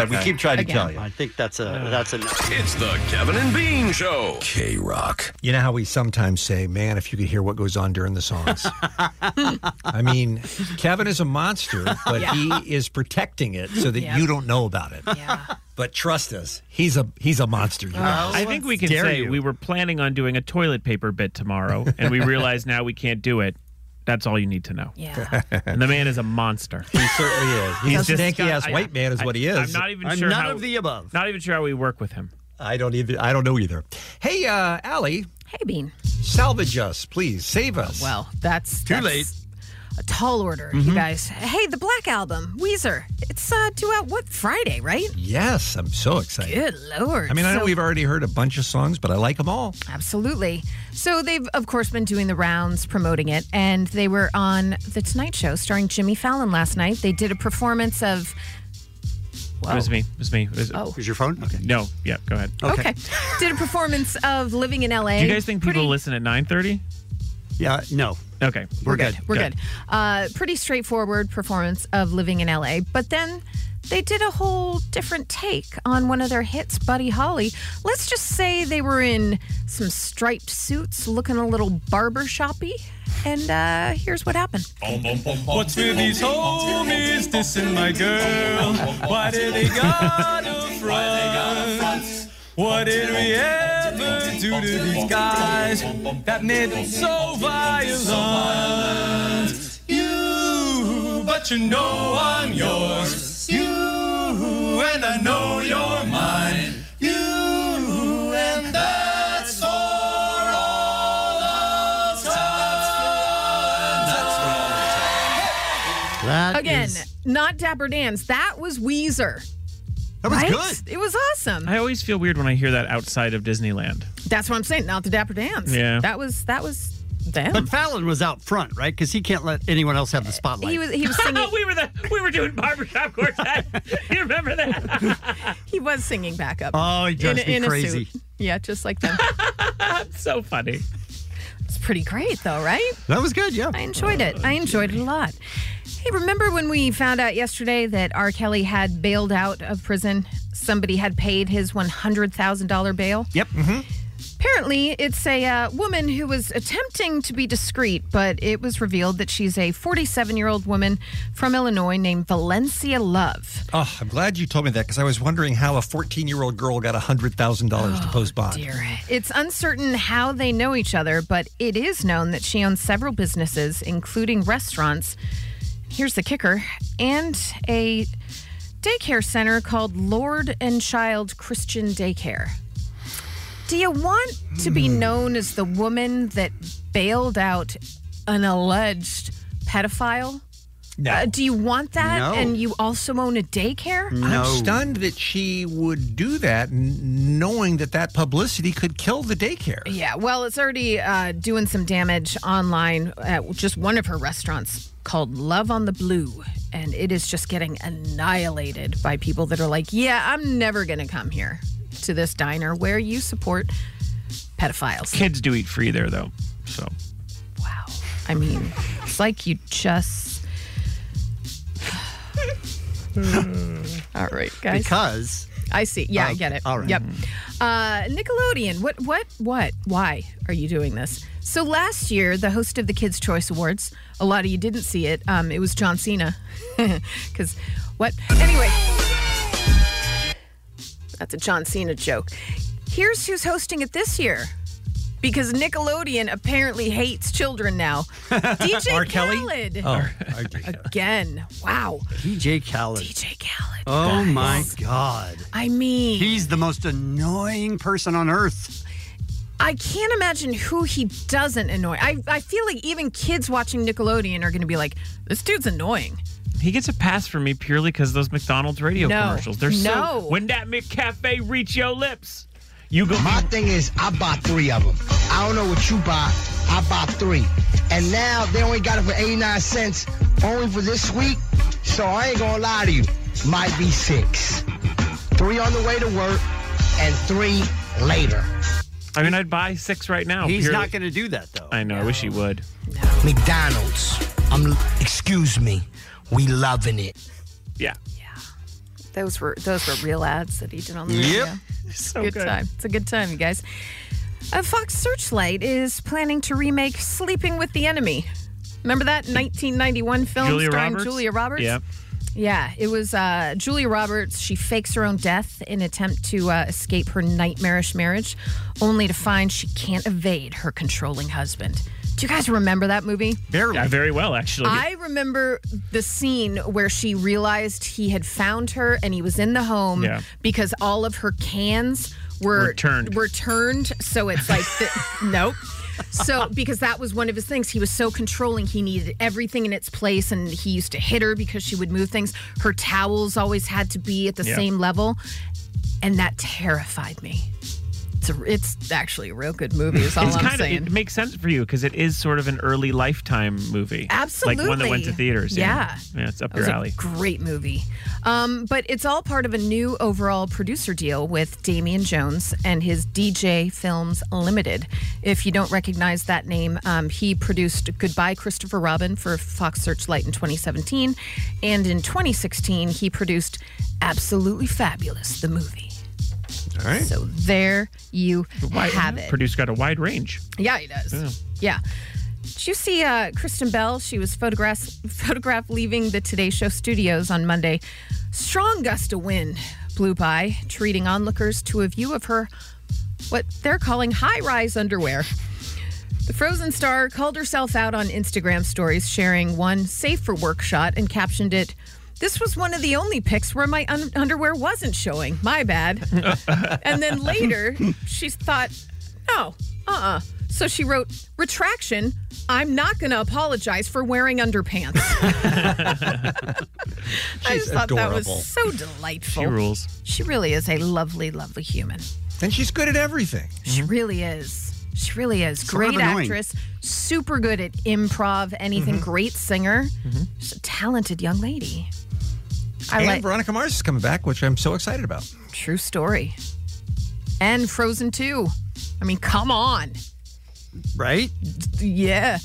Speaker 11: I think that's a that's a.
Speaker 19: It's the Kevin and Bean Show. K Rock.
Speaker 7: You know how we sometimes say, man, if you could hear what goes on during the
Speaker 10: *laughs*
Speaker 7: songs. I mean, Kevin is a monster, but
Speaker 10: Yeah.
Speaker 7: he is protecting it so that
Speaker 10: Yeah.
Speaker 7: you don't know about it. But trust us, he's a he's a monster. you guys.
Speaker 6: I think we can
Speaker 7: Oh, Dare
Speaker 6: say
Speaker 7: you.
Speaker 6: we were planning on doing a toilet paper bit tomorrow, and
Speaker 7: *laughs*
Speaker 6: we realize now we can't do it. That's all you need to know.
Speaker 12: Yeah.
Speaker 6: And the man is a monster. He
Speaker 7: certainly is. He's a stanky-ass white man is what he is.
Speaker 6: I'm not even
Speaker 7: I'm
Speaker 6: sure.
Speaker 7: none
Speaker 6: how,
Speaker 7: of
Speaker 6: the above. Not even sure how we work with him.
Speaker 7: I don't either. I don't know either. Hey, uh, Allie.
Speaker 12: Hey, Bean.
Speaker 7: Salvage us, please. Save us.
Speaker 12: Well, that's that's A tall order,
Speaker 7: Mm-hmm.
Speaker 12: you guys. Hey, the Black Album, Weezer. It's uh, due out what Friday, right?
Speaker 7: Yes, I'm so excited.
Speaker 12: Good lord.
Speaker 7: I mean, I know
Speaker 12: So-
Speaker 7: we've already heard a bunch of songs, but I like them all.
Speaker 12: Absolutely. So they've, of course, been doing the rounds promoting it, and they were on The Tonight Show starring Jimmy Fallon last night. They did a performance of.
Speaker 6: It was me. It was me. It was,
Speaker 12: Oh.
Speaker 6: your phone? Okay. No. Yeah. Go ahead.
Speaker 12: Okay. *laughs* Did a performance of Living in LA.
Speaker 6: Do you guys think people
Speaker 12: Pretty-
Speaker 6: listen at 9:30?
Speaker 11: Yeah. No.
Speaker 6: Okay.
Speaker 12: We're good. We're good. Uh, pretty straightforward performance of Living in LA. But then they did a whole different take on one of their hits, Buddy Holly. Let's just say they were in some striped suits, looking a little barber shoppy. And uh, here's what happened.
Speaker 10: What's with these homies dissing my girl? Why do they gotta front? What did we ever do to these guys that made them so violent? You, but you know I'm yours. You, and I know you're mine. You, and that's for all time. That's for all time.
Speaker 12: Again, not Dapper Dan's. That was Weezer. That
Speaker 6: was
Speaker 12: good. It was awesome.
Speaker 6: I always feel weird when I hear that outside of Disneyland.
Speaker 12: That's what I'm saying. Not the Dapper Dan's.
Speaker 6: Yeah.
Speaker 12: That was that was them.
Speaker 11: But Fallon was out front, right? Because he can't let anyone else have the spotlight.
Speaker 12: He was he was
Speaker 6: *laughs*
Speaker 12: singing.
Speaker 6: we were the we were doing barbershop quartet. *laughs* you remember that?
Speaker 12: *laughs* he was singing back up.
Speaker 11: Oh, he drives me
Speaker 12: a
Speaker 11: crazy.
Speaker 12: suit. Yeah, just like
Speaker 6: *laughs*
Speaker 12: them.
Speaker 6: so funny.
Speaker 12: It's pretty great though, right?
Speaker 11: That was good. Yeah.
Speaker 12: I enjoyed it. I enjoyed it a lot. Hey, remember when we found out yesterday that R. Kelly had bailed out of prison? Somebody had paid his one hundred thousand dollar bail.
Speaker 11: Yep. Mm-hmm.
Speaker 12: Currently, it's a uh, woman who was attempting to be discreet, but it was revealed that she's a 47 year old woman from Illinois named Valencia Love.
Speaker 7: Oh, I'm glad you told me that because I was wondering how a 14 year old girl got $100,000
Speaker 12: Oh,
Speaker 7: to post bond.
Speaker 12: It's uncertain how they know each other, but it is known that she owns several businesses, including restaurants. Here's the kicker and a daycare center called Lord and Child Christian Daycare. Do you want to be
Speaker 7: Hmm.
Speaker 12: known as the woman that bailed out an alleged pedophile?
Speaker 7: No.
Speaker 12: Uh, do you want that?
Speaker 7: No.
Speaker 12: And you also own a daycare?
Speaker 7: I'm stunned that she would do that, n- knowing that that publicity could kill the daycare.
Speaker 12: Yeah, well, it's already uh, doing some damage online at just one of her restaurants called Love on the Blue. And it is just getting annihilated by people that are like, yeah, I'm never going to come here to this diner where you support pedophiles.
Speaker 6: Kids do eat free there, though. So
Speaker 12: I mean, it's like you just. *sighs* All right, guys.
Speaker 11: Because
Speaker 12: I see. Yeah, I
Speaker 11: Oh,
Speaker 12: get it.
Speaker 11: all right.
Speaker 12: Yep. Uh, Nickelodeon. What? What? What? Why are you doing this? So last year, the host of the Kids' Choice Awards. A lot of you didn't see it. Um, it was John Cena. *laughs* Because what? Anyway, that's a John Cena joke. Here's who's hosting it this year. Because Nickelodeon apparently hates children now. DJ
Speaker 11: *laughs* R. Kelly?
Speaker 12: Khaled.
Speaker 11: Oh, *laughs*
Speaker 12: Again. Wow.
Speaker 11: DJ Khaled.
Speaker 12: DJ
Speaker 11: Khaled. Oh my God.
Speaker 12: I mean,
Speaker 11: He's the most annoying person on earth.
Speaker 12: I can't imagine who he doesn't annoy. I, I feel like even kids watching Nickelodeon are going to be like, this dude's annoying.
Speaker 6: he gets a pass from me purely because those McDonald's radio
Speaker 12: No.
Speaker 6: commercials. They're
Speaker 12: No.
Speaker 6: so. When that McCafe reach your lips, you go. My
Speaker 10: thing is, I bought three of them. I don't know what you bought. I bought three. And now they only got it for 89 cents only for this week. So I ain't gonna lie to you. Might be six. Three on the way to work and three later.
Speaker 6: I mean, I'd buy six right now.
Speaker 10: He's not
Speaker 6: going
Speaker 11: to do that, though.
Speaker 6: I know. I wish he would.
Speaker 10: McDonald's. I'm excuse me. We loving it.
Speaker 6: Yeah.
Speaker 12: Those were those were real ads that he did on the radio.
Speaker 10: Yep.
Speaker 12: It's
Speaker 10: So
Speaker 12: a good,
Speaker 10: good.
Speaker 12: time. It's a good time, you guys. Uh, Fox Searchlight is planning to remake Sleeping with the Enemy. Remember that 1991 film
Speaker 6: Julia
Speaker 12: starring
Speaker 6: Roberts.
Speaker 12: Julia Roberts?
Speaker 6: Yeah.
Speaker 12: Yeah, it was uh, Julia Roberts. She fakes her own death in attempt to uh, escape her nightmarish marriage, only to find she can't evade her controlling husband. Do you guys remember that movie?
Speaker 11: Barely.
Speaker 6: Yeah, very well, actually.
Speaker 12: I remember the scene where she realized he had found her and he was in the home
Speaker 6: Yeah.
Speaker 12: because all of her cans were
Speaker 6: Were turned.
Speaker 12: were turned, so it's like the, *laughs* nope. So because that was one of his things, he was so controlling. He needed everything in its place, and he used to hit her because she would move things. Her towels always had to be at the
Speaker 6: Yeah.
Speaker 12: same level, and that terrified me. It's a, it's actually a real good movie. Is all
Speaker 6: it's
Speaker 12: I'm
Speaker 6: kinda,
Speaker 12: saying.
Speaker 6: It makes sense for you because it is sort of an early lifetime movie. Like one that
Speaker 12: Absolutely.
Speaker 6: went to theaters. Yeah,
Speaker 12: Yeah.
Speaker 6: it's up
Speaker 12: That was
Speaker 6: your
Speaker 12: a
Speaker 6: alley.
Speaker 12: great movie. Um, but it's all part of a new overall producer deal with Damian Jones and his DJ Films Limited. If you don't recognize that name, um, he produced Goodbye Christopher Robin for Fox Searchlight in 2017. And in 2016, he produced Absolutely Fabulous, the movie.
Speaker 6: All right.
Speaker 12: So there you
Speaker 6: Wide-
Speaker 12: have it.
Speaker 6: Producer got a wide range.
Speaker 12: Yeah, he does.
Speaker 6: Yeah.
Speaker 12: Yeah. Did you see uh, Kristen Bell? She was photographed, photographed leaving the Today Show studios on Monday. Strong gust of wind blew by, treating onlookers to a view of her, what they're calling high rise underwear. The Frozen star called herself out on Instagram stories, sharing one safe for work shot and captioned it, This was one of the only pics where my un- underwear wasn't showing. My
Speaker 7: *laughs*
Speaker 12: bad. and then later, she thought, no, uh uh So she wrote, retraction, I'm not going to apologize for wearing
Speaker 7: *laughs*
Speaker 12: underpants. I just thought that
Speaker 7: adorable.
Speaker 12: was so delightful.
Speaker 7: She rules.
Speaker 12: She really is a lovely, lovely human.
Speaker 7: And she's good at everything.
Speaker 12: She really is. She really is.
Speaker 7: Sort of
Speaker 12: Great
Speaker 7: annoying.
Speaker 12: actress, super good at improv, anything, great singer. She's a talented young lady. I
Speaker 7: and
Speaker 12: like
Speaker 7: Veronica Mars is coming back, which I'm so excited about.
Speaker 12: True story. And Frozen 2. I mean, come on.
Speaker 11: Right?
Speaker 12: Yeah.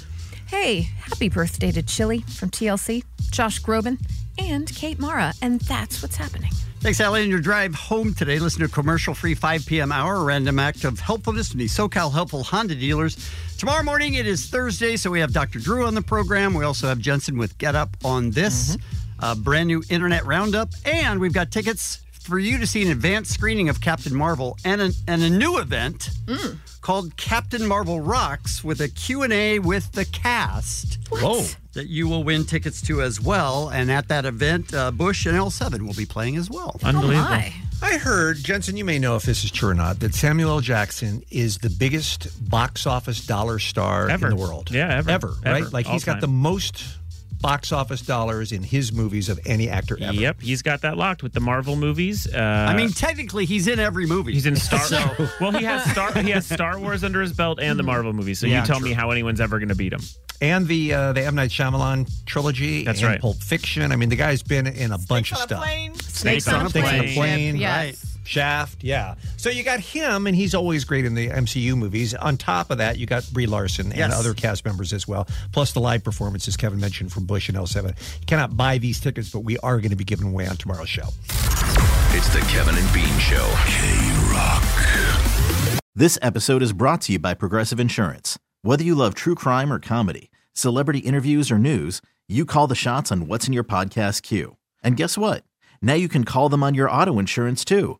Speaker 12: Hey, happy birthday to Chili from TLC, Josh Groban, and Kate Mara. And that's what's happening.
Speaker 11: Thanks, Allie. On your drive home today, listen to a commercial free 5 p.m. hour a random act of helpfulness from the SoCal Helpful Honda dealers. Tomorrow morning, it is Thursday, so we have Dr. Drew on the program. We also have Jensen with Get Up on this uh, brand new internet roundup. And we've got tickets for you to see an advanced screening of Captain Marvel and a, and a new event called Captain Marvel Rocks with a Q&A with the cast. Whoa. That you will win tickets to as well. And at that event, uh, Bush and L7 will be playing as well.
Speaker 6: Oh,
Speaker 7: Oh, I heard, Jensen, you may know if this is true or not, that Samuel L. Jackson is the biggest box office dollar star
Speaker 6: Ever.
Speaker 7: in the world.
Speaker 6: Yeah, ever.
Speaker 7: Ever,
Speaker 6: Ever.
Speaker 7: right? Like
Speaker 6: All
Speaker 7: he's got
Speaker 6: time.
Speaker 7: the most box office dollars in his movies of any actor ever.
Speaker 6: Yep, he's got that locked with the Marvel movies. Uh,
Speaker 7: I mean,
Speaker 11: technically, he's in every movie.
Speaker 6: He's in
Speaker 11: *laughs*
Speaker 7: *laughs*
Speaker 6: Star. Well, he has Star. He has Star Wars under his belt and
Speaker 12: Mm-hmm.
Speaker 6: the Marvel movies. So
Speaker 7: Yeah,
Speaker 6: you tell
Speaker 7: true.
Speaker 6: me how anyone's ever going to beat him.
Speaker 7: And the uh, the M Night Shyamalan trilogy.
Speaker 6: That's
Speaker 7: and
Speaker 6: right.
Speaker 7: Pulp Fiction. I mean, the guy's been in a bunch of stuff.
Speaker 6: Snakes on a
Speaker 7: Snakes on
Speaker 6: plane.
Speaker 7: plane,
Speaker 6: Yes.
Speaker 7: right? Shaft, yeah. So you got him, and he's always great in the MCU movies. On top of that, you got Brie Larson and
Speaker 28: Yes.
Speaker 7: other cast members as well, plus the live performances Kevin mentioned from Bush and L7. You cannot buy these tickets, but we are going to be giving away on tomorrow's show.
Speaker 4: It's the Kevin and Bean Show. K Rock.
Speaker 20: This episode is brought to you by Progressive Insurance. Whether you love true crime or comedy, celebrity interviews or news, you call the shots on what's in your podcast queue. And guess what? Now you can call them on your auto insurance too